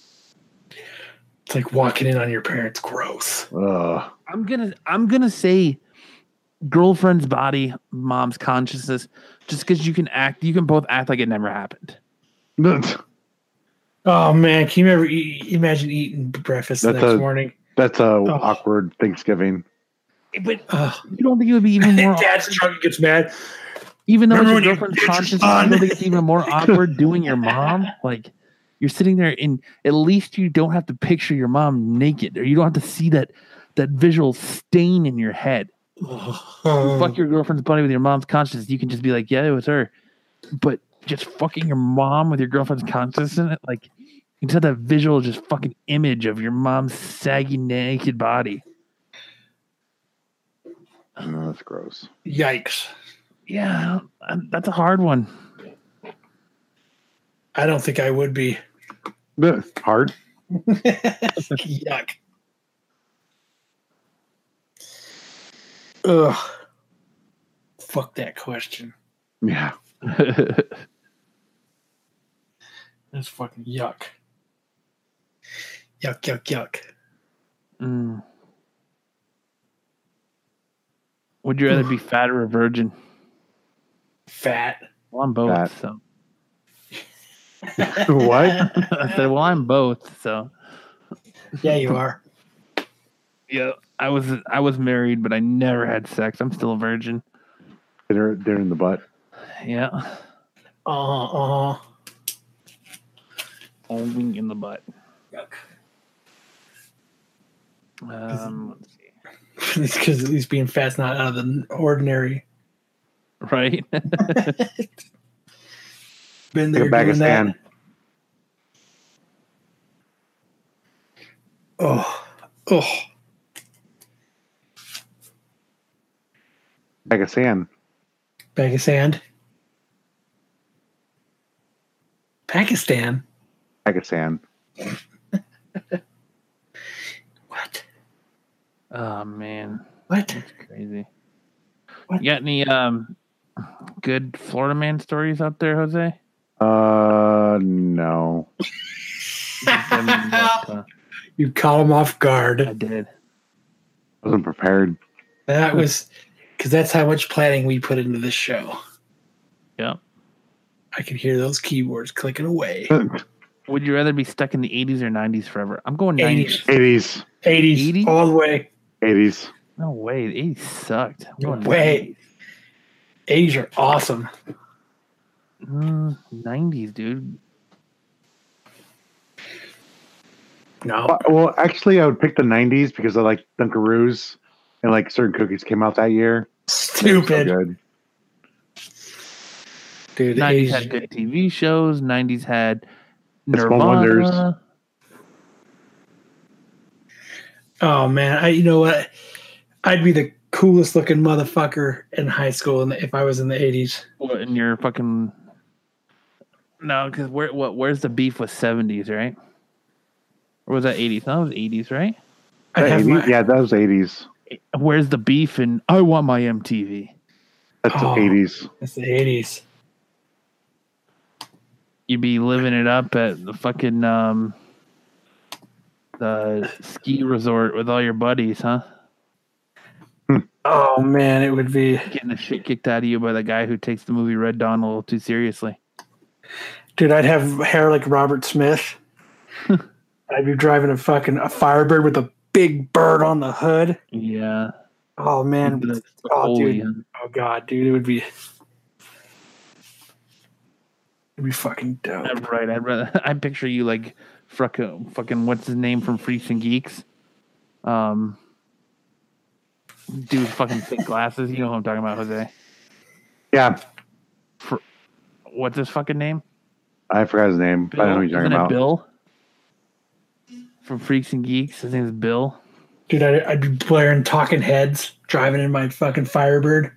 Speaker 3: It's like walking in on your parents. Gross.
Speaker 4: Ugh. (laughs)
Speaker 2: I'm gonna I'm gonna say girlfriend's body, mom's consciousness, just because you can act, you can both act like it never happened.
Speaker 4: That's
Speaker 3: Oh man, can you ever e- imagine eating breakfast the
Speaker 4: That's
Speaker 3: next
Speaker 4: a-
Speaker 3: morning?
Speaker 4: a awkward Thanksgiving.
Speaker 2: But
Speaker 3: Oh,
Speaker 4: (laughs)
Speaker 2: you don't think it would be (laughs) even more
Speaker 3: dad's drunk and gets mad.
Speaker 2: even though it's
Speaker 3: Remember
Speaker 2: your
Speaker 3: when
Speaker 2: girlfriend's
Speaker 3: you did your
Speaker 2: conscious, I
Speaker 3: son?
Speaker 2: don't think it's even more awkward doing your mom. Like you're sitting there, and at least you don't have to picture your mom naked, or you don't have to see that that visual stain in your head.
Speaker 3: Oh,
Speaker 2: Fuck your girlfriend's body with your mom's conscience. You can just be like, yeah, it was her. But just fucking your mom with your girlfriend's conscience in it, like you just have that visual, just fucking image of your mom's saggy naked body.
Speaker 4: No, that's gross.
Speaker 3: Yikes!
Speaker 2: Yeah, I don't- I- that's a hard one.
Speaker 3: I don't think I would
Speaker 4: (laughs)
Speaker 3: be.
Speaker 4: Ugh. Hard.
Speaker 3: Yuck. Ugh. Fuck that question.
Speaker 4: Yeah.
Speaker 3: That's fucking yuck. Yuck! Yuck! Yuck!
Speaker 2: Mm. Would you rather (sighs) be fat or a virgin?
Speaker 3: Fat.
Speaker 2: Well, I'm both.
Speaker 4: Fat.
Speaker 2: So
Speaker 4: what?
Speaker 2: I said, well, I'm both. So
Speaker 3: (laughs) Yeah, you are.
Speaker 2: yeah, I was I was married, but I never had sex. I'm still a virgin.
Speaker 4: They're they're in the butt.
Speaker 2: Yeah,
Speaker 3: Uh huh. Uh (laughs) huh.
Speaker 2: only in the butt.
Speaker 3: Yuck.
Speaker 2: (laughs) Um, let's see.
Speaker 3: because he's being fat's not out of the ordinary.
Speaker 2: right? (laughs)
Speaker 3: Been
Speaker 4: Like
Speaker 3: there,
Speaker 4: a bag of
Speaker 3: doing that.
Speaker 4: sand.
Speaker 3: Oh, oh,
Speaker 4: Bag of sand.
Speaker 3: bag of sand. Pakistan.
Speaker 4: Bag of sand.
Speaker 3: What?
Speaker 2: oh man,
Speaker 3: What?
Speaker 2: crazy.
Speaker 3: What?
Speaker 2: You got any um good Florida man stories out there, Jose?
Speaker 4: Uh, no.
Speaker 2: I mean, what, uh,
Speaker 3: You caught him off
Speaker 2: I
Speaker 3: guard.
Speaker 2: did.
Speaker 4: Wasn't prepared.
Speaker 2: Hmm.
Speaker 3: That was because that's how much planning we put into this show.
Speaker 2: Yeah.
Speaker 3: I could hear those keyboards clicking away.
Speaker 2: Would you rather be stuck in the 80s or 90s forever? I'm going 90s.
Speaker 3: 80s,
Speaker 4: 80s.
Speaker 3: 80s,
Speaker 2: 80s?
Speaker 3: all the way.
Speaker 4: 80s.
Speaker 2: No way, the 80s sucked. I'm
Speaker 3: No
Speaker 2: going
Speaker 3: way. 80s are awesome.
Speaker 2: 90s. Mm, 90s, dude.
Speaker 3: No,
Speaker 4: Well- Uh, Well, actually, I would pick the 90s because I like Dunkaroos and like certain cookies came out that year. So
Speaker 3: stupid,
Speaker 4: good.
Speaker 3: dude.
Speaker 2: 90s
Speaker 3: 80s,
Speaker 2: had good TV shows. 90s had
Speaker 4: Small Wonders.
Speaker 2: Nirvana.
Speaker 3: Oh man, I you know what? I'd be the coolest looking motherfucker in high school in the, if I was in the 80s.
Speaker 2: What, and you're fucking. No, because where what? Where's the beef with 70s, right? Or was that 80s? No, it was 80s, right?
Speaker 3: I'd have
Speaker 4: 80s?
Speaker 3: my,
Speaker 4: Yeah, that was 80s.
Speaker 2: Where's the beef? And I want my MTV.
Speaker 4: That's
Speaker 3: Oh.
Speaker 4: 80s.
Speaker 3: It's the 80s.
Speaker 2: you'd be living it up at the fucking um the ski resort with all your buddies, huh?
Speaker 3: Oh man, it would be
Speaker 2: Getting the shit kicked out of you by the guy who takes the movie Red Dawn a little too seriously.
Speaker 3: Dude, I'd have hair like Robert Smith. I'd be driving a fucking a Firebird with a big bird on the hood.
Speaker 2: Yeah.
Speaker 3: Oh man,
Speaker 2: The- the
Speaker 3: oh
Speaker 2: Foley,
Speaker 3: dude,
Speaker 2: huh?
Speaker 3: oh god, dude, it would be. It'd be fucking dope.
Speaker 2: Yeah, Right. I'd rather (laughs) I picture you like fucking fucking what's his name from Freaks and Geeks. Um dude with fucking
Speaker 3: (laughs)
Speaker 2: thick glasses. You know who I'm talking about, Jose.
Speaker 4: Yeah,
Speaker 2: What's his fucking name?
Speaker 4: I forgot his name. I don't know what you're
Speaker 2: Isn't
Speaker 4: talking
Speaker 2: it
Speaker 4: about.
Speaker 2: Bill? From Freaks and Geeks. His name's Bill.
Speaker 3: Dude, I'd, I'd be blaring talking heads, driving in my fucking Firebird.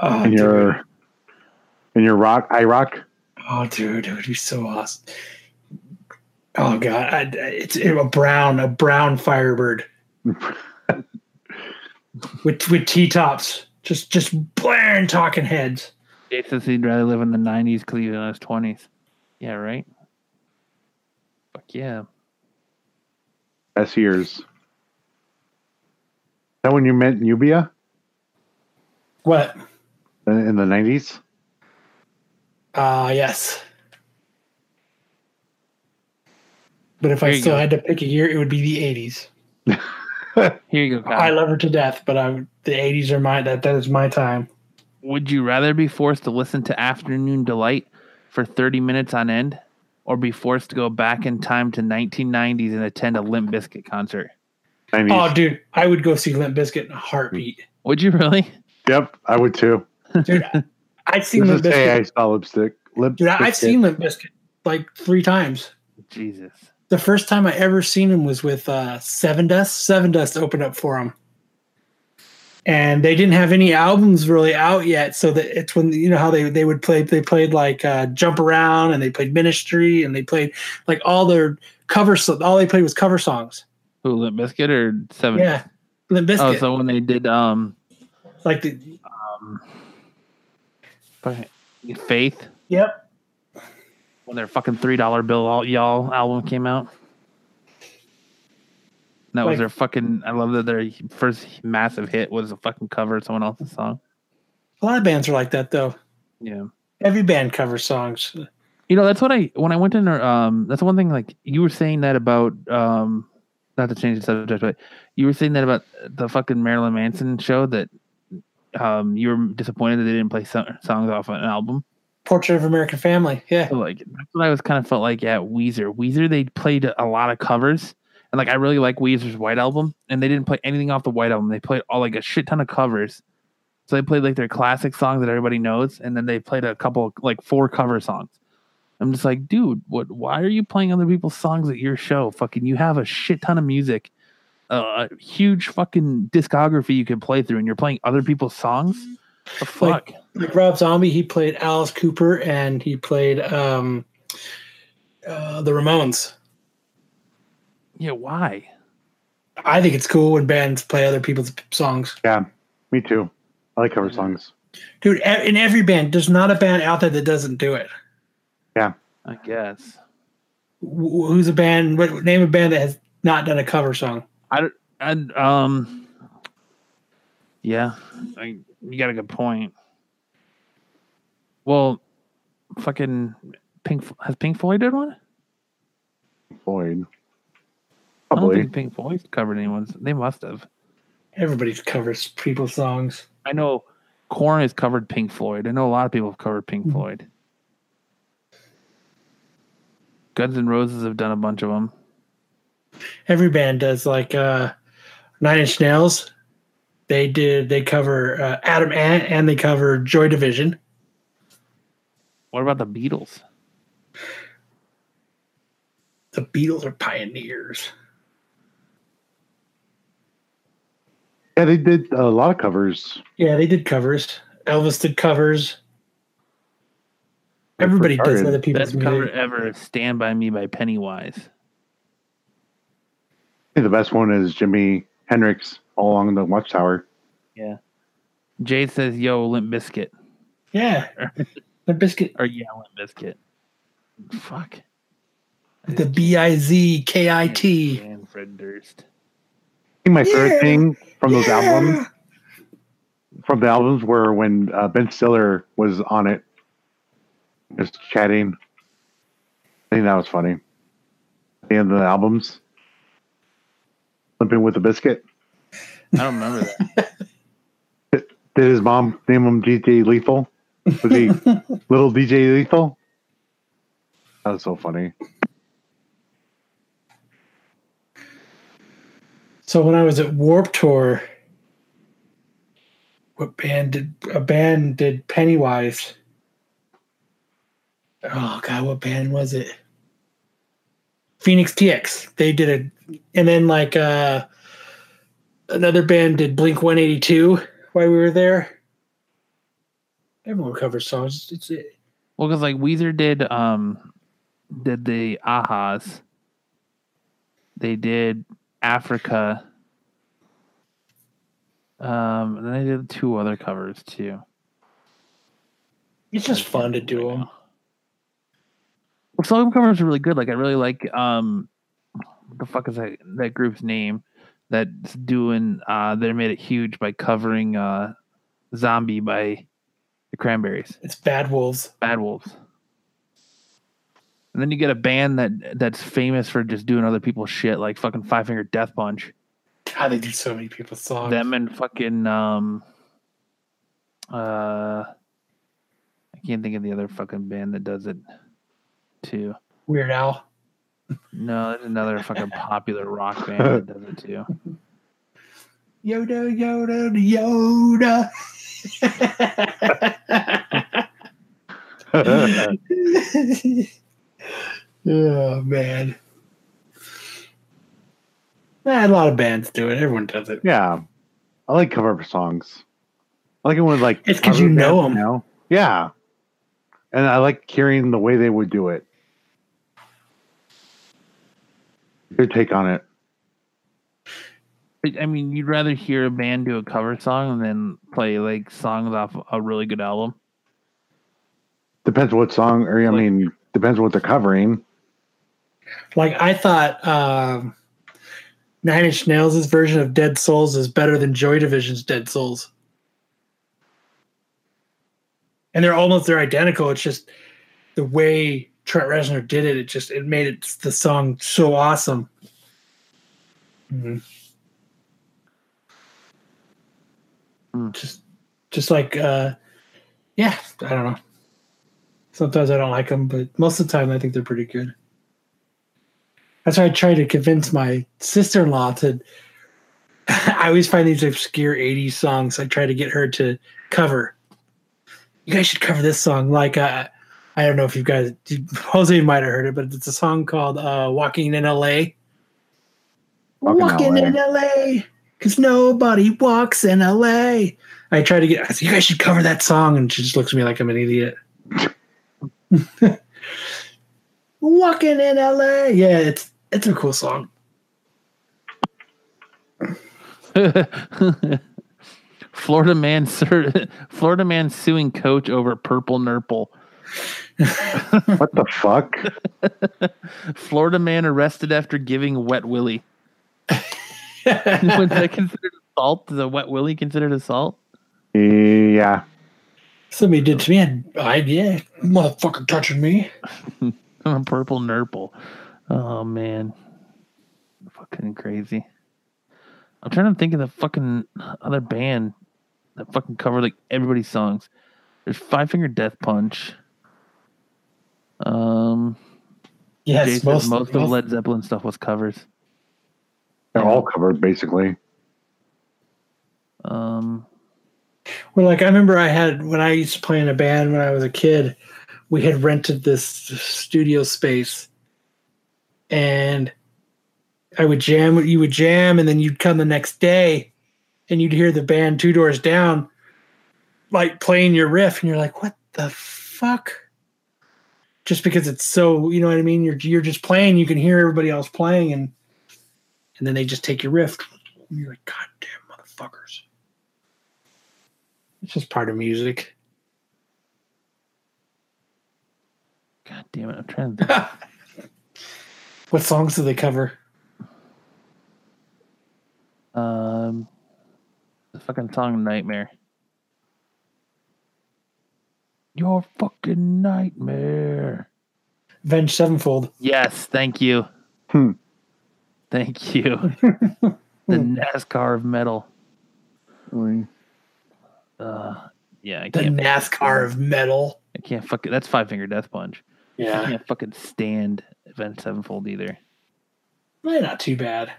Speaker 3: Oh,
Speaker 4: In
Speaker 3: dude.
Speaker 4: your, in your rock, I rock.
Speaker 3: Oh, dude, it would be so awesome. Oh god, I, it's it, a brown, a brown
Speaker 4: (laughs)
Speaker 3: Firebird with with t tops, just just blaring talking heads.
Speaker 2: Jay says he'd rather live in the '90s because he was in his twenties. Yeah, right. Fuck yeah.
Speaker 4: Best years. Is that when you met Nubia
Speaker 3: What?
Speaker 4: in in the 90s?
Speaker 3: Ah, yes. But if
Speaker 2: There
Speaker 3: I
Speaker 2: you
Speaker 3: still
Speaker 2: go.
Speaker 3: had to pick a year, it would be the '80s.
Speaker 2: Here you go, Kyle.
Speaker 3: I love her to death, but I would- the '80s are my that that is my time.
Speaker 2: Would you rather be forced to listen to Afternoon Delight for 30 minutes on end, or be forced to go back in time to 1990s and attend a Limp Bizkit concert?
Speaker 4: 90s.
Speaker 3: Oh, dude, I would go see Limp Bizkit in a heartbeat.
Speaker 4: (laughs)
Speaker 2: Would you really?
Speaker 4: Yep, I would too.
Speaker 3: Dude, I'd seen
Speaker 4: This
Speaker 3: Limp
Speaker 4: is hey,
Speaker 3: Bizkit.
Speaker 4: I saw lipstick. Lip,
Speaker 3: Dude, I- I've seen Limp Bizkit like three times.
Speaker 2: Jesus.
Speaker 3: The first time I ever seen him was with uh, Seven Dust. Seven Dust opened up for him, and they didn't have any albums really out yet. So that it's when you know how they they would play. They played like uh, Jump Around, and they played Ministry, and they played like all their cover. So all they played was cover songs.
Speaker 2: Who Limp Bizkit or Seven?
Speaker 3: Yeah, Limp Bizkit.
Speaker 2: Mm. Oh, so when they did um,
Speaker 3: like the
Speaker 2: fucking Faith
Speaker 3: yep.
Speaker 2: when their fucking three dollar bill all y'all album came out. That was
Speaker 3: Like-
Speaker 2: their fucking. I love that their first massive hit was a fucking cover of someone else's song.
Speaker 3: A lot of bands are like that though.
Speaker 2: Yeah,
Speaker 3: Every band covers songs.
Speaker 2: you know that's what I when I went in. Um, that's one thing. Like you were saying that about um, not to change the subject, but you were saying that about the fucking Marilyn Manson show that um you were disappointed that they didn't play so- songs off an album.
Speaker 3: Portrait of American Family. Yeah.
Speaker 2: So, like that's what I was kind of felt like at Weezer. Weezer they played a lot of covers, and And like I really like Weezer's White Album, and they didn't play anything off the White Album. They played all like a shit ton of covers. So they played like their classic songs that everybody knows, and then they played a couple like four cover songs. I'm just like, dude, what? Why are you playing other people's songs at your show? Fucking, you have a shit ton of music, uh, a huge fucking discography you can play through, and you're playing other people's songs. The fuck.
Speaker 3: Like Rob Zombie, he played Alice Cooper and he played um, uh, the Ramones.
Speaker 2: yeah, why?
Speaker 3: I think it's cool when bands play other people's songs.
Speaker 4: Yeah, me too. I like cover songs.
Speaker 3: Dude, e- in every band, there's not a band out there that doesn't do it.
Speaker 2: I guess.
Speaker 3: Wh- Who's a band? What name a band that has not done a cover song?
Speaker 2: And um, yeah, I, you got a good point. Well, fucking Pink F- has Pink Floyd did one.
Speaker 4: Floyd.
Speaker 2: I don't
Speaker 4: Probably.
Speaker 2: think Pink Floyd's covered anyone's. They must have.
Speaker 3: Everybody covers people's songs.
Speaker 2: I know Korn has covered Pink Floyd. I know a lot of people have covered Pink
Speaker 3: Mhm.
Speaker 2: Floyd. Guns N' Roses have done a bunch of them.
Speaker 3: Every band does like uh, Nine Inch Nails. They did. They cover uh, Adam Ant and they cover Joy Division.
Speaker 2: What about the Beatles?
Speaker 3: The Beatles are pioneers.
Speaker 4: Yeah, they did a lot of covers.
Speaker 3: Yeah, they did covers. Elvis did covers. Everybody does
Speaker 4: Retarded.
Speaker 3: other people's
Speaker 2: Best
Speaker 3: music.
Speaker 2: cover ever, is Stand By Me by Pennywise.
Speaker 4: I think the best one is Jimi Hendrix all along the Watchtower.
Speaker 2: Jade says, Yo, Limp Biscuit.
Speaker 3: Yeah, the biscuit.
Speaker 2: Or yeah, Limp Biscuit. Fuck.
Speaker 3: The B I Z K I T.
Speaker 2: And Fred Durst.
Speaker 4: I think my favorite
Speaker 3: Yeah.
Speaker 4: thing from those
Speaker 3: Yeah.
Speaker 4: albums from the albums were when uh, Ben Stiller was on it, just chatting. I think that was funny. At the end of the albums, limping with a biscuit.
Speaker 2: I don't remember that.
Speaker 4: Did his mom name him DJ Lethal? Was
Speaker 3: (laughs)
Speaker 4: he little DJ Lethal? That was so funny. (laughs)
Speaker 3: So when I was at Warp Tour, what band did a band did Pennywise? Oh god, what band was it? Phoenix TX. They did a and then like uh another band did Blink 182 while we were there. Everyone covers songs. It's it.
Speaker 2: (laughs) Well, because like Weezer did, um, did the Ahas. They did Africa. Um, and then they did two other covers too.
Speaker 3: it's just fun to do them.
Speaker 2: Well, some of them covers are really good. Like I really like um, what the fuck is that that group's name that's doing uh they made it huge by covering uh, Zombie by the Cranberries.
Speaker 3: It's Bad Wolves.
Speaker 2: Bad Wolves. And then you get a band that that's famous for just doing other people's shit, like fucking Five Finger Death Punch.
Speaker 3: God, they do so many people's songs.
Speaker 2: Them and fucking um, uh, I can't think of the other fucking band that does it too.
Speaker 3: Weird Al.
Speaker 2: No, there's
Speaker 3: (laughs)
Speaker 2: another fucking popular rock band that does it too.
Speaker 3: Yoda, Yoda, Yoda. (laughs) oh man. Nah, a lot of bands do it. Everyone does it.
Speaker 4: Yeah, I like cover songs. I like it when like
Speaker 3: It's 'cause you
Speaker 4: cover
Speaker 3: know
Speaker 4: bands
Speaker 3: 'em.
Speaker 4: now. Yeah, and I like hearing the way they would do it. Your take on it?
Speaker 2: I- I mean, you'd rather hear a band do a cover song than play like songs off a really good album.
Speaker 4: Depends what song, or I
Speaker 2: Like-
Speaker 4: mean, depends what
Speaker 3: (laughs)
Speaker 4: they're covering.
Speaker 3: Like I thought um Nine Inch Nails' version of Dead Souls is better than Joy Division's Dead Souls. And they're almost they're identical. It's just the way Trent Reznor did it, it just it made it the song so awesome.
Speaker 2: Mm.
Speaker 3: Just just like uh yeah, I don't know. Sometimes I don't like them, but most of the time I think they're pretty good. That's why I tried to convince my sister in law to. (laughs) I always find these obscure 80s songs. I try to get her to cover. You guys should cover this song. Like, uh, I don't know if you guys, (laughs) Jose might have heard it, but it's a song called uh, Walking in LA.
Speaker 4: Walking
Speaker 3: Walking
Speaker 4: LA.
Speaker 3: in LA, because nobody walks in LA. I try to get, I said, you guys should cover that song. And she just looks at me like I'm an idiot. (laughs) Walking in LA. Yeah, it's it's a cool song. (laughs)
Speaker 2: (laughs) Florida man, sur- (laughs) Florida man suing coach over purple nurple.
Speaker 4: What the fuck?
Speaker 2: Florida man arrested after giving wet willy. (laughs) Was that considered assault? The wet willy considered assault? (laughs)
Speaker 4: yeah.
Speaker 3: Somebody did to me. And I yeah, motherfucker touching me.
Speaker 2: A purple nurple. Oh man, fucking crazy. I'm trying to think of the fucking other band that fucking covered like everybody's songs. There's Five Finger Death Punch. Um,
Speaker 3: Yes,
Speaker 2: Jay says
Speaker 3: most,
Speaker 2: most of Led Zeppelin stuff was covers.
Speaker 4: They're all covered basically.
Speaker 2: Um,
Speaker 3: Well, like I remember, I had when I used to play in a band when I was a kid. We had rented this studio space, and I would jam. You would jam, and then you'd come the next day, and you'd hear the band two doors down, like playing your riff, and you're like, "What the fuck?" Just because it's so, you know what I mean. You're you're just playing. You can hear everybody else playing, and and then they just take your riff. And you're like, "God damn motherfuckers!" It's just part of music.
Speaker 2: God damn it! I'm trying to. Think.
Speaker 3: What songs do they cover?
Speaker 2: um, the fucking song "Nightmare." Your fucking nightmare.
Speaker 3: Avenged Sevenfold.
Speaker 2: Yes, thank you.
Speaker 4: Hmm.
Speaker 2: Thank you. the NASCAR of metal. Uh, yeah, I
Speaker 3: The
Speaker 2: can't.
Speaker 3: NASCAR of metal.
Speaker 2: I can't fucking. That's Five Finger Death Punch. I
Speaker 3: Yeah.
Speaker 2: can't fucking stand Event Sevenfold either.
Speaker 3: Eh, not too bad.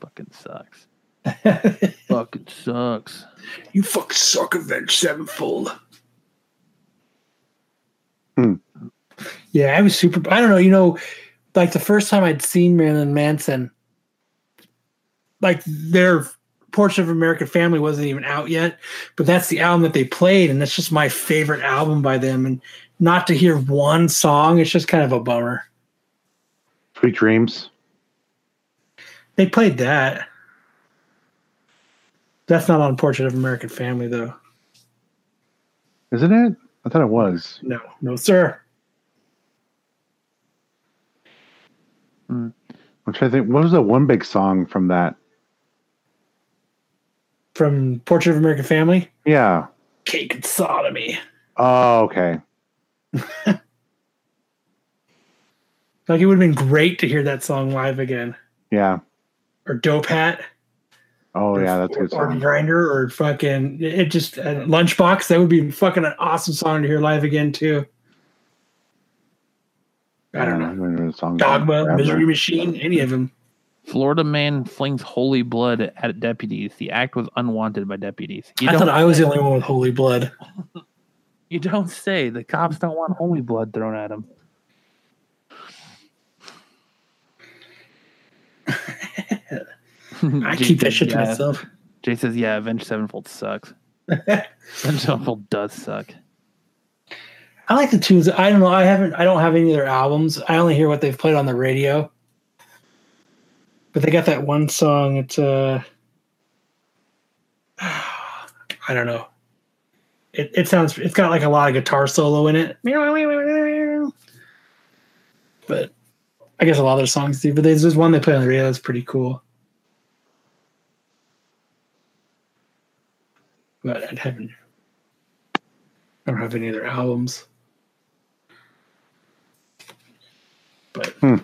Speaker 2: Fucking sucks. fucking sucks.
Speaker 3: (laughs) you fucking suck, Avenged Sevenfold.
Speaker 4: Hmm.
Speaker 3: Yeah, I was super. I don't know. You know, like the first time I'd seen Marilyn Manson, like their Portrait of an American Family wasn't even out yet, but that's the album that they played, and that's just my favorite album by them. And not to hear one song, it's just kind of a bummer.
Speaker 4: Sweet dreams.
Speaker 3: They played that. That's not on Portrait of American Family, though.
Speaker 4: Isn't it? I thought it was.
Speaker 3: No, no, sir.
Speaker 4: I'm trying to think. What was the one big song from that?
Speaker 3: From Portrait of American Family,
Speaker 4: Yeah.
Speaker 3: Cake and Sodomy.
Speaker 4: Oh, okay.
Speaker 3: Like, it would have been great to hear that song live again.
Speaker 4: Yeah.
Speaker 3: Or Dope Hat.
Speaker 4: Oh,
Speaker 3: or-
Speaker 4: yeah. That's a good
Speaker 3: Or
Speaker 4: song.
Speaker 3: Grinder, or fucking, it just, uh, Lunchbox. That would be fucking an awesome song to hear live again, too. I don't know.
Speaker 4: remember the song.
Speaker 3: Dogma,
Speaker 4: forever.
Speaker 3: Misery Machine, any of them.
Speaker 2: Florida man flings holy blood at deputies. The act was unwanted by deputies. You
Speaker 3: I
Speaker 2: don't.
Speaker 3: (laughs) thought I was the only one with holy blood.
Speaker 2: you don't say. The cops don't want holy blood thrown at them.
Speaker 3: (laughs) I keep that shit to myself.
Speaker 2: Jay says, "Yeah, Avenged Sevenfold
Speaker 3: (laughs)
Speaker 2: sucks. Avenged Sevenfold does suck.
Speaker 3: I like the tunes. I don't know. I haven't. I don't have any of their albums. I only hear what they've played on the radio. But they got that one song. It's uh, (sighs) I don't know. It it sounds. It's got like a lot of guitar solo in it. But I guess a lot of their songs do. But there's this one they play on the radio that's pretty cool. But I haven't. I don't have any of their albums. But
Speaker 4: Hmm.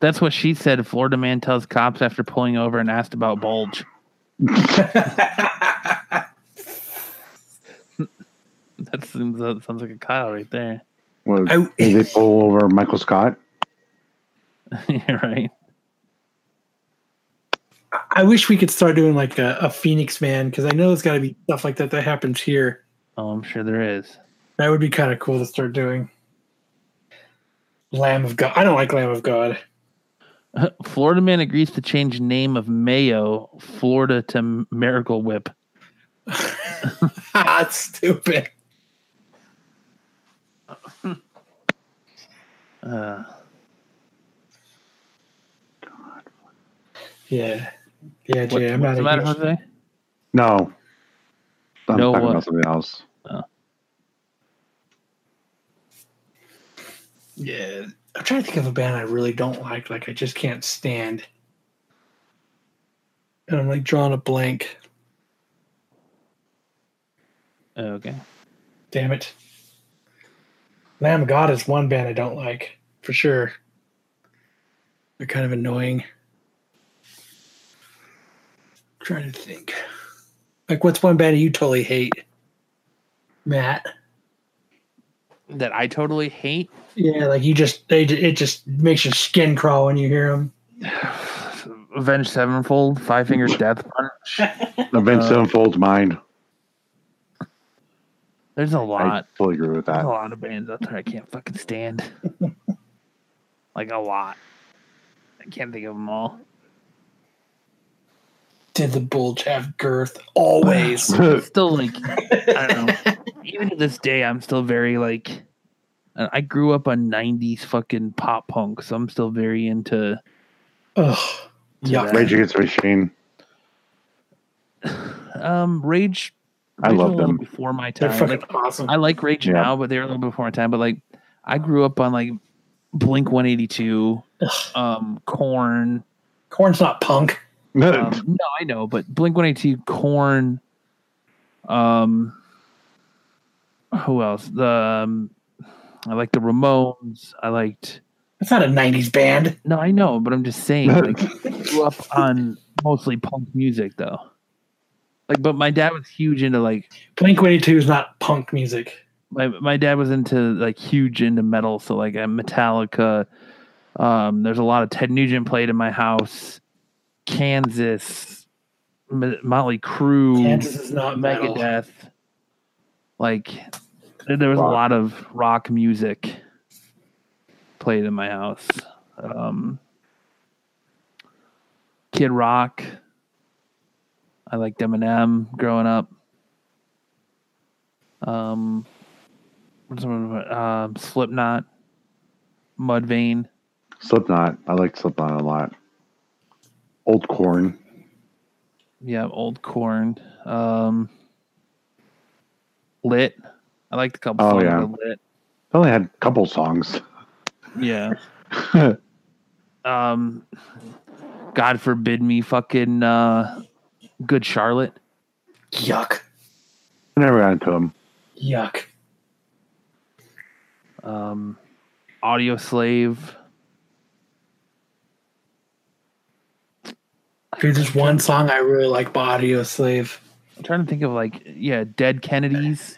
Speaker 2: That's what she said. Florida man tells cops after pulling over and asked about bulge. That seems, that sounds like a Kyle right there. (laughs)
Speaker 4: Well,
Speaker 3: I-
Speaker 4: did they pull over Michael Scott?
Speaker 2: yeah, right.
Speaker 3: I wish we could start doing like a, a Phoenix Man because I know there's got to be stuff like that that happens here.
Speaker 2: Oh, I'm sure there is.
Speaker 3: That would be kind of cool to start doing. Lamb of God. I don't like Lamb
Speaker 2: (laughs)
Speaker 3: of God. (laughs)
Speaker 2: Florida man agrees to change name of Mayo, Florida to Miracle Whip.
Speaker 3: That's stupid.
Speaker 2: Uh,
Speaker 3: Yeah. Yeah,
Speaker 2: what,
Speaker 3: Jay. I'm
Speaker 2: what's
Speaker 3: not
Speaker 2: the matter,
Speaker 3: against-
Speaker 2: Jose?
Speaker 4: No. I'm
Speaker 2: No,
Speaker 4: talking
Speaker 2: what?
Speaker 4: about something else.
Speaker 3: Yeah. I'm trying to think of a band I really don't like. Like I just can't stand. And I'm like drawing a blank.
Speaker 2: Oh, Okay.
Speaker 3: Damn it. Lamb of God is one band I don't like for sure. They're kind of annoying. trying to think. Like, what's one band you totally hate, Matt?
Speaker 2: That I totally hate.
Speaker 3: Yeah, like you just they ju- it just makes your skin crawl when you hear them.
Speaker 2: Avenged Sevenfold, Five Finger Death Punch.
Speaker 4: Event
Speaker 2: Uh,
Speaker 4: Sevenfold's mine.
Speaker 2: There's a
Speaker 4: I
Speaker 2: lot.
Speaker 4: fully agree
Speaker 2: (laughs)
Speaker 4: with
Speaker 2: There's
Speaker 4: that. (laughs)
Speaker 2: a lot of bands out there I can't fucking stand. like a lot. I can't think of them all.
Speaker 3: Did the bulge have girth? Always.
Speaker 4: (sighs)
Speaker 2: Still like I don't know. (laughs) Even to this day, I'm still very like. uh, I I grew up on '90s fucking pop punk, so I'm still very into. to
Speaker 3: Ugh. Yeah.
Speaker 2: that.
Speaker 4: Rage Against the Machine.
Speaker 2: Um, Rage.
Speaker 4: I
Speaker 2: Rage was
Speaker 4: love
Speaker 2: a little
Speaker 4: them.
Speaker 2: Before my
Speaker 3: They're
Speaker 2: time,
Speaker 3: fucking
Speaker 2: like,
Speaker 3: awesome.
Speaker 2: I like Rage
Speaker 4: Yeah.
Speaker 2: now, but they were a little before my time. But like, I grew up on like Blink 182,
Speaker 3: Ugh.
Speaker 2: um, Corn.
Speaker 3: Corn's not punk.
Speaker 2: Um,
Speaker 4: (laughs)
Speaker 2: no, I know, but Blink 182, Corn. Um, who else? The um, I like the Ramones. I liked.
Speaker 3: It's not a '90s band.
Speaker 2: No, I know, but I'm just saying. Like, I grew up on mostly punk music, though. Like, but my dad was huge into like
Speaker 3: Blink 182 is not punk music.
Speaker 2: my my dad was into like huge into metal. So like uh, Metallica. Um, there's a lot of Ted Nugent played in my house. Kansas, M- Motley Crue,
Speaker 3: Kansas is not metal.
Speaker 2: Megadeth. Like, there- there was a
Speaker 4: Rock.
Speaker 2: lot of rock music played in my house. Um, Kid Rock. I liked Eminem growing up. Um, what's some of, um, Slipknot, Mudvayne.
Speaker 4: Slipknot. I like Slipknot a lot. Old Corn.
Speaker 2: Yeah, old corn. Um, lit. I liked a couple
Speaker 4: Oh,
Speaker 2: songs
Speaker 4: yeah.
Speaker 2: of lit.
Speaker 4: I only had a couple songs.
Speaker 2: Yeah. (laughs) um, God forbid me fucking uh, good Charlotte.
Speaker 3: Yuck.
Speaker 4: I never got into them.
Speaker 3: Yuck.
Speaker 2: Um, Audio Slave.
Speaker 3: Dude, there's one song I really like by Audio Slave.
Speaker 2: I'm trying to think of like yeah, Dead Kennedys.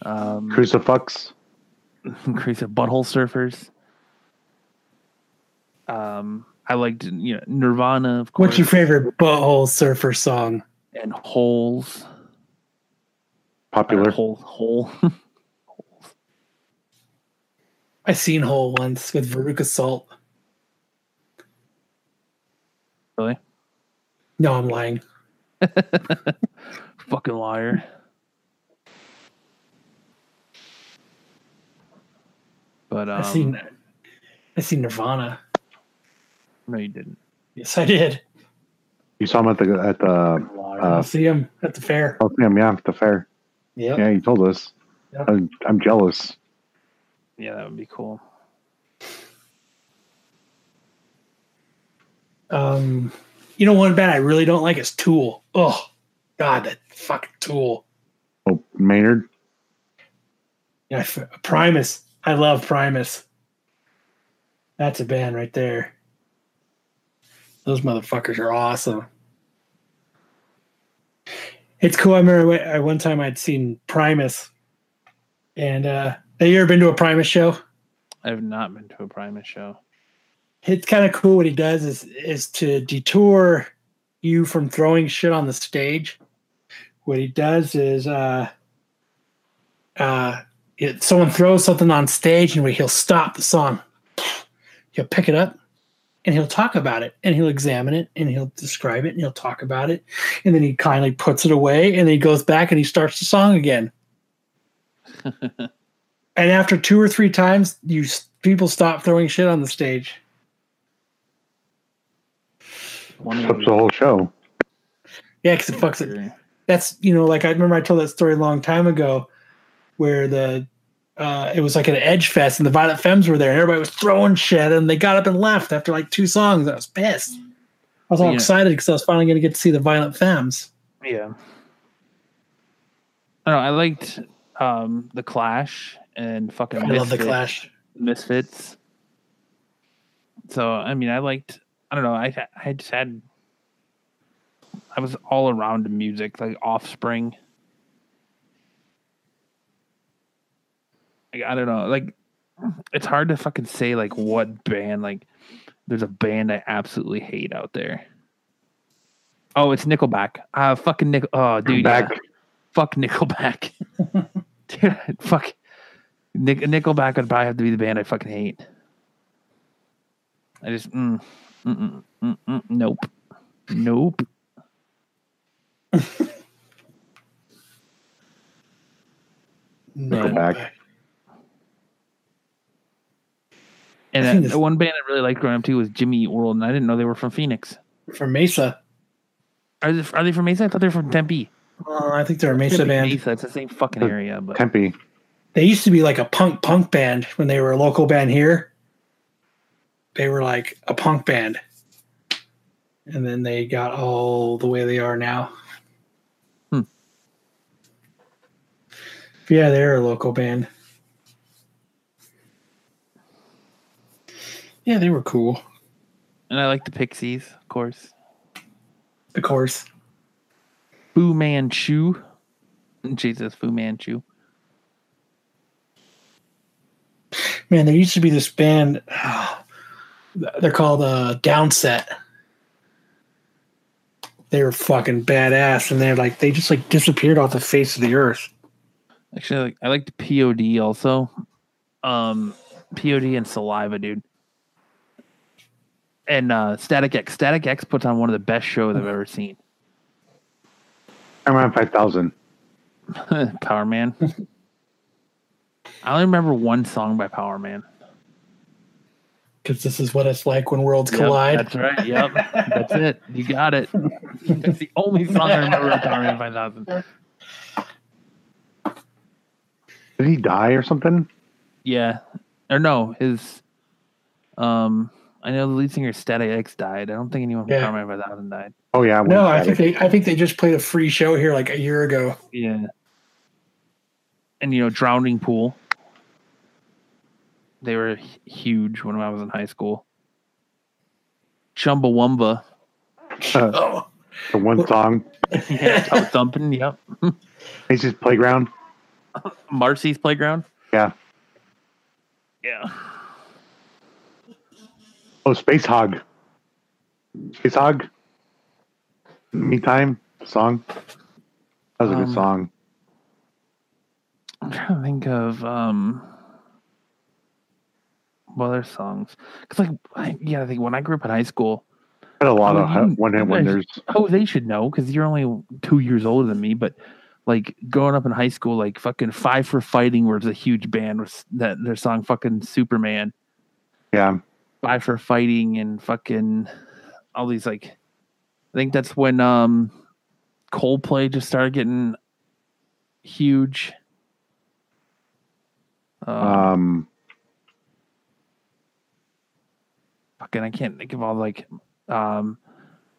Speaker 2: Um, (laughs)
Speaker 4: Crucifix.
Speaker 2: increase of butthole surfers. Um, I liked you know Nirvana of course.
Speaker 3: What's your favorite butthole surfer song?
Speaker 2: and holes.
Speaker 4: Popular.
Speaker 2: Hole hole. (laughs)
Speaker 3: I seen Hole once with Veruca Salt.
Speaker 2: Really?
Speaker 3: No, I'm lying.
Speaker 2: Fucking liar. But um,
Speaker 3: I seen I seen Nirvana.
Speaker 2: no, you didn't.
Speaker 3: Yes, I did.
Speaker 4: You saw him at the at the
Speaker 3: I
Speaker 4: uh,
Speaker 3: see him at the fair.
Speaker 4: Coliseum, yeah, at the fair.
Speaker 3: Yep.
Speaker 4: Yeah, you told us.
Speaker 3: Yep.
Speaker 4: I'm, I'm jealous.
Speaker 2: yeah, that would be cool.
Speaker 3: Um, you know, one band I really don't like is Tool. Oh, God, that fucking Tool.
Speaker 4: Oh, Maynard.
Speaker 3: Yeah, f- Primus. I love Primus. That's a band right there. Those motherfuckers are awesome. uh, It's cool. I remember I went- I- one time I'd seen Primus And uh, have you ever been to a Primus show?
Speaker 2: I've not been to a Primus show.
Speaker 3: It's kind of cool what he does is is to detour you from throwing shit on the stage. What he does is uh, uh, it, someone throws something on stage and he'll stop the song. He'll pick it up and he'll talk about it and he'll examine it and he'll describe it and he'll talk about it. And then he kindly puts it away and then he goes back and he starts the song again. and after two or three times, you s- people stop throwing shit on the stage.
Speaker 2: One
Speaker 4: That's the whole show.
Speaker 3: Yeah, because it fucks it. that's you know like i remember i told that story a long time ago where the uh, it was like an edge fest and the violet femmes were there and everybody was throwing shit and they got up and left after like two songs i was pissed i was all
Speaker 2: Yeah.
Speaker 3: excited because i was finally going to get to see the violet femmes
Speaker 2: Yeah. I don't know. I liked um, the Clash and fucking.
Speaker 3: i love the
Speaker 2: Misfit-
Speaker 3: clash
Speaker 2: Misfits. So I mean, I liked. I don't know. I I just had. I was all around the music, like Offspring. Like, I don't know. Like, it's hard to fucking say like what band. Like, there's a band I absolutely hate out there. Oh, it's Nickelback. Uh fucking Nickel. Oh, dude, yeah
Speaker 4: Back.
Speaker 2: fuck
Speaker 3: (laughs)
Speaker 2: Nickelback. Dude, I'd fuck Nick, Nickelback would probably have to be the band I fucking hate. I just mm, mm, mm, mm, nope, nope.
Speaker 3: no
Speaker 4: Nickelback.
Speaker 2: And
Speaker 3: I think
Speaker 2: uh,
Speaker 3: this-
Speaker 2: the one band I really liked growing up too was Jimmy Eat World, and I didn't know they were from Phoenix.
Speaker 3: from mesa
Speaker 2: Are they, are they from Mesa? I thought they were from Tempe.
Speaker 3: uh, i think they're a mesa
Speaker 2: Tempe,
Speaker 3: band
Speaker 2: Mesa, it's the same fucking
Speaker 4: But
Speaker 2: area, but
Speaker 4: Tempe.
Speaker 3: they used to be like a punk punk band when they were a local band here they were like a punk band and then they got all the way they are now
Speaker 2: Hmm.
Speaker 3: yeah they're a local band yeah they were cool
Speaker 2: and I like the Pixies, of course.
Speaker 3: of course
Speaker 2: Fu Manchu, Jesus, Fu Manchu.
Speaker 3: man there used to be this band (sighs) they're called uh downset they were fucking badass and they're like they just like disappeared off the face of the earth
Speaker 2: Actually, I like, I liked POD also. Um, POD and Saliva, dude. And uh, Static X. Static X puts on one of the best shows I've ever seen. (laughs)
Speaker 4: I'm around 5,000.
Speaker 2: Power Man. I only remember one song by Power Man.
Speaker 3: because this is what it's like when worlds
Speaker 2: Yep,
Speaker 3: collide
Speaker 2: that's right. Yep. that's it. You got it. That's the only song I remember of Power Man 5000.
Speaker 4: Did he die or something?
Speaker 2: Yeah. Or no, his. Um, I know the lead singer Static X died. I don't think anyone from
Speaker 3: Yeah.
Speaker 2: Power Man 5000 died.
Speaker 4: Oh, yeah.
Speaker 3: no i
Speaker 4: Static.
Speaker 3: think they i think they just played a free show here like a year ago
Speaker 2: Yeah. And you know, drowning pool. They were h- huge when I was in high school. Chumbawamba,
Speaker 4: (laughs)
Speaker 3: oh
Speaker 4: uh, the one song.
Speaker 2: yeah, toe thumping, yep.
Speaker 4: Macy's Playground.
Speaker 2: Marcy's playground,
Speaker 4: Yeah.
Speaker 2: yeah.
Speaker 4: Oh, Space Hog. Space Hog. Meantime song. That was a
Speaker 2: Um,
Speaker 4: good song.
Speaker 2: I'm trying to think of um, what other songs. Cause like, I, yeah, I think when I grew up in high school,
Speaker 4: Had a lot
Speaker 2: oh,
Speaker 4: of hi-
Speaker 2: you-
Speaker 4: one hit wonders.
Speaker 2: oh, they should know because you're only two years older than me. But like growing up in high school, like fucking Five for Fighting was a huge band with that their song fucking Superman,
Speaker 4: Yeah.
Speaker 2: Five for Fighting, and fucking all these like. I think that's when um Coldplay just started getting huge. Um,
Speaker 4: Um,
Speaker 2: fucking I can't think of all like um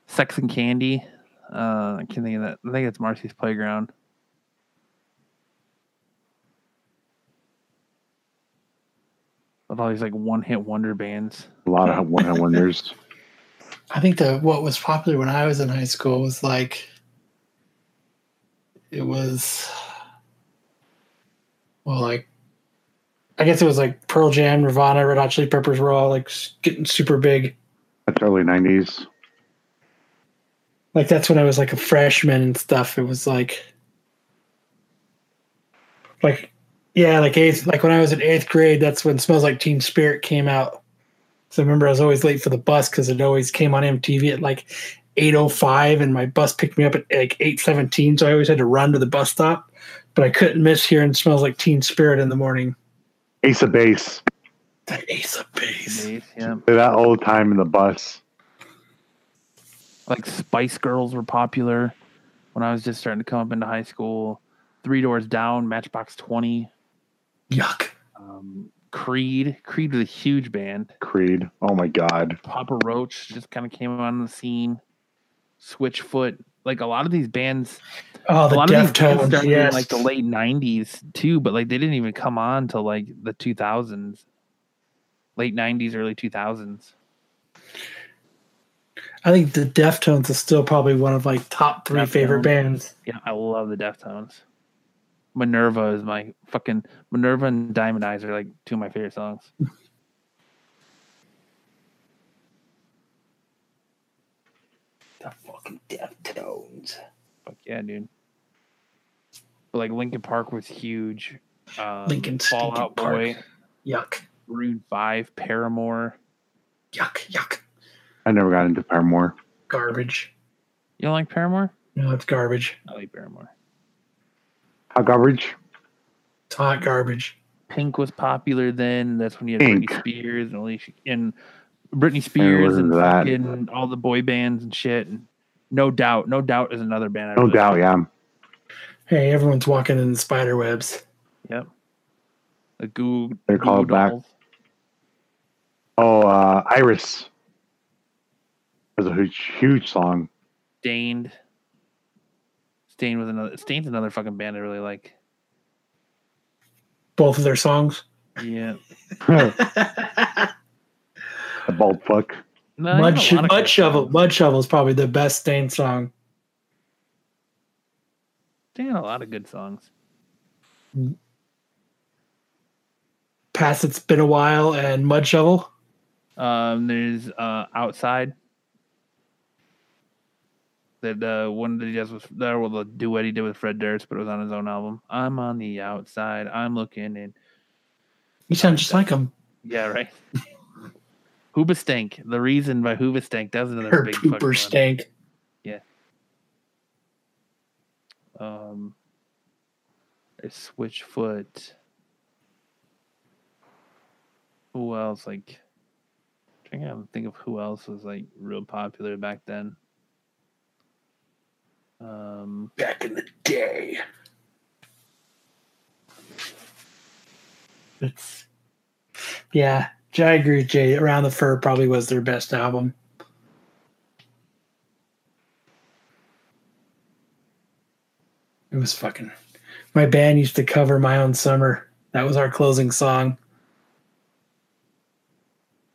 Speaker 2: Sex and Candy. Uh I can't think of that. I think it's Marcy's Playground. With all these like one hit wonder bands.
Speaker 4: a lot of
Speaker 2: (laughs)
Speaker 4: one hit wonders.
Speaker 3: i think the what was popular when i was in high school was like it was well like I guess it was like Pearl Jam, Nirvana, Red Hot Chili Peppers were all like s- getting super big.
Speaker 4: That's early '90s.
Speaker 3: Like that's when I was like a freshman and stuff. It was like, like, yeah, like eighth, like when I was in eighth grade, that's when Smells Like Teen Spirit came out. So I remember I was always late for the bus because it always came on MTV at like eight oh five, and my bus picked me up at like eight seventeen. So I always had to run to the bus stop, but I couldn't miss hearing Smells Like Teen Spirit in the morning.
Speaker 4: Ace of Base.
Speaker 3: That Ace of Base.
Speaker 2: Days, yeah.
Speaker 4: That old time in the bus.
Speaker 2: Like Spice Girls were popular when I was just starting to come up into high school. Three Doors Down, Matchbox Twenty,
Speaker 3: Yuck.
Speaker 2: um, Creed. Creed was a huge band.
Speaker 4: Creed. Oh my God.
Speaker 2: Papa Roach just kind of came on the scene. Switchfoot, like a lot of these bands,
Speaker 3: Oh,
Speaker 2: a
Speaker 3: the
Speaker 2: lot of these bands
Speaker 3: Deftones.
Speaker 2: started
Speaker 3: Yes.
Speaker 2: in like the late '90s too, but like they didn't even come on till like the 2000s, late '90s, early 2000s.
Speaker 3: I think the Deftones is still probably one of like top three
Speaker 2: Deftones.
Speaker 3: favorite bands.
Speaker 2: Yeah, I love the Deftones. Minerva is my fucking Minerva and Diamond Eyes are like two of my favorite songs.
Speaker 3: The fucking Deftones.
Speaker 2: Fuck yeah, dude. But like Linkin Park was huge. Um,
Speaker 3: Linkin
Speaker 2: Fall
Speaker 3: stinking
Speaker 2: Out Boy,
Speaker 3: Yuck.
Speaker 2: Rude Five, Paramore.
Speaker 3: Yuck. Yuck.
Speaker 4: I never got into Paramore.
Speaker 3: Garbage.
Speaker 2: You don't like Paramore?
Speaker 3: No, it's garbage.
Speaker 2: I like Paramore.
Speaker 4: Hot garbage.
Speaker 3: It's hot garbage.
Speaker 2: Pink was popular then. That's when you had
Speaker 4: Pink.
Speaker 2: Britney Spears and Alicia and Britney Spears
Speaker 4: listen
Speaker 2: and
Speaker 4: to that.
Speaker 2: fucking all the boy bands and shit. And no doubt, no doubt is another band. I
Speaker 4: No
Speaker 2: really
Speaker 4: doubt. Yeah.
Speaker 3: Hey, everyone's walking in the spider webs.
Speaker 2: Yep. The Goo.
Speaker 4: They're
Speaker 2: Goo
Speaker 4: called back.
Speaker 2: Dolls.
Speaker 4: Oh, uh, Iris. That was a huge, huge song. (laughs)
Speaker 2: Stained. Stained was another. Stained's another fucking band I really like.
Speaker 3: Both of
Speaker 2: (laughs)
Speaker 3: their songs.
Speaker 2: Yeah.
Speaker 4: the bald fuck.
Speaker 2: No,
Speaker 3: Mud,
Speaker 2: there's a
Speaker 3: Sho-
Speaker 2: lot of
Speaker 3: Mud
Speaker 2: good
Speaker 3: Shovel.
Speaker 2: songs.
Speaker 3: Mud Shovel is probably the best Stain song.
Speaker 2: They had a lot of good songs.
Speaker 3: Past It's Been a While and Mud Shovel.
Speaker 2: Um, there's uh, outside. That uh, one that he does with that well, the duet he did with Fred Durst, but it was on his own album. I'm on the outside. I'm looking in.
Speaker 3: You sound just like them.
Speaker 2: Yeah, right. Hoobastank. The reason by Hoobastank. That was another
Speaker 3: Her
Speaker 2: big fucking
Speaker 3: pooper
Speaker 2: one.
Speaker 3: stank.
Speaker 2: Um, there's Switchfoot. Who else? Like, trying to think of who else was like real popular back then. Um,
Speaker 3: Back in the day. It's yeah, Jay, I agree with Jay. Around the Fur probably was their best album. It was fucking. My band used to cover "My Own Summer." That was our closing song.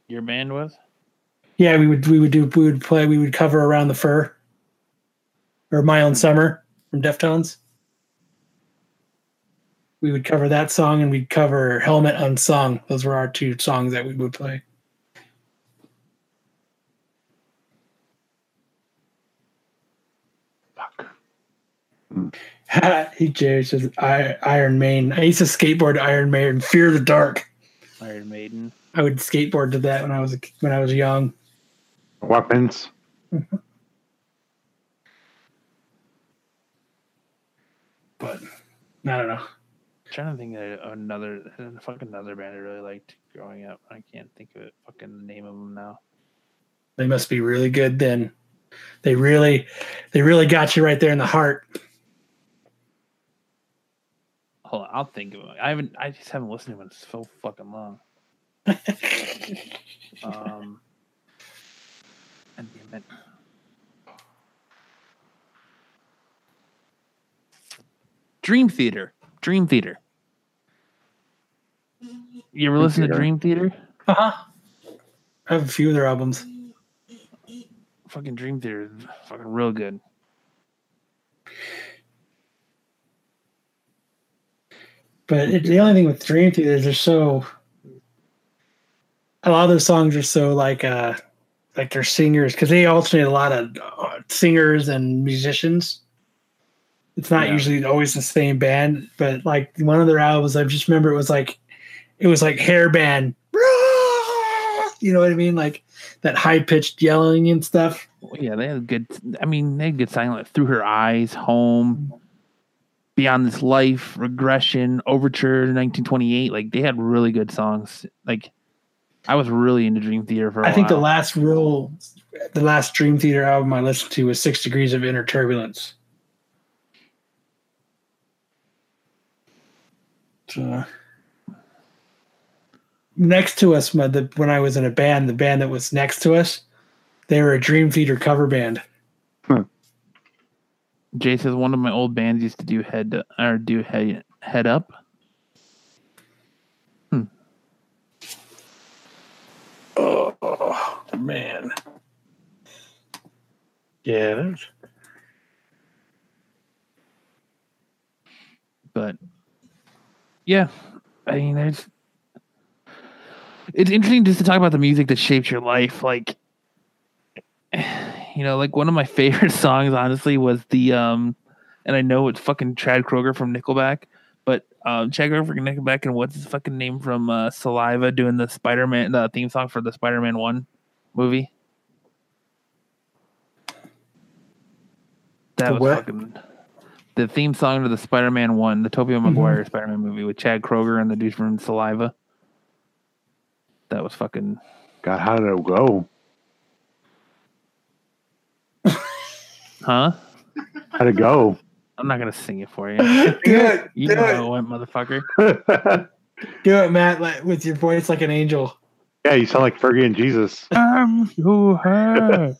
Speaker 2: your band was
Speaker 3: Yeah, we would we would do we would play we would cover "Around the Fur" or "My Own Summer" from Deftones. We would cover that song and we'd cover "Helmet Unsung." Those were our two songs that we would play.
Speaker 4: Fuck.
Speaker 3: (laughs) he Jerry says I, Iron Maiden. I used to skateboard to Iron Maiden, Fear the Dark.
Speaker 2: Iron Maiden.
Speaker 3: I would skateboard to that when I was a- when I was young.
Speaker 4: Weapons.
Speaker 3: But I don't know.
Speaker 2: trying to think of another fucking another band I really liked growing up. I can't think of it. Fucking the name of them now.
Speaker 3: They must be really good then. They really they really got you right there in the heart.
Speaker 2: Hold on, I'll think of it. I haven't. I just haven't listened to it. in so fucking long. um, and damn it. Dream Theater. Dream Theater. You ever listen to
Speaker 4: Theater.
Speaker 2: Dream Theater?
Speaker 3: Uh-huh. I have a few of their albums.
Speaker 2: Fucking Dream Theater is fucking real good.
Speaker 3: But it, the only thing with Dream Theater is they're so. A lot of those songs are so like, uh like they're singers because they alternate a lot of uh, singers and musicians. It's not
Speaker 2: Yeah.
Speaker 3: usually always the same band, but like one of their albums, I just remember it was like, it was like hair band. (laughs) You know what I mean? Like that high pitched yelling and stuff.
Speaker 2: Yeah, they had good. I mean, they had good sign like through her eyes, home, beyond this life, regression, overture, 1928. Like they had really good songs. Like I was really into Dream Theater for. I
Speaker 3: I think the last real, the last Dream Theater album I listened to was Six Degrees of Inner Turbulence. So, next to us, my, the, when I was in a band, the band that was next to us, they were a Dream Theater cover band.
Speaker 2: Jay says one of my old bands used to do head to- or do head head up. Hmm.
Speaker 3: Oh man, yeah, that was-
Speaker 2: but yeah, I mean, there's. It's interesting just to talk about the music that shapes your life. Like, you know, like one of my (laughs) favorite songs, honestly, was the um, and I know it's fucking Chad Kroger from Nickelback, but um, Chad Kroger from Nickelback and what's his fucking name from uh, Saliva doing the Spider Man the theme song for the Spider Man One movie. That
Speaker 3: The
Speaker 2: was
Speaker 3: what?
Speaker 2: fucking the theme song to the Spider Man One, the Tobey
Speaker 3: Mm-hmm.
Speaker 2: Maguire Spider Man movie with Chad Kroger and the dude from Saliva. That was fucking.
Speaker 4: God, how did it go?
Speaker 2: Huh?
Speaker 4: How'd it go? (laughs)
Speaker 2: I'm not gonna sing it for
Speaker 3: (laughs)
Speaker 2: you.
Speaker 3: (laughs) do
Speaker 2: You
Speaker 3: Do
Speaker 2: know
Speaker 3: it.
Speaker 2: how it went, motherfucker.
Speaker 4: yeah,
Speaker 3: it, do it, Matt, like, with your voice like an (laughs) angel.
Speaker 4: you sound like Fergie and Jesus.
Speaker 2: (laughs) I'm so high.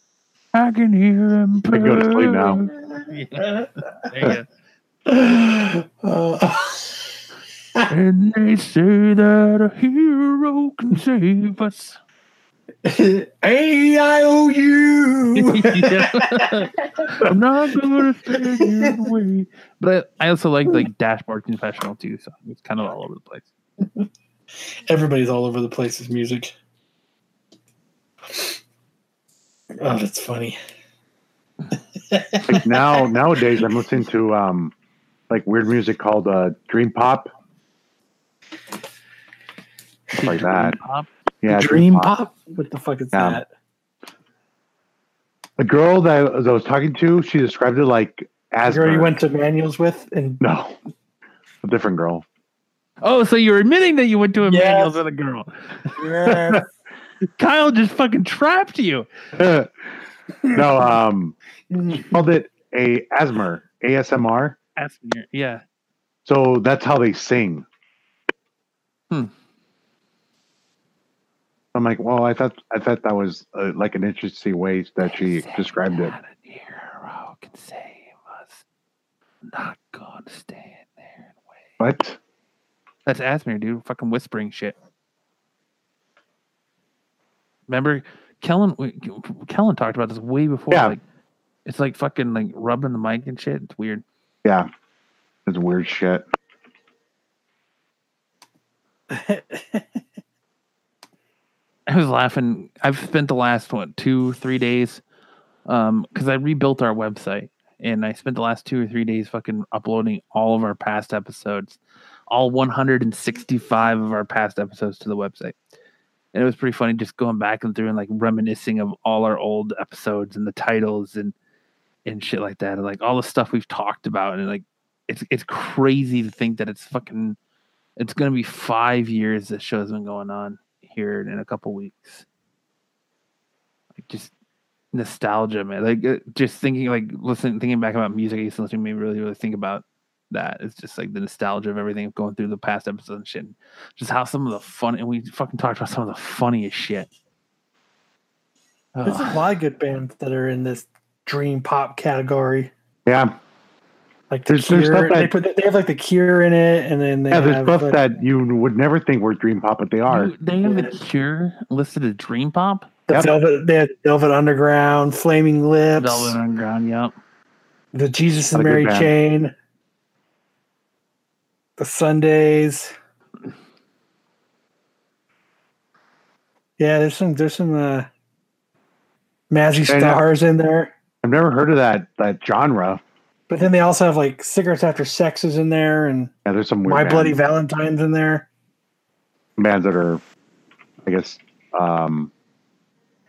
Speaker 2: I can hear him.
Speaker 4: I can go to sleep now.
Speaker 2: Yeah. There you go.
Speaker 3: Uh,
Speaker 2: And they say that a hero can save (laughs) us.
Speaker 3: A I O (laughs) U.
Speaker 2: Yeah. I'm not (laughs) gonna take it away. But I, I also like like Dashboard Confessional too, so it's kind of all over the place.
Speaker 3: Everybody's all over the place with music. Oh, that's funny.
Speaker 4: Like now, nowadays, I'm listening to um, like weird music called uh, dream pop. Like that.
Speaker 2: Pop.
Speaker 4: Yeah,
Speaker 3: Dream pop? What the fuck is
Speaker 4: Yeah.
Speaker 3: that?
Speaker 4: The girl that I, that I was talking to, she described it like
Speaker 3: The
Speaker 4: as
Speaker 3: girl you went to manuals with
Speaker 2: (laughs)
Speaker 3: and
Speaker 4: no, a different girl. (laughs)
Speaker 2: Oh, so you're admitting that you went to
Speaker 3: Yes.
Speaker 2: Emmanuel's with a girl. Kyle just fucking trapped you.
Speaker 4: no, um, called it a ASMR, ASMR.
Speaker 2: Asking your- Yeah.
Speaker 4: So that's how they sing.
Speaker 2: Hmm.
Speaker 4: I'm like, well, I thought I thought that was uh, like an interesting way that she described it.
Speaker 2: Not a hero can save us. Not gonna stand there and wait.
Speaker 4: But
Speaker 2: That's Asmir, dude. Fucking whispering shit. Remember, Kellen? w- Kellen talked about this way before.
Speaker 4: Yeah.
Speaker 2: Like, it's like fucking like rubbing the mic and shit. It's weird.
Speaker 4: yeah, it's weird shit.
Speaker 2: I was laughing. I've spent the last one, two, three days, um, because I rebuilt our website and I spent the last two or three days fucking uploading all of our past episodes, all 165 of our past episodes to the website. And it was pretty funny just going back and through and like reminiscing of all our old episodes and the titles and and shit like that and like all the stuff we've talked about and like it's it's crazy to think that it's fucking it's gonna be five years this show's been going on here in a couple weeks. Like just nostalgia, man. Like uh, just thinking, like listen, thinking back about music I used to listen to, made me really, really think about that. It's just like the nostalgia of everything, of going through the past episodes and shit. and Just how some of the fun, and we fucking talked about some of the funniest shit.
Speaker 3: There's
Speaker 2: Ugh.
Speaker 3: a lot of good bands that are in this dream pop category.
Speaker 4: Yeah,
Speaker 3: Like the
Speaker 4: There's-
Speaker 3: Cure,
Speaker 4: there's stuff that-
Speaker 3: they put they have like the Cure in it, and then they
Speaker 4: yeah. There's
Speaker 3: have
Speaker 4: stuff
Speaker 3: like-
Speaker 4: that you would never think were dream pop, but they are.
Speaker 2: Dude, they have the Cure listed as Dream Pop.
Speaker 3: the
Speaker 4: Yep.
Speaker 3: Velvet, they had Velvet Underground, Flaming Lips,
Speaker 2: Velvet Underground, yep.
Speaker 3: the Jesus
Speaker 4: Not
Speaker 3: and
Speaker 4: a good
Speaker 3: Mary
Speaker 4: band.
Speaker 3: Chain.
Speaker 5: the Sundays. Yeah, there's some there's some uh, magic
Speaker 4: I know.
Speaker 5: stars in there,
Speaker 4: I've never heard of that that genre.
Speaker 5: but then they also have like cigarettes after sex is in there, and
Speaker 4: Yeah, there's some weird
Speaker 5: my
Speaker 4: bands,
Speaker 5: bloody Valentine's in there.
Speaker 4: bands that are, I guess, um,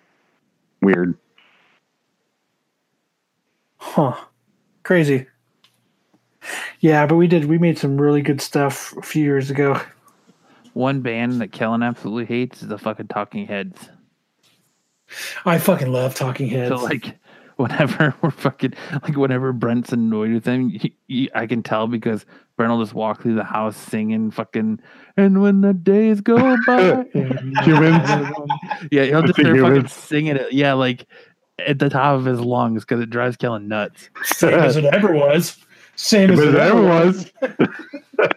Speaker 5: (laughs)
Speaker 4: weird.
Speaker 5: Huh. Crazy. Yeah, but we did. We made some really good stuff a few years ago.
Speaker 2: One band that Kellen absolutely hates is the fucking Talking Heads.
Speaker 3: I fucking love Talking Heads.
Speaker 2: So like, (laughs) whenever we're fucking like, whenever Brent's annoyed with him, he, he, I can tell because Brent will just walk through the house singing fucking. And when the days
Speaker 3: (laughs)
Speaker 2: go by,
Speaker 4: Humans.
Speaker 2: yeah, he'll just
Speaker 4: think
Speaker 2: start
Speaker 4: he
Speaker 2: fucking
Speaker 4: lives-
Speaker 2: singing it. Yeah, like at the top of his lungs because it drives Kellen nuts.
Speaker 3: Same as it ever was. Same as
Speaker 4: But
Speaker 3: it
Speaker 4: there
Speaker 3: ever was.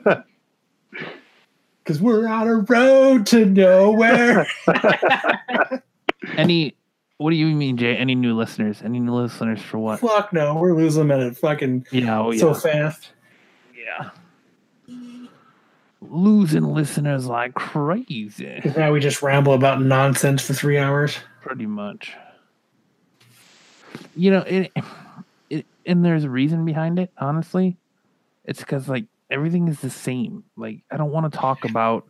Speaker 4: was.
Speaker 3: Because we're on a road
Speaker 2: (laughs)
Speaker 3: to nowhere.
Speaker 2: Any, what do you mean, Jay? Any new listeners? Any new listeners for what?
Speaker 3: Fuck no, we're losing them at a fucking
Speaker 2: Yeah, oh, yeah,
Speaker 3: so fast.
Speaker 2: yeah. Losing listeners like crazy,
Speaker 3: 'Cause now we just ramble about nonsense for three hours.
Speaker 2: pretty much. You know it, it, and there's a reason behind it. Honestly, it's because like everything is the same. Like I don't want to talk about.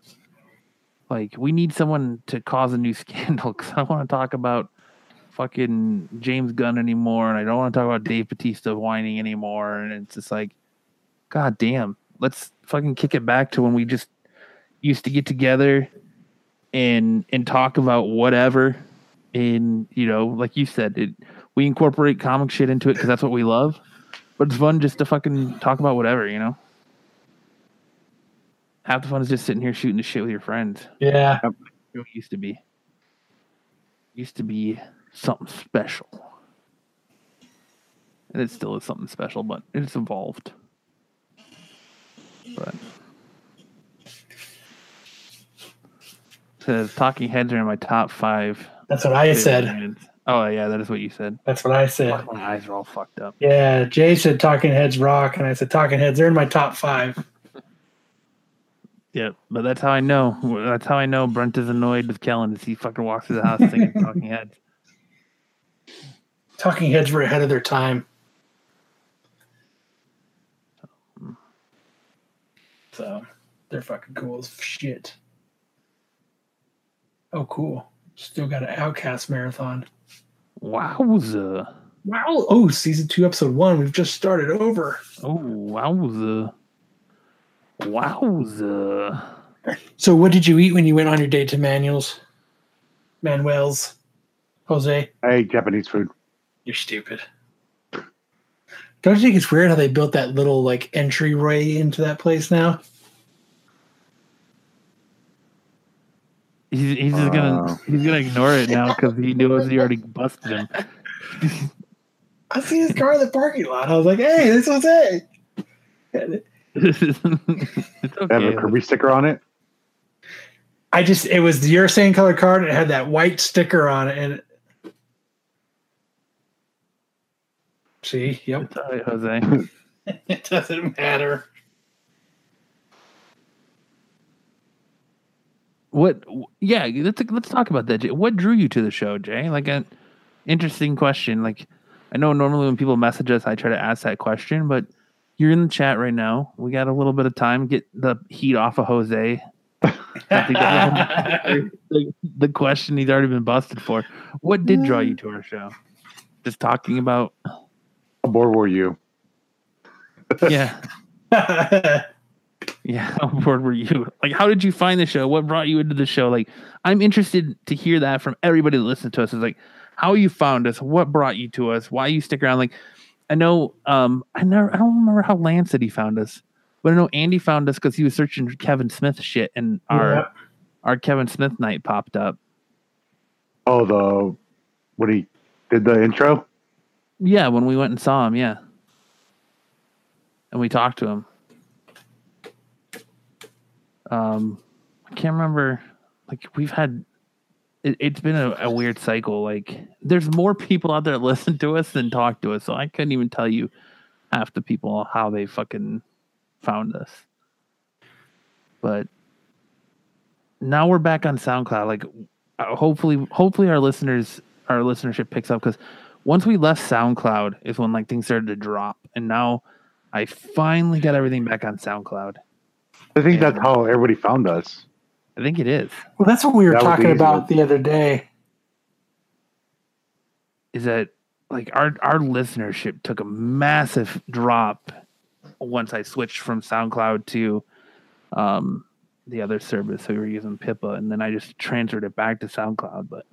Speaker 2: Like we need someone to cause a new (laughs) scandal because I don't want to talk about fucking James Gunn anymore, and I don't want to talk about Dave Batista whining anymore. And it's just like, god damn, let's fucking kick it back to when we just used to get together and and talk about whatever. And you know, like you said, it we incorporate comic shit into it because that's what we love. But it's fun just to fucking talk about whatever, you know. Half the fun is just sitting here shooting the shit with your friends.
Speaker 3: Yeah.
Speaker 2: You know, it used to be. Used to be something special. And it still is something special, but it's evolved. But says talking heads are in my top five.
Speaker 3: That's what I
Speaker 2: favorite
Speaker 3: said.
Speaker 2: bands. Oh yeah, that is what you said.
Speaker 3: That's what I said.
Speaker 2: My eyes are all fucked up.
Speaker 3: Yeah, Jay said Talking Heads rock, and I said Talking Heads. They're in my top five.
Speaker 2: Yeah, but that's how I know. That's how I know Brent is annoyed with Kellen is he fucking walks through the house (laughs) singing talking heads.
Speaker 3: Talking Heads were ahead of their time. So they're fucking cool as shit. Oh, cool. Still got an Outcast marathon.
Speaker 2: Wowza.
Speaker 3: Wow. Oh, season two, episode one. We've just started over.
Speaker 2: Oh, wowza. Wowza.
Speaker 3: So, what did you eat when you went on your date to Manuel's? Manuel's? Jose?
Speaker 4: I ate Japanese food.
Speaker 3: You're stupid. Don't you think it's weird how they built that little like entryway into that place now?
Speaker 2: He's, he's just
Speaker 4: Uh.
Speaker 2: gonna he's gonna ignore it now because he knows he already busted him. (laughs)
Speaker 3: I see his car in the parking lot. I was like, hey, this was it.
Speaker 2: it's
Speaker 4: They have
Speaker 2: okay.
Speaker 4: a Kirby sticker on it.
Speaker 3: I just it was the Ursan color card and it had that white sticker on it and see, yep.
Speaker 2: It's all right, Jose.
Speaker 3: (laughs) It doesn't (laughs) matter.
Speaker 2: What? Yeah, let's let's talk about that. Jay. What drew you to the show, Jay? Like an interesting question. Like I know normally when people message us, I try to ask that question, but you're in the chat right now. We got a little bit of time. Get the heat off of Jose. I think that's the, the question he's already been busted for. What did draw you to our show? Just talking about
Speaker 4: How bored were you?
Speaker 2: yeah, yeah. (laughs) How bored were you? Like, how did you find the show? What brought you into the show? Like, I'm interested to hear that from everybody that listens to us. Is like, how you found us? What brought you to us? Why you stick around? Like, I know, um, I never, I don't remember how Lance said he found us, but I know Andy found us because he was searching Kevin Smith shit, and our
Speaker 3: Yep.
Speaker 2: our Kevin Smith night popped up.
Speaker 4: Oh, the when he did the intro.
Speaker 2: Yeah, when we went and saw him, yeah. And we talked to him. Um I can't remember like we've had it, it's been a, a weird cycle. Like there's more people out there that (laughs) listen to us than talk to us, so I couldn't even tell you half the people how they fucking found us. But now we're back on SoundCloud. Like, uh, hopefully, hopefully our listeners, our listenership picks up because once we left SoundCloud is when like things started to drop, and now I finally got everything back on SoundCloud.
Speaker 4: I think that's how everybody found us.
Speaker 2: I think it is.
Speaker 5: Well, that's what we were
Speaker 4: That would be
Speaker 5: talking
Speaker 4: easy.
Speaker 5: about the other day.
Speaker 3: (laughs)
Speaker 2: Is that like our our listenership took a massive drop once I switched from SoundCloud to um the other service. So we were using Pippa, and then I just transferred it back to SoundCloud. But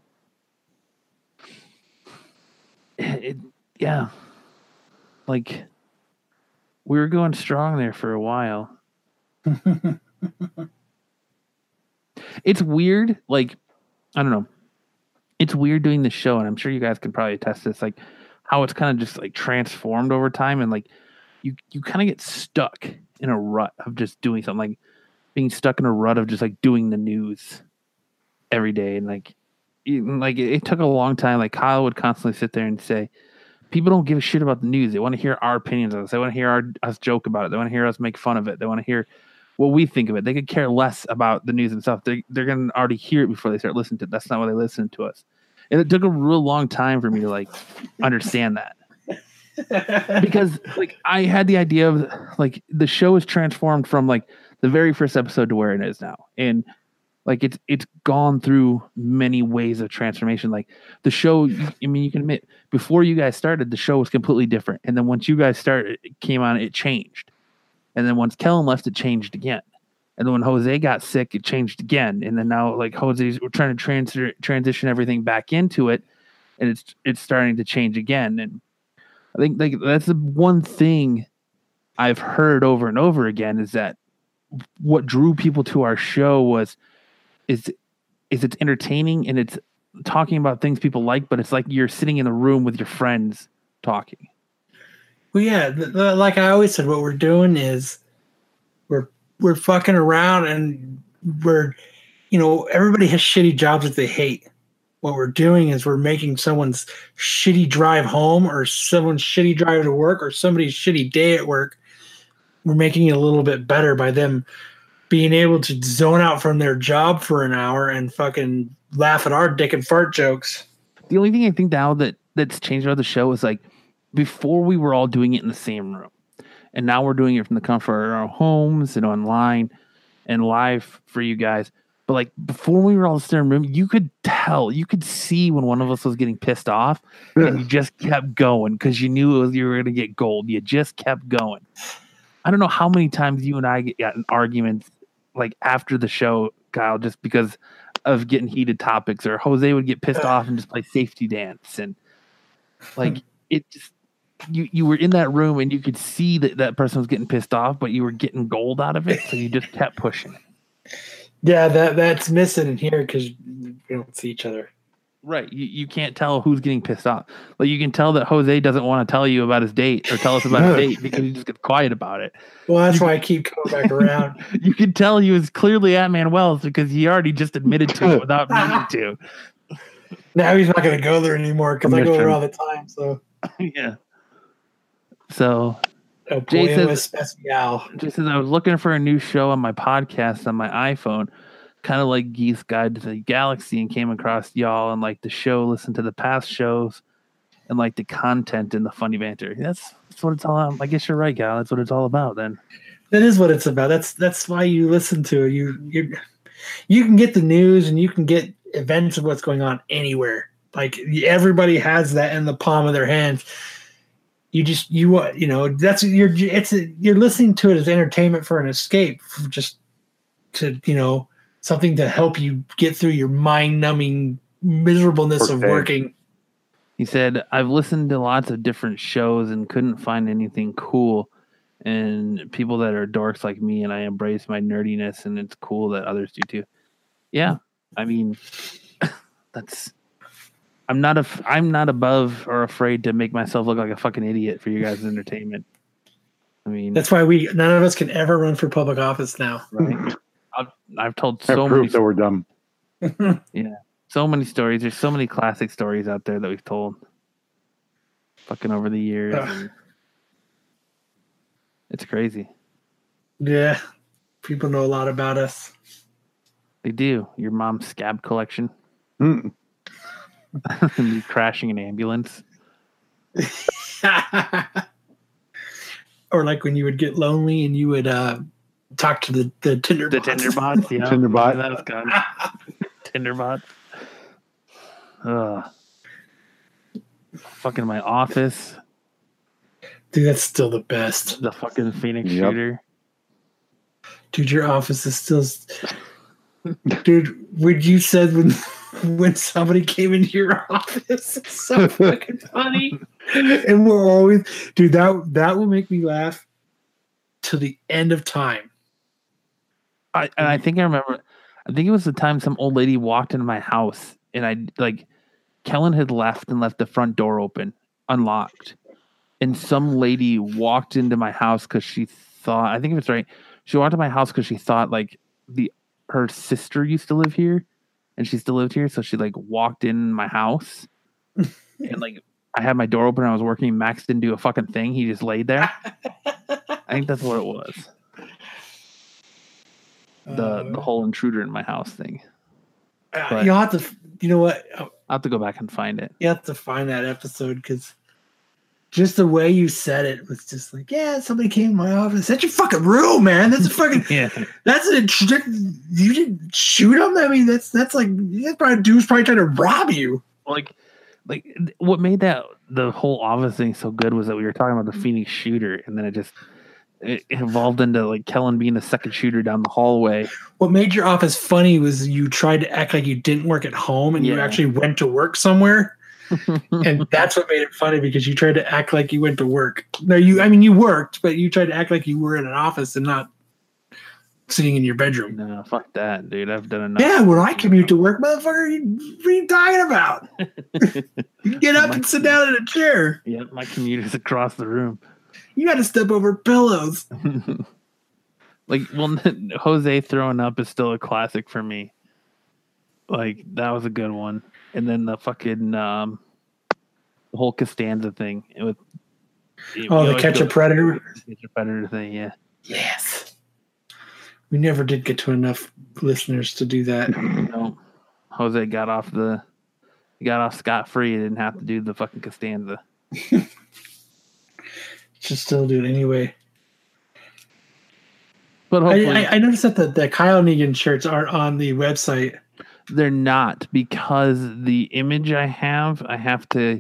Speaker 2: it, it- yeah, like we were going strong there for a while. it's weird, like I don't know. It's weird doing the show, and I'm sure you guys can probably attest to this, like how it's kind of just like transformed over time, and like you you kind of get stuck in a rut of just doing something, like being stuck in a rut of just like doing the news every day, and like you- like it, it took a long time. Like Kyle would constantly sit there and say, "People don't give a shit about the news. They want to hear our opinions on this. They want to hear our us joke about it. They want to hear us make fun of it. They want to hear." What we think of it, they could care less about the news themselves. They they're gonna already hear it before they start listening to it. That's not why they listen to us and it took a real long time for me to like understand that because like i had the idea of like the show is transformed from like the very first episode to where it is now and like it's it's gone through many ways of transformation like the show you- i mean you can admit before you guys started the show was completely different and then once you guys started it came on it changed and then once kellen left it changed again and then when Jose got sick, it changed again. And then now, like Jose's, we're trying to trans- transition everything back into it, and it's it's starting to change again. And I think like that's the one thing I've heard over and over again is that what drew people to our show was is is it's entertaining and it's talking about things people like, but it's like you're sitting in the room with your friends talking.
Speaker 5: Well, yeah,
Speaker 3: th- th- like I always said, what we're doing is we're we're fucking around and we're you know everybody has shitty jobs that they hate. What we're doing is we're making someone's shitty drive home or someone's shitty drive to work or somebody's shitty day at work. We're making it a little bit better by them being able to zone out from their job for an hour and fucking laugh at our dick and fart jokes.
Speaker 2: the only thing I think now that that's changed about the show is like before we were all doing it in the same room, and now we're doing it from the comfort of our homes and online and live for you guys. But like before we were all in the same room, you could tell, you could see when one of us was getting pissed off, and you just kept going because you knew it was, you were going to get gold. You just kept going. I don't know how many times you and I get- got in arguments like after the show, Kyle, just because of getting heated topics or Jose would get pissed off (sighs) and just play safety dance and like it just you you were in that room and you could see that that person was getting pissed off but you were getting gold out of it so you just kept pushing
Speaker 5: yeah, that that's missing in here because we don't see each other.
Speaker 2: right you, you can't tell who's getting pissed off like you can tell that Jose doesn't want to tell you about his date or tell us about his date because he just gets quiet about it
Speaker 5: Well, that's why I keep coming back around.
Speaker 2: you can tell he was clearly at Manuel's because he already just admitted to it (laughs) without needing to
Speaker 5: Now he's not going to go there anymore because I go
Speaker 4: Commission.
Speaker 5: there all the time. So,
Speaker 2: yeah so
Speaker 5: oh,
Speaker 2: Jay
Speaker 5: boy,
Speaker 2: says-
Speaker 5: it was special.
Speaker 2: just says I was looking for a new show on my podcast on my iPhone, kind of like Geese Guide to the Galaxy, and came across y'all and like the show, listened to the past shows, and like the content and the funny banter. That's that's what it's all. About. I guess you're right, Gal. That's what it's all about. Then
Speaker 5: That is what it's about. That's that's why you listen to it. You you you can get the news and you can get events of what's going on anywhere. Like everybody has that in the palm of their hands. You just you what you know that's you're it's a, you're listening to it as entertainment for an escape, for just to you know something to help you get through your mind numbing miserableness of
Speaker 4: Okay.
Speaker 5: working.
Speaker 2: he said, "I've listened to lots of different shows and couldn't find anything cool." And people that are dorks like me, and I embrace my nerdiness, and it's cool that others do too. Yeah, I mean, (laughs) that's I'm not a I'm not above or afraid to make myself look like a fucking idiot for you guys' entertainment. I mean,
Speaker 5: That's why we none of us can ever run for public office now.
Speaker 2: right. I've, I've told
Speaker 4: That
Speaker 2: so many
Speaker 4: proves that we're dumb.
Speaker 2: so many stories. There's so many classic stories out there that we've told, fucking over the years.
Speaker 5: Ugh.
Speaker 2: and it's crazy.
Speaker 5: Yeah,
Speaker 3: People know a lot about us.
Speaker 2: They do. Your mom's scab collection. (laughs)
Speaker 4: Mm.
Speaker 2: you crashing an ambulance.
Speaker 3: (laughs) or like when you would get lonely and you would uh, talk to the the Tinder
Speaker 2: The Tinder bots.
Speaker 3: bots.
Speaker 2: (laughs) Yeah.
Speaker 4: Tinder bot.
Speaker 2: That was (laughs) gone. Tinder bots. Ugh. Fucking my office.
Speaker 3: (laughs) Dude, that's still the best.
Speaker 2: The fucking Phoenix
Speaker 4: Yep.
Speaker 2: shooter.
Speaker 3: Dude, your office is still. s- Dude, would you said when (laughs) when somebody came into your (laughs) office? It's so fucking funny. And we're always, dude. That that will make me laugh to the end of time.
Speaker 2: I and I think I remember. I think it was the time some old lady walked into my house, and I like, Kellen had left and left the front door open, unlocked, and some lady walked into my house because she thought I think it was right. She walked to my house because she thought like the her sister used to live here, and she still lived here, so she like walked in my house, and like I had my door open. I was working. Max didn't do a fucking thing. He just laid there. I think that's what it was the the whole intruder in my house thing.
Speaker 3: Uh,
Speaker 2: but-
Speaker 3: you'll have to. f- You know what? Uh,
Speaker 2: I'll have to go back and find it.
Speaker 3: You have to find that episode because just the way you said it was just like, yeah, somebody came in my office. That's your fucking room, man. That's a fucking.
Speaker 2: (laughs) Yeah.
Speaker 3: That's an intr- you didn't shoot him. I mean, that's that's like that probably dude's probably trying to rob you.
Speaker 2: Like like th- what made that the whole office thing so good was that we were talking about the Phoenix shooter and then it just it it evolved into like Kellen being the second shooter down the hallway.
Speaker 3: What made your office funny was you tried to act like you didn't work at home and you
Speaker 2: Yeah.
Speaker 3: actually went to work somewhere, and that's what made it funny because you tried to act like you went to work. No, you. I mean, you worked, but you tried to act like you were in an office and not sitting in your bedroom.
Speaker 2: No, uh, fuck that, dude. I've done enough.
Speaker 3: Yeah, when I commute to work, motherfucker, you, what are you talking about? you get up and sit down in a chair.
Speaker 2: Yeah, my commute is across the room.
Speaker 3: You got to step over pillows.
Speaker 2: like, well, (laughs) Jose throwing up is still a classic for me. Like that was a good one, and then the fucking um, the whole Costanza thing with we
Speaker 3: Oh, the
Speaker 2: always
Speaker 3: catch a
Speaker 2: go-
Speaker 3: predator.
Speaker 2: catch a predator thing. Yeah,
Speaker 3: Yes. We never did get to enough listeners to do that.
Speaker 2: no, Jose got off the he got off scot free. He didn't have to do the fucking Costanza.
Speaker 3: Should still do it anyway.
Speaker 2: But
Speaker 3: I,
Speaker 2: hopefully
Speaker 3: I, I noticed that the, the Kyle Negan shirts aren't on the website.
Speaker 2: they're not because the image I have, I have to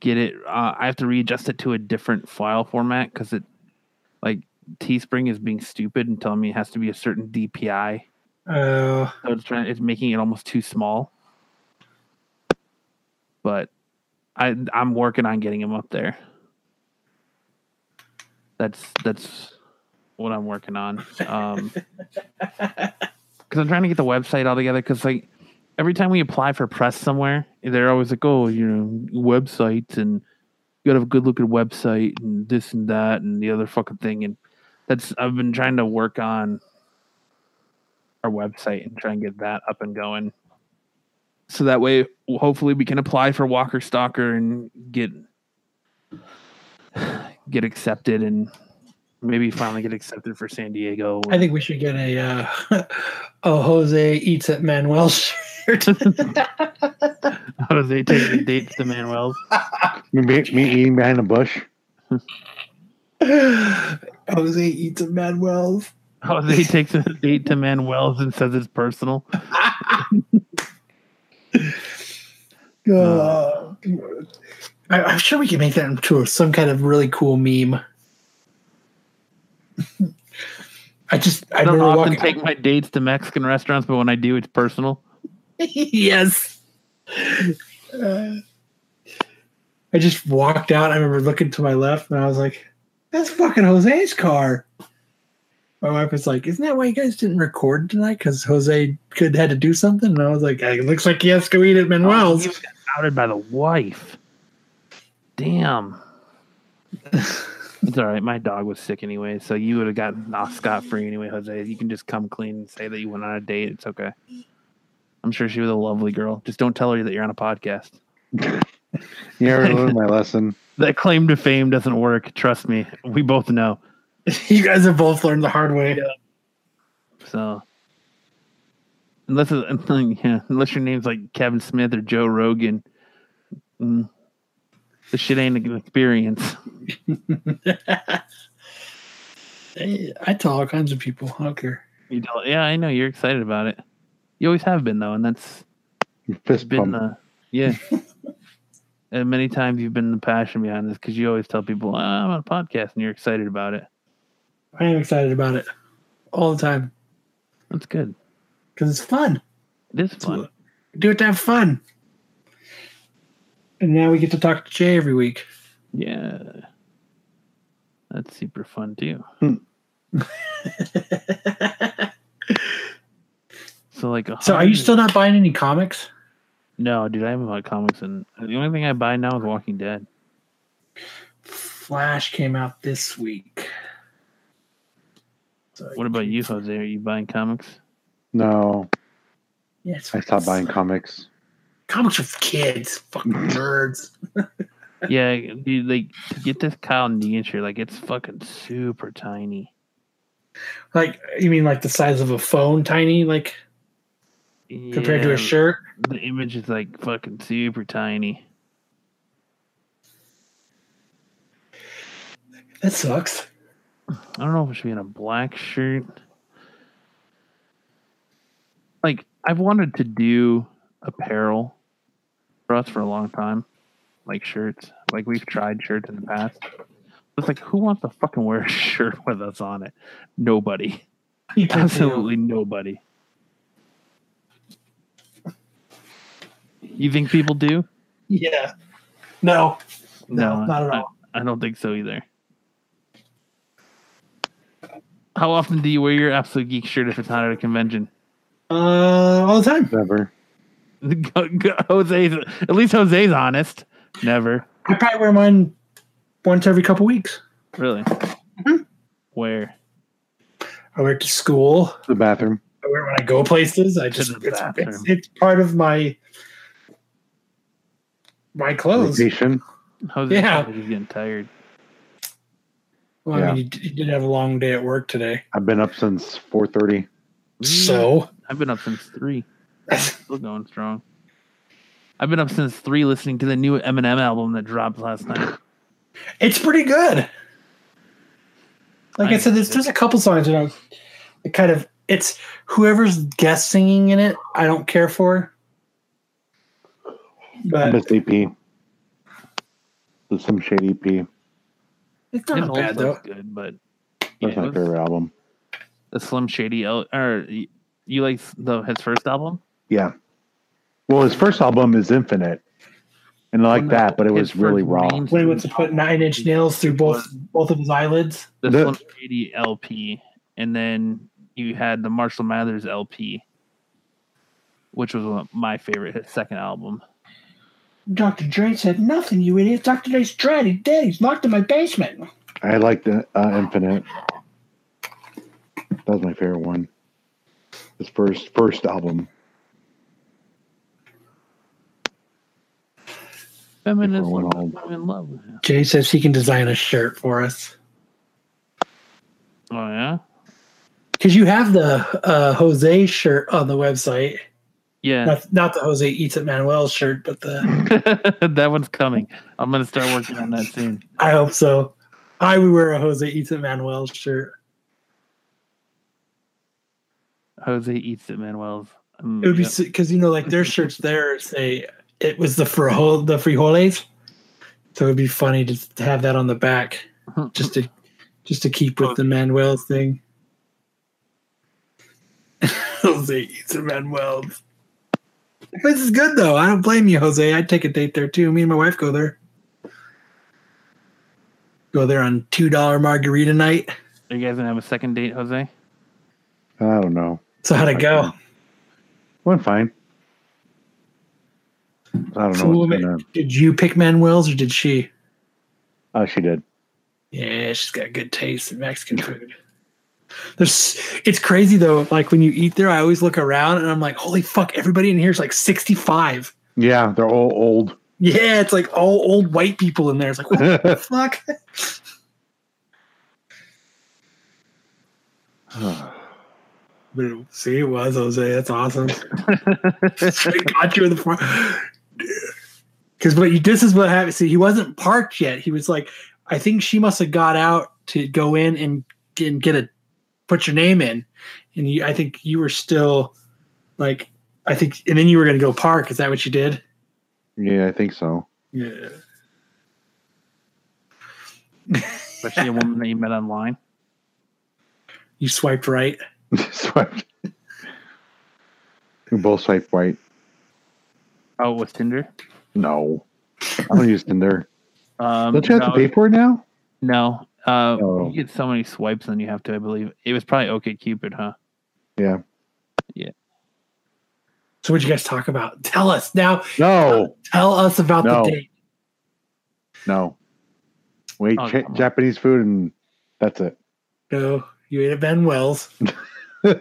Speaker 2: get it. Uh, I have to readjust it to a different file format because it, like Teespring, is being stupid and telling me it has to be a certain DPI.
Speaker 3: Uh,
Speaker 2: So it's trying, it's making it almost too small. But I, I'm working on getting them up there. That's that's what I'm working on. Um, because I'm trying to get the website all together. Because like every time we apply for press somewhere, they're always like, "Oh, you know, websites and you gotta have a good looking website and this and that and the other fucking thing." And that's I've been trying to work on our website and try and get that up and going. So that way, hopefully, we can apply for Walker Stalker and get (sighs) get accepted and maybe finally get accepted for San Diego.
Speaker 3: I think we should get a uh, (laughs) a Jose eats at
Speaker 2: (laughs)
Speaker 3: Manuel (laughs) shirt.
Speaker 2: How does they take the dates to Manuel's?
Speaker 4: Me, me eating behind a bush.
Speaker 3: Jose eats at Manuel's.
Speaker 2: Jose takes a date to Manuel's and says it's personal.
Speaker 3: Uh, I, I'm sure we can make that into some kind of really cool meme. I just I,
Speaker 2: I don't
Speaker 3: remember
Speaker 2: often
Speaker 3: walking.
Speaker 2: take my dates to Mexican restaurants, but when I do, it's personal.
Speaker 3: (laughs) yes. Uh, I just walked out. I remember looking to my left, and I was like, "That's fucking Jose's car." My wife was like, "Isn't that why you guys didn't record tonight? Because Jose could had to do something." And I was like, "It looks like he has to go eat at Manuel's."
Speaker 2: Oh, he was outed by the wife. Damn. it's all right. My dog was sick anyway, so you would have gotten off scot free anyway, Jose. You can just come clean and say that you went on a date. It's okay. I'm sure she was a lovely girl. Just don't tell her that you're on a podcast.
Speaker 4: You never
Speaker 2: (laughs)
Speaker 4: learned my lesson.
Speaker 2: That claim to fame doesn't work. Trust me. We both know.
Speaker 3: (laughs) you guys have both learned the hard way.
Speaker 2: So unless (laughs) it- yeah, unless your name's like Kevin Smith or Joe Rogan, mm, this shit ain't an experience. (laughs)
Speaker 3: Hey, I tell all kinds of people. I don't care.
Speaker 2: You don't, yeah, I know you're excited about it. You always have been though, and that's
Speaker 4: Fist
Speaker 2: been
Speaker 4: bump.
Speaker 2: uh, yeah. and many times you've been the passion behind this because you always tell people "Ah, I'm on a podcast and you're excited about it.
Speaker 3: I am excited about it all the time
Speaker 2: That's good.
Speaker 3: because it's fun.
Speaker 2: It is fun.
Speaker 3: We do it to have fun. And now we get to talk to Jay every week.
Speaker 2: (laughs) Yeah, that's super fun too. so like, a
Speaker 3: So are you
Speaker 2: hundred-
Speaker 3: still not buying any comics?
Speaker 2: No, dude, I haven't bought comics, and the only thing I buy now is Walking Dead.
Speaker 3: Flash came out this week. So
Speaker 2: What about you, Jose? Are you buying
Speaker 3: (laughs)
Speaker 2: comics?
Speaker 4: No,
Speaker 3: Yeah, it's
Speaker 4: I
Speaker 3: fucking-
Speaker 4: stopped buying comics.
Speaker 3: comics are for kids. Fucking nerds.
Speaker 2: Yeah, dude, like to get this Kyle Neansher, like it's fucking super tiny.
Speaker 3: Like you mean like the size of a phone, tiny, like compared to
Speaker 2: Yeah,
Speaker 3: a shirt?
Speaker 2: the image is like fucking super tiny.
Speaker 3: That sucks.
Speaker 2: I don't know if it should be in a black shirt. Like I've wanted to do apparel for us for a long time, like shirts. Like we've tried shirts in the past. It's like who wants to fucking wear a (laughs) shirt with us on it? Nobody. Absolutely nobody. You think people do?
Speaker 3: Yeah. No. No,
Speaker 2: I-
Speaker 3: not at
Speaker 2: I-
Speaker 3: all.
Speaker 2: I, don't think so either. How often do you wear your absolute geek shirt if it's not at a convention? (laughs)
Speaker 3: Uh, all the time.
Speaker 4: Never.
Speaker 2: Jose's at least Jose's honest. Never
Speaker 3: I probably wear mine once every couple weeks.
Speaker 2: really.
Speaker 3: Mm-hmm.
Speaker 2: Where
Speaker 3: I wear it to school.
Speaker 4: The bathroom.
Speaker 3: I wear it when I go places. I just
Speaker 2: the
Speaker 3: it's,
Speaker 2: bathroom.
Speaker 3: it's, it's part of my my clothes.
Speaker 4: Vacation.
Speaker 2: Jose
Speaker 3: Yeah.
Speaker 2: he's getting tired.
Speaker 3: Well, I mean, you, d- you did have a long day at work today,
Speaker 4: I've been up since 4.30.
Speaker 3: so
Speaker 2: I've been up since three.
Speaker 3: (laughs)
Speaker 2: Still going strong. I've been up since three listening to the new Eminem album that dropped last night.
Speaker 3: it's pretty good. Like I,
Speaker 2: I-
Speaker 3: said, there's, there's a couple songs that I'm that kind of it's whoever's guest singing in it. I don't care for,
Speaker 4: I
Speaker 3: but
Speaker 4: missed EP. There's some shady E EP.
Speaker 3: it's
Speaker 2: His
Speaker 3: not
Speaker 2: whole
Speaker 3: bad though.
Speaker 2: stuff's good, but yeah,
Speaker 4: That's
Speaker 2: it
Speaker 4: my
Speaker 2: was-
Speaker 4: favorite album.
Speaker 2: the Slim Shady el- or y- you like the his first album?
Speaker 4: Yeah. Well, his first album is Infinite. And I like
Speaker 2: Well, no,
Speaker 4: that, but it was
Speaker 2: his
Speaker 4: really
Speaker 2: first
Speaker 4: raw.
Speaker 2: main-
Speaker 3: When he went to put nine inch nails through both both of his eyelids.
Speaker 2: The,
Speaker 4: The-
Speaker 2: Slim Shady LP, and then you had the Marshall Mathers LP, which was one of my favorite. His second album.
Speaker 3: Dr. Dre said nothing, you idiot. Dr. Dre's dead. He's dead. He's locked in my basement.
Speaker 4: I like the uh, Infinite. That was my favorite one. His first first album.
Speaker 2: Feminist,
Speaker 4: Everyone
Speaker 2: I'm in love. with him.
Speaker 3: Jay says he can design a shirt for us.
Speaker 2: Oh yeah,
Speaker 3: Because you have the uh, Jose shirt on the website.
Speaker 2: yeah.
Speaker 3: Not, not the Jose Eats at Manuel's shirt, but the.
Speaker 2: (laughs) that one's coming. I'm gonna start working on that soon.
Speaker 3: I hope so. I would wear a Jose Eats at Manuel's shirt.
Speaker 2: Jose eats it, Manuel's. Mm,
Speaker 3: It would be
Speaker 2: yeah.
Speaker 3: because, you know, like their shirts there say it was the, frijo- the frijoles. So it would be funny to to have that on the back just to just to keep with the Manuel thing. (laughs) Jose eats a Manuel. This is good though. I don't blame you, Jose. I'd take a date there too. Me and my wife go there. Go there on two dollar margarita night.
Speaker 2: Are you guys gonna have a second date, Jose?
Speaker 4: I don't know.
Speaker 3: So how'd it go?
Speaker 4: Went fine. I don't
Speaker 3: So
Speaker 4: know.
Speaker 3: we'll
Speaker 4: what's
Speaker 3: make-
Speaker 4: gonna-
Speaker 3: Did you pick Manuel's or did she?
Speaker 4: Oh, she did.
Speaker 3: Yeah, she's got good taste in Mexican food. There's, it's crazy though. Like when you eat there, I always look around and I'm like, holy fuck, everybody in here is like 65.
Speaker 4: Yeah, they're all
Speaker 2: (laughs)
Speaker 4: old. (sighs)
Speaker 3: Yeah, it's like all old white people in there. It's like, what the fuck? But it, see, it was Jose. That's awesome. I got you in the front. Because but you, this is what happened. See, he wasn't parked yet. He was like, I think she must have got out to go in and, and get a put your name in, and you, I think you were still like, I think, and then you were going to go park. Is that what you did?
Speaker 4: Yeah, I think so. (laughs)
Speaker 3: Yeah.
Speaker 2: Especially a woman that you met online.
Speaker 3: You swiped right.
Speaker 4: Swiped. We both swipe right.
Speaker 2: Oh, with Tinder.
Speaker 4: No, I don't use Tinder.
Speaker 2: Um,
Speaker 4: Don't you have
Speaker 2: no,
Speaker 4: to pay for it now?
Speaker 2: No. Uh,
Speaker 4: Oh.
Speaker 2: You get so many swipes than you have to, I believe. It was probably OK Cupid, huh? (laughs)
Speaker 4: Yeah.
Speaker 3: So what would you guys talk about? Tell us now.
Speaker 4: No,
Speaker 3: Tell us about
Speaker 4: No.
Speaker 3: the date.
Speaker 4: no. Wait,
Speaker 2: Oh,
Speaker 4: cha-
Speaker 2: come on.
Speaker 4: Japanese food and that's it.
Speaker 3: No, you ate at Ben Wells.
Speaker 4: (laughs) no,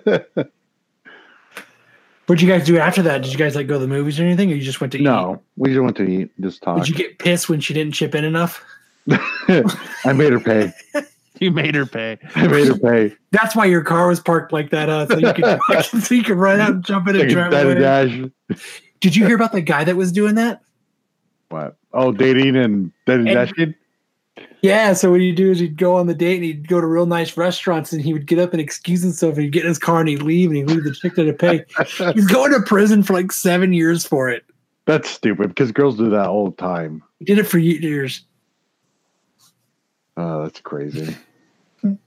Speaker 3: What'd you guys do after that? Did you guys like go to the movies or anything, or you just went to eat?
Speaker 4: we just want to eat. Just talk.
Speaker 3: Did you get pissed when she didn't chip in enough?
Speaker 4: (laughs) I made her pay.
Speaker 2: You made her pay.
Speaker 4: I made her
Speaker 3: (laughs)
Speaker 4: pay.
Speaker 3: That's why your car was parked like that, uh, so you
Speaker 4: (laughs)
Speaker 3: could fucking- so you could run out and jump in and
Speaker 4: Like a
Speaker 3: drive
Speaker 4: daddy
Speaker 3: away.
Speaker 4: dash.
Speaker 3: Did you hear about the guy that was doing that?
Speaker 4: What? Oh, dating and daddy
Speaker 3: And-
Speaker 4: dashing.
Speaker 3: Yeah, so what he'd do is he'd go on the date and he'd go to real nice restaurants and he would get up and excuse himself and he'd get in his car and he'd leave and he'd leave the chick there to
Speaker 4: (laughs)
Speaker 3: pay. He's going to prison for like seven years for it.
Speaker 4: That's stupid because girls do that all the time.
Speaker 3: He did it for years.
Speaker 4: Oh, that's crazy.
Speaker 3: (laughs) You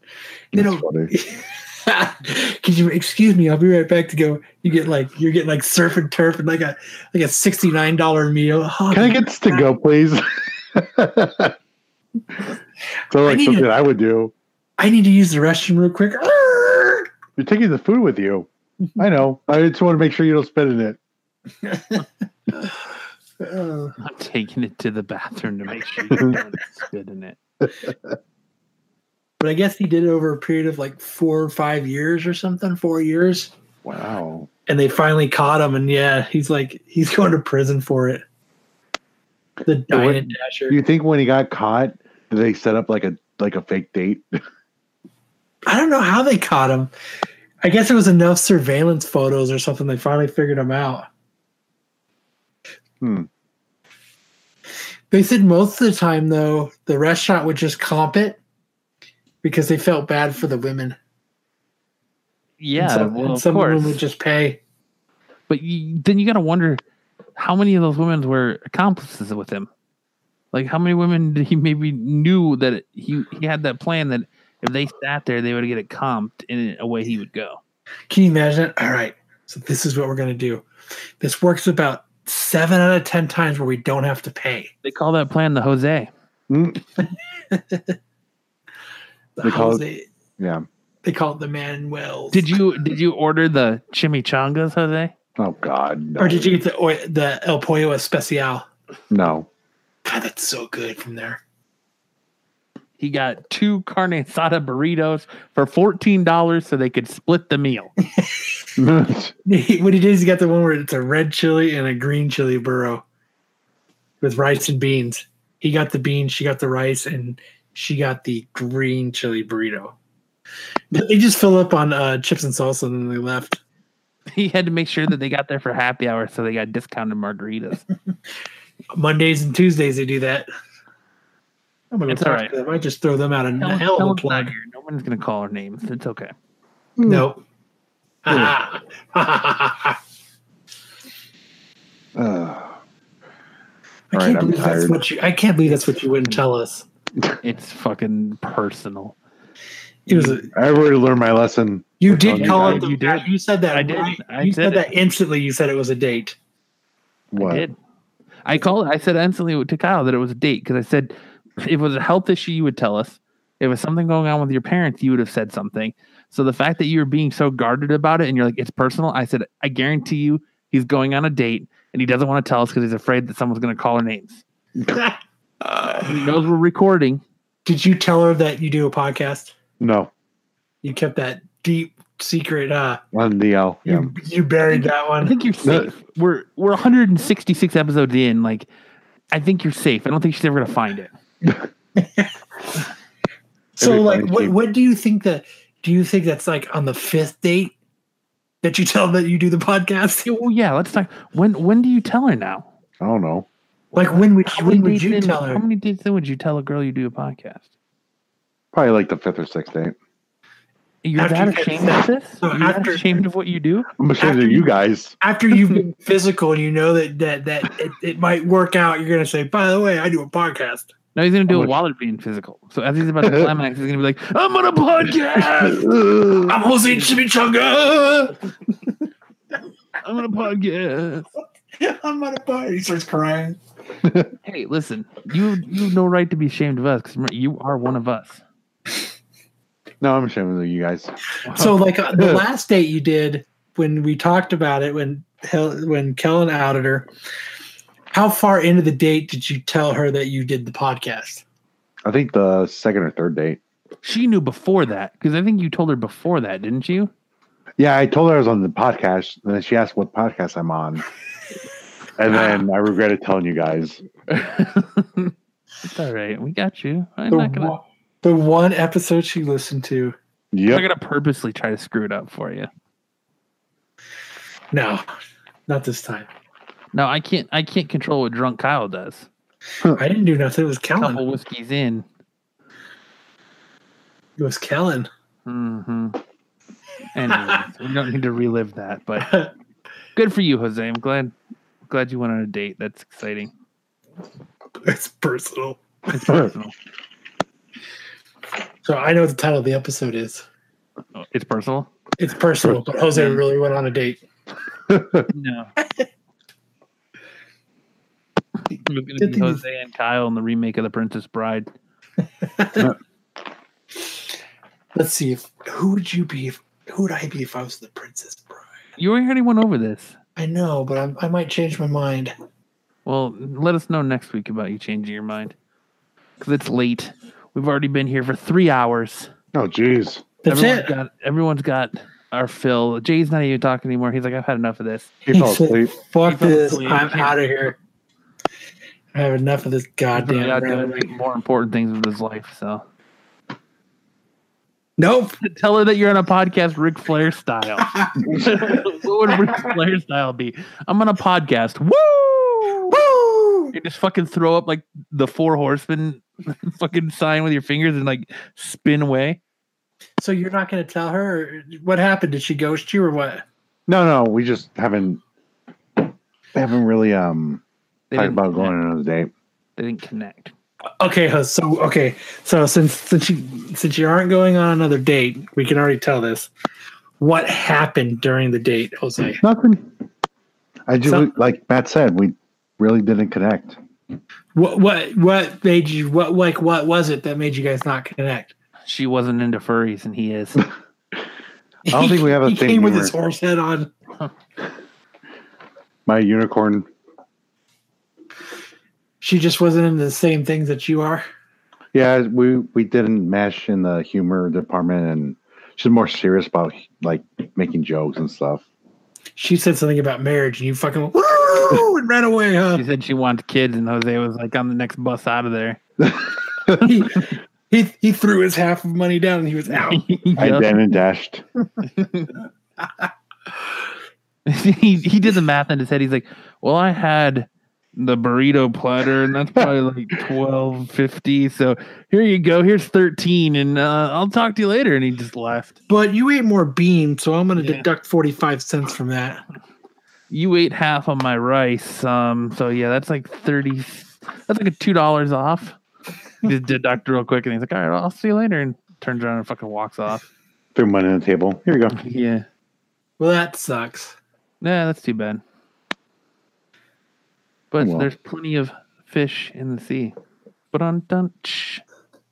Speaker 4: That's
Speaker 3: know-
Speaker 4: funny.
Speaker 3: (laughs) Could you excuse me? I'll be right back to go. You get like you're getting like surf and turf and like a like a sixty nine dollar meal. Oh,
Speaker 4: Can I get this to go, please? (laughs) so like
Speaker 3: need
Speaker 4: something
Speaker 3: to-
Speaker 4: I would do.
Speaker 3: I need to use the restroom real quick. Arrgh.
Speaker 4: You're taking the food with you.
Speaker 3: Mm-hmm.
Speaker 4: I know. I just want to make sure you don't spend in it.
Speaker 3: Uh,
Speaker 2: I'm taking it to the bathroom to make sure you
Speaker 3: (laughs)
Speaker 2: don't spit in it.
Speaker 3: but I guess he did it over a period of like four or five years or something, four years.
Speaker 4: Wow.
Speaker 3: And they finally caught him. And yeah, he's like, he's (laughs) going to prison for it. The
Speaker 4: what-
Speaker 3: Diamond Dasher.
Speaker 4: Do you think when he got caught, did they set up like a like a fake date? (laughs)
Speaker 3: I don't know how they caught him. I guess it was enough surveillance photos or something. They finally figured him out.
Speaker 4: Hmm.
Speaker 3: They said most of the time, though, the restaurant would just comp it because they felt bad for the women.
Speaker 2: Yeah,
Speaker 3: and some,
Speaker 2: well,
Speaker 3: and
Speaker 2: of
Speaker 3: some
Speaker 2: course.
Speaker 3: women would just pay.
Speaker 2: But you, then you got to wonder how many of those women were accomplices with him. Like how many women did he maybe knew that he he had that plan that if they sat there they would get it comped and away he would go.
Speaker 3: Can you imagine? All right, so this is what we're gonna do. This works about seven out of ten times where we don't have to pay.
Speaker 2: They call that plan the Jose.
Speaker 4: Mm,
Speaker 3: The
Speaker 4: They call it-
Speaker 3: Jose-
Speaker 4: yeah.
Speaker 3: they call it the Manuels.
Speaker 2: Did you did you order the chimichangas, Jose?
Speaker 4: Oh God. No.
Speaker 3: or did you get the oy- the El Pollo Especial?
Speaker 4: No. (laughs)
Speaker 3: God, that's so good from there.
Speaker 2: He got two carne asada burritos for fourteen dollars, so they could split the meal. (laughs)
Speaker 4: That's
Speaker 3: what (laughs) he did is he got the one where it's a red chili and a green chili burro with rice and beans. He got the beans, she got the rice, and she got the green chili burrito. They just fill up on uh, chips and salsa and then they left.
Speaker 2: He had to make sure that they got there for happy hour, so they got discounted margaritas. (laughs)
Speaker 3: Mondays and Tuesdays they do that. I'm gonna
Speaker 2: It's
Speaker 3: talk
Speaker 2: all
Speaker 3: to
Speaker 2: right.
Speaker 3: them. I just throw them out a
Speaker 2: Tell-
Speaker 3: hell
Speaker 2: tell
Speaker 3: of a
Speaker 2: him not
Speaker 3: plug.
Speaker 2: here. No one's gonna call our names. It's okay.
Speaker 3: No.
Speaker 4: Hmm.
Speaker 3: Ah.
Speaker 4: (laughs)
Speaker 3: I
Speaker 4: uh, All right,
Speaker 3: can't
Speaker 4: I'm
Speaker 3: believe that's
Speaker 4: tired.
Speaker 3: what you. I can't believe that's what you wouldn't tell us.
Speaker 2: It's fucking personal.
Speaker 3: It was a,
Speaker 4: I already learned my lesson.
Speaker 3: You
Speaker 4: Which one
Speaker 3: did
Speaker 4: you
Speaker 3: call
Speaker 4: did.
Speaker 3: it the
Speaker 2: You
Speaker 3: you,
Speaker 2: did.
Speaker 3: you said that.
Speaker 2: I did.
Speaker 3: right?
Speaker 2: I
Speaker 3: you
Speaker 2: did
Speaker 3: said that instantly. You said it was a date.
Speaker 4: What?
Speaker 2: I did. I called. I said instantly to Kyle that it was a date because I said if it was a health issue, you would tell us. If it was something going on with your parents, you would have said something. So the fact that you were being so guarded about it and you're like, it's personal, I said, I guarantee you he's going on a date and he doesn't want to tell us because he's afraid that someone's going to call our names. He knows we're recording.
Speaker 3: Did you tell her that you do a podcast?
Speaker 4: No.
Speaker 3: You kept that deep secret. Uh,
Speaker 4: On the L. Yeah.
Speaker 3: you, you buried that
Speaker 2: I
Speaker 3: one.
Speaker 2: think you're
Speaker 4: No.
Speaker 2: safe. We're we're 166 episodes in. Like, I think you're safe. I don't think she's ever going to find it.
Speaker 3: So,
Speaker 4: Every
Speaker 3: like,
Speaker 4: time
Speaker 3: what
Speaker 4: she-
Speaker 3: what do you think that? Do you think that's like on the fifth date? Did you tell them that you do the podcast? (laughs)
Speaker 2: Oh yeah, let's talk. When when do you tell her now?
Speaker 4: I don't know.
Speaker 3: Like when would you, when would
Speaker 2: dates
Speaker 3: you
Speaker 2: in-
Speaker 3: tell
Speaker 2: How
Speaker 3: her?
Speaker 2: many dates in would you tell a girl you do a podcast?
Speaker 4: Probably like the fifth or sixth date.
Speaker 2: You're
Speaker 3: After
Speaker 2: that
Speaker 3: you get
Speaker 2: ashamed of this?
Speaker 3: so
Speaker 2: You're that
Speaker 3: after-
Speaker 2: ashamed of what you do?
Speaker 4: I'm ashamed
Speaker 3: After
Speaker 4: of you
Speaker 3: you- (laughs)
Speaker 4: guys.
Speaker 3: After you've been physical and you know that that that it, it might work out, you're gonna say, "By the way, I do a podcast."
Speaker 2: No, he's gonna do
Speaker 4: I'm
Speaker 2: it
Speaker 4: like-
Speaker 2: while it's being physical. So as he's about to climax, he's gonna be like, "I'm on a
Speaker 4: (laughs)
Speaker 2: podcast.
Speaker 4: Ugh.
Speaker 3: I'm Jose Chimichanga.
Speaker 2: I'm on a podcast."
Speaker 3: (laughs) I'm on a party. He starts crying.
Speaker 2: Hey, listen, you you have no right to be ashamed of us because you are one of us.
Speaker 4: no, I'm ashamed of you guys.
Speaker 3: So, like uh, the last date you did when we talked about it, when Hel- when Kellen outed her, how far into the date did you tell her that you did the podcast?
Speaker 4: I think the second or third date.
Speaker 2: She knew before that because I think you told her before that, didn't you?
Speaker 4: Yeah, I told her I was on the podcast, and then she asked what podcast I'm on. and then I regretted telling
Speaker 2: (laughs)
Speaker 4: you guys.
Speaker 2: it's all right. We got you. I'm
Speaker 3: The,
Speaker 2: not gonna.
Speaker 3: one- the one episode she listened to.
Speaker 2: I'm
Speaker 4: Yep.
Speaker 2: not gonna purposely try to screw it up for you.
Speaker 3: No, not this time.
Speaker 2: No, I can't. I can't control what drunk Kyle does.
Speaker 3: I didn't do nothing. It was
Speaker 2: A
Speaker 3: Kellen.
Speaker 2: couple whiskeys in.
Speaker 3: It was Kellen. (laughs)
Speaker 2: hmm Anyways, we don't need to relive that, but good for you, Jose. I'm glad. Glad you went on a date. That's exciting.
Speaker 3: It's personal.
Speaker 2: It's
Speaker 4: (laughs)
Speaker 2: personal.
Speaker 3: So I know what the title of the episode is.
Speaker 2: Oh, it's personal.
Speaker 3: It's personal, but Jose really went on a date.
Speaker 2: (laughs) No. It was gonna be Jose and Kyle in the remake of The Princess Bride.
Speaker 3: Let's see if who would you be? If, who would I be if I was the Princess Bride?
Speaker 2: You already went over this.
Speaker 3: I know, but I'm, I might change my mind.
Speaker 2: Well, let us know next week about you changing your mind. Because it's late. We've already been here for three hours.
Speaker 4: Oh, jeez.
Speaker 3: That's
Speaker 2: everyone's
Speaker 3: it.
Speaker 2: got everyone's got our fill. Jay's not even talking anymore. He's like, I've had enough of this.
Speaker 3: (laughs)
Speaker 4: She
Speaker 3: He
Speaker 4: fell
Speaker 3: said,
Speaker 4: asleep.
Speaker 3: Fuck
Speaker 2: He fell
Speaker 3: this!
Speaker 2: asleep.
Speaker 3: I'm out of here. I have enough of this
Speaker 2: He's really
Speaker 3: goddamn.
Speaker 2: out doing
Speaker 3: rambling.
Speaker 2: more important things with his life. So
Speaker 3: Nope.
Speaker 2: (laughs) tell her that you're on a podcast, Ric Flair style. (laughs) what would Ric Flair style be? I'm on a podcast. Woo!
Speaker 3: Woo!
Speaker 2: You just fucking throw up like the four horsemen (laughs) fucking sign with your fingers and like spin away.
Speaker 3: So you're not going to tell her what happened? Did she ghost you or what?
Speaker 4: No, no, we just haven't haven't really um
Speaker 2: They
Speaker 4: talked
Speaker 2: didn't
Speaker 4: about going
Speaker 2: connect.
Speaker 4: on another date.
Speaker 2: They didn't connect.
Speaker 3: Okay, Hus, so okay, so since since you since you aren't going on another date, we can already tell this. What happened during the date, Jose?
Speaker 4: Nothing. I just
Speaker 3: So-
Speaker 4: like Matt said, we really didn't connect.
Speaker 3: What what what made you what like what was it that made you guys not connect?
Speaker 2: She wasn't into furries, and he is.
Speaker 3: I
Speaker 4: don't think we have a
Speaker 3: (laughs) he
Speaker 4: thing
Speaker 3: came with
Speaker 4: humor.
Speaker 3: his horse head on.
Speaker 4: My unicorn.
Speaker 3: She just wasn't into the same things that you are.
Speaker 4: Yeah, we we didn't mesh in the humor department, and she's more serious about like making jokes and stuff.
Speaker 3: She said something about marriage, and you fucking went, "Woo," and ran away,
Speaker 2: (laughs)
Speaker 3: huh?
Speaker 2: She said she wanted kids, and Jose was like, "I'm the next bus out of there."
Speaker 3: he, he he threw his half of money down, and he
Speaker 2: (laughs)
Speaker 3: was out.
Speaker 4: (laughs) I
Speaker 2: Yep.
Speaker 4: then and dashed.
Speaker 2: (laughs) he he did the math in his head. He's like, "Well, I had the burrito platter, and that's probably like twelve fifty. So here you go. Here's thirteen, and uh, I'll talk to you later." And he just left.
Speaker 3: But you ate more beans, so I'm going to
Speaker 2: Yeah.
Speaker 3: deduct 45 cents from that.
Speaker 2: You ate half of my rice. Um. So yeah, that's like thirty. That's like a two dollars off. He just deduct real quick, and he's like, "All right, well, I'll see you later." And turns around and fucking walks off.
Speaker 4: Threw money on the table. Here you go.
Speaker 2: Yeah.
Speaker 3: Well, that sucks.
Speaker 2: Nah, that's too bad. But
Speaker 4: Well.
Speaker 2: there's plenty of fish in the sea. But on dunch.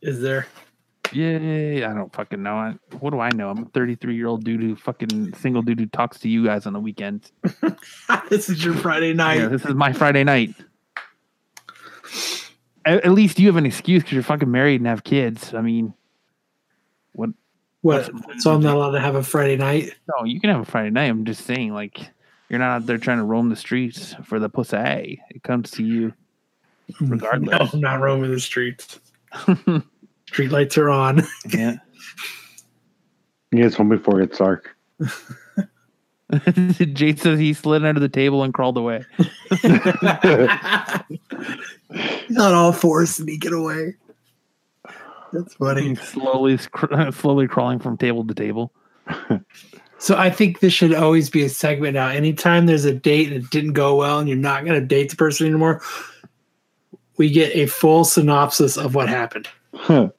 Speaker 3: Is there? (laughs)
Speaker 2: Yay! I don't fucking know. I, what do I know? I'm a 33 year old dude who fucking single dude who talks to you guys on the weekends.
Speaker 3: this is your Friday night.
Speaker 2: Yeah, this is my Friday night. At, at least you have an excuse because you're fucking married and have kids. I mean, what?
Speaker 3: what?
Speaker 2: That's-
Speaker 3: So I'm not allowed to have a Friday night?
Speaker 2: No, you can have a Friday night. I'm just saying, like, you're not out there trying to roam the streets for the pussy. It comes to you
Speaker 3: No,
Speaker 2: regardless.
Speaker 3: I'm not roaming the
Speaker 2: (laughs)
Speaker 3: streets. Street lights are on. (laughs)
Speaker 2: Yeah.
Speaker 4: (laughs) He gets home before it's dark.
Speaker 2: (laughs) Jade says he slid under the table and crawled away.
Speaker 3: He's on all fours sneaking away. That's funny.
Speaker 2: slowly, scr- (laughs) slowly crawling from table to table.
Speaker 3: So I think this should always be a segment now. Anytime there's a date and it didn't go well and you're not going to date the person anymore, we get a full synopsis of what happened.
Speaker 4: Huh.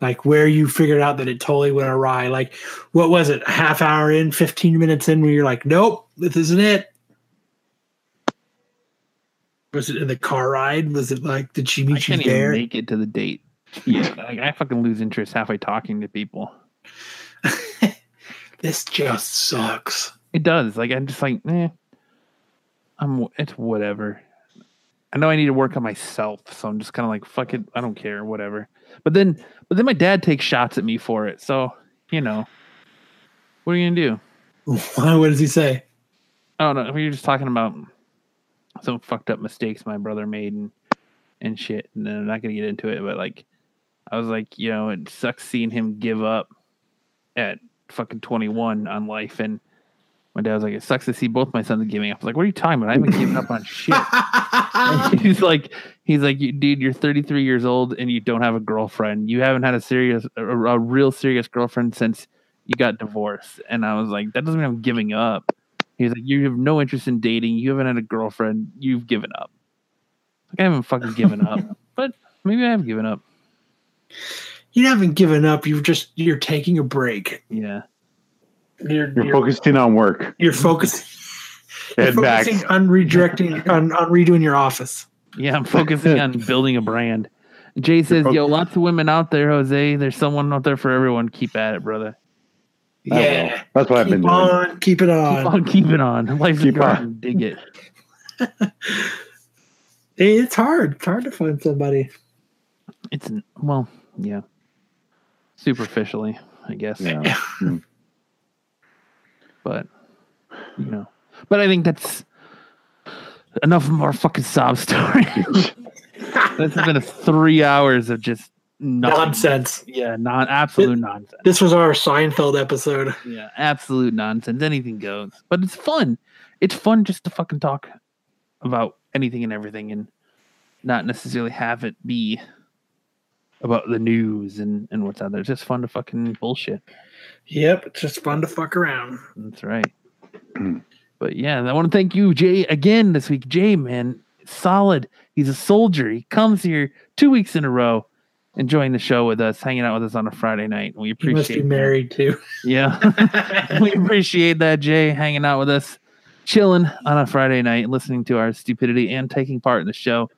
Speaker 3: Like where you figured out that it totally went awry. Like what was it? A half hour in, 15 minutes in where you're like, "Nope, this isn't it." Was it in the car ride? Was it like did she
Speaker 2: I
Speaker 3: meet you
Speaker 2: can't even
Speaker 3: there?
Speaker 2: make it to the date. Yeah, like, I fucking lose interest halfway talking to people.
Speaker 3: this just sucks. (laughs)
Speaker 2: It does. Like I'm just like, eh. I'm. It's whatever. I know I need to work on myself, so I'm just kind of like, fuck it, I don't care, whatever. But then, but then my dad takes shots at me for it, so you know, what are you gonna do?
Speaker 3: Why? What does he say?
Speaker 2: Oh no, we were just talking about some fucked up mistakes my brother made and and shit. And then I'm not gonna get into it, but like I was like, you know, it sucks seeing him give up at fucking 21 on life. And my dad was like, it sucks to see both my sons giving up. I was like, what are you talking about? I haven't given up on shit. And he's like, he's like, "You- dude, you're 33 years old and you don't have a girlfriend. You haven't had a serious, a, a real serious girlfriend since you got divorced. And I was like, that doesn't mean I'm giving up. He's like, you have no interest in dating. You haven't had a girlfriend. You've given up. Like, I haven't fucking given
Speaker 4: (laughs)
Speaker 2: up, but maybe I have given up.
Speaker 3: You haven't given up. You've just you're taking a break.
Speaker 2: Yeah.
Speaker 3: You're
Speaker 4: You're focusing on work.
Speaker 3: You're focusing.
Speaker 4: Mm-hmm. (laughs) Head
Speaker 3: you're
Speaker 4: back.
Speaker 3: focusing on redirecting on, on redoing your office.
Speaker 2: Yeah. I'm focusing
Speaker 4: (laughs)
Speaker 2: on building a brand. Jay says, yo, lots of women out there, Jose. There's someone out there for everyone. Keep at it, brother.
Speaker 4: I will.
Speaker 3: yeah.
Speaker 4: That's what I've been
Speaker 3: Keep
Speaker 4: doing.
Speaker 3: on, keep it
Speaker 2: Keep
Speaker 3: on.
Speaker 2: on keeping on. (laughs) Life is
Speaker 4: Keep
Speaker 2: going.
Speaker 4: on.
Speaker 2: Dig it.
Speaker 3: Hey, It's hard. It's hard to find somebody.
Speaker 2: It's n- well, yeah. Superficially, I guess.
Speaker 4: Yeah.
Speaker 2: But you know. But I think that's enough of our fucking sob
Speaker 4: (laughs)
Speaker 2: story. this has been a three hours of just non-
Speaker 3: Nonsense.
Speaker 2: Yeah, non absolute nonsense.
Speaker 3: This was our Seinfeld episode.
Speaker 2: Yeah, absolute nonsense. Anything goes. But it's fun. It's fun just to fucking talk about anything and everything and not necessarily have it be about the news and, and what's out there. It's just fun to fucking bullshit.
Speaker 3: Yep, it's just fun to fuck around.
Speaker 2: That's right. but yeah, and I want to thank you, Jay, again this week. Jay, man, solid. He's a soldier. He comes here two weeks in a row, enjoying the show with us, hanging out with us on a Friday night. We
Speaker 3: You must
Speaker 2: appreciate
Speaker 3: be
Speaker 2: that. (laughs)
Speaker 3: married too.
Speaker 2: Yeah. we appreciate that, Jay, hanging out with us, chilling on a Friday night, listening to our stupidity and taking part in the show.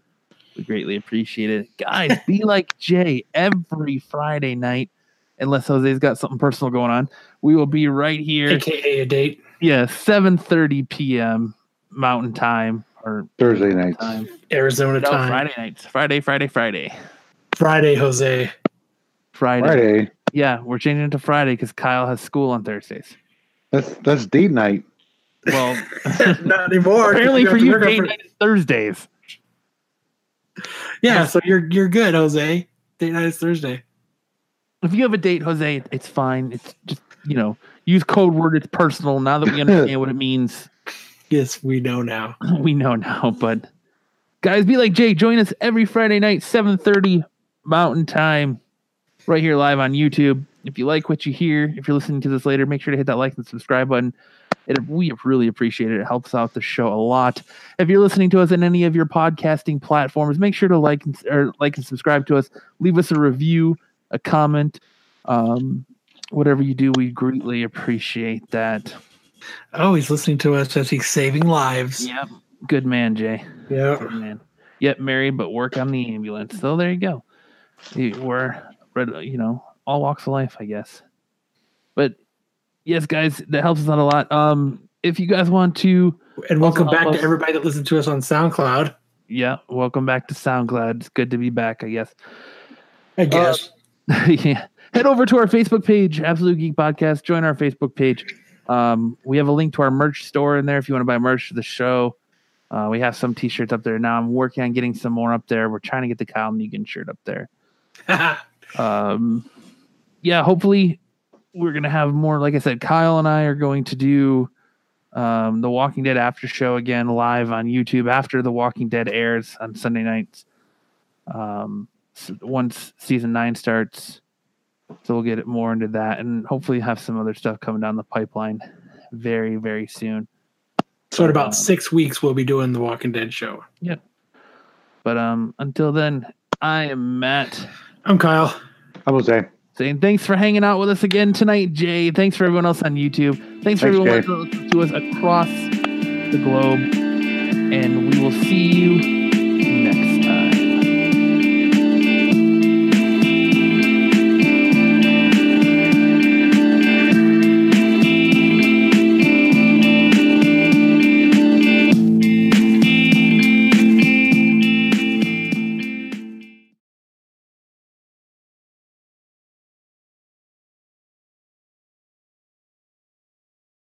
Speaker 2: We greatly appreciate it. Guys,
Speaker 3: (laughs)
Speaker 2: be like Jay every Friday night, unless Jose's got something personal going on. We will be right here.
Speaker 3: AKA a date.
Speaker 2: Yeah, 7:30 p.m. Mountain Time or
Speaker 4: Thursday nights.
Speaker 2: time.
Speaker 3: Arizona
Speaker 2: No,
Speaker 3: time.
Speaker 2: Friday nights. Friday, Friday, Friday.
Speaker 3: Friday,
Speaker 2: (laughs)
Speaker 3: Jose. (laughs)
Speaker 2: Friday.
Speaker 4: Friday.
Speaker 2: Yeah, we're changing it to Friday because Kyle has school on Thursdays.
Speaker 4: That's that's date night.
Speaker 2: (laughs) Well,
Speaker 3: Not anymore.
Speaker 2: apparently
Speaker 3: have
Speaker 2: for
Speaker 3: to
Speaker 2: you,
Speaker 3: work on
Speaker 2: date
Speaker 3: Fri-
Speaker 2: night is Thursdays.
Speaker 3: Yeah, so you're you're good, Jose. Date night is Thursday.
Speaker 2: If you have a date, Jose, it- it's fine. It's just you know, use code word. It's personal. Now (laughs) that we understand what it means,
Speaker 3: Yes, we know now.
Speaker 2: (laughs) we know now. But guys, be like Jay. Join us every Friday night, 7:30 Mountain Time, right here live on YouTube. If you like what you hear, if you're listening to this later, make sure to hit that like and subscribe button. It, we really appreciate it. It helps out the show a lot. If you're listening to us on any of your podcasting platforms, make sure to like and, or like and subscribe to us. Leave us a review, a comment, um, whatever you do. We greatly appreciate that.
Speaker 3: Oh, he's listening to us as he's saving lives.
Speaker 2: Yep. Good man, Jay.
Speaker 3: Yeah.
Speaker 2: Good man. Yet married, but work on the ambulance. So there you go. You- We're, you know, all walks of life, I guess. But yes, guys, that helps us out a lot. Um, if you guys want to,
Speaker 3: And welcome
Speaker 2: Also,
Speaker 3: back to
Speaker 2: also-
Speaker 3: everybody that listened to us on SoundCloud.
Speaker 2: yeah, welcome back to SoundCloud. It's good to be back, I guess. (laughs)
Speaker 3: I guess.
Speaker 2: yeah. Head over to our Facebook page, Absolute Geek Podcast. Join our Facebook page. Um, we have a link to our merch store in there if you want to buy merch to the show. Uh, we have some t-shirts up there now. I'm working on getting some more up there. We're trying to get the Kyle Negan shirt up there. Um, yeah, hopefully we're gonna have more. Like I said, Kyle and I are going to do um, the Walking Dead after show again live on YouTube after the Walking Dead airs on Sunday nights. Um, s- once season nine starts, so we'll get more into that, and hopefully have some other stuff coming down the pipeline very, very soon.
Speaker 5: (laughs) So in about
Speaker 2: Um,
Speaker 5: six weeks, we'll be doing the Walking Dead show.
Speaker 2: But um, until then, I am Matt.
Speaker 5: I'm Kyle.
Speaker 4: I will say.
Speaker 2: Saying thanks for hanging out with us again tonight, Jay. Thanks for everyone else on YouTube. Thanks for
Speaker 4: Thanks,
Speaker 2: everyone
Speaker 4: Jay.
Speaker 2: listening to us across the globe. And we will see you next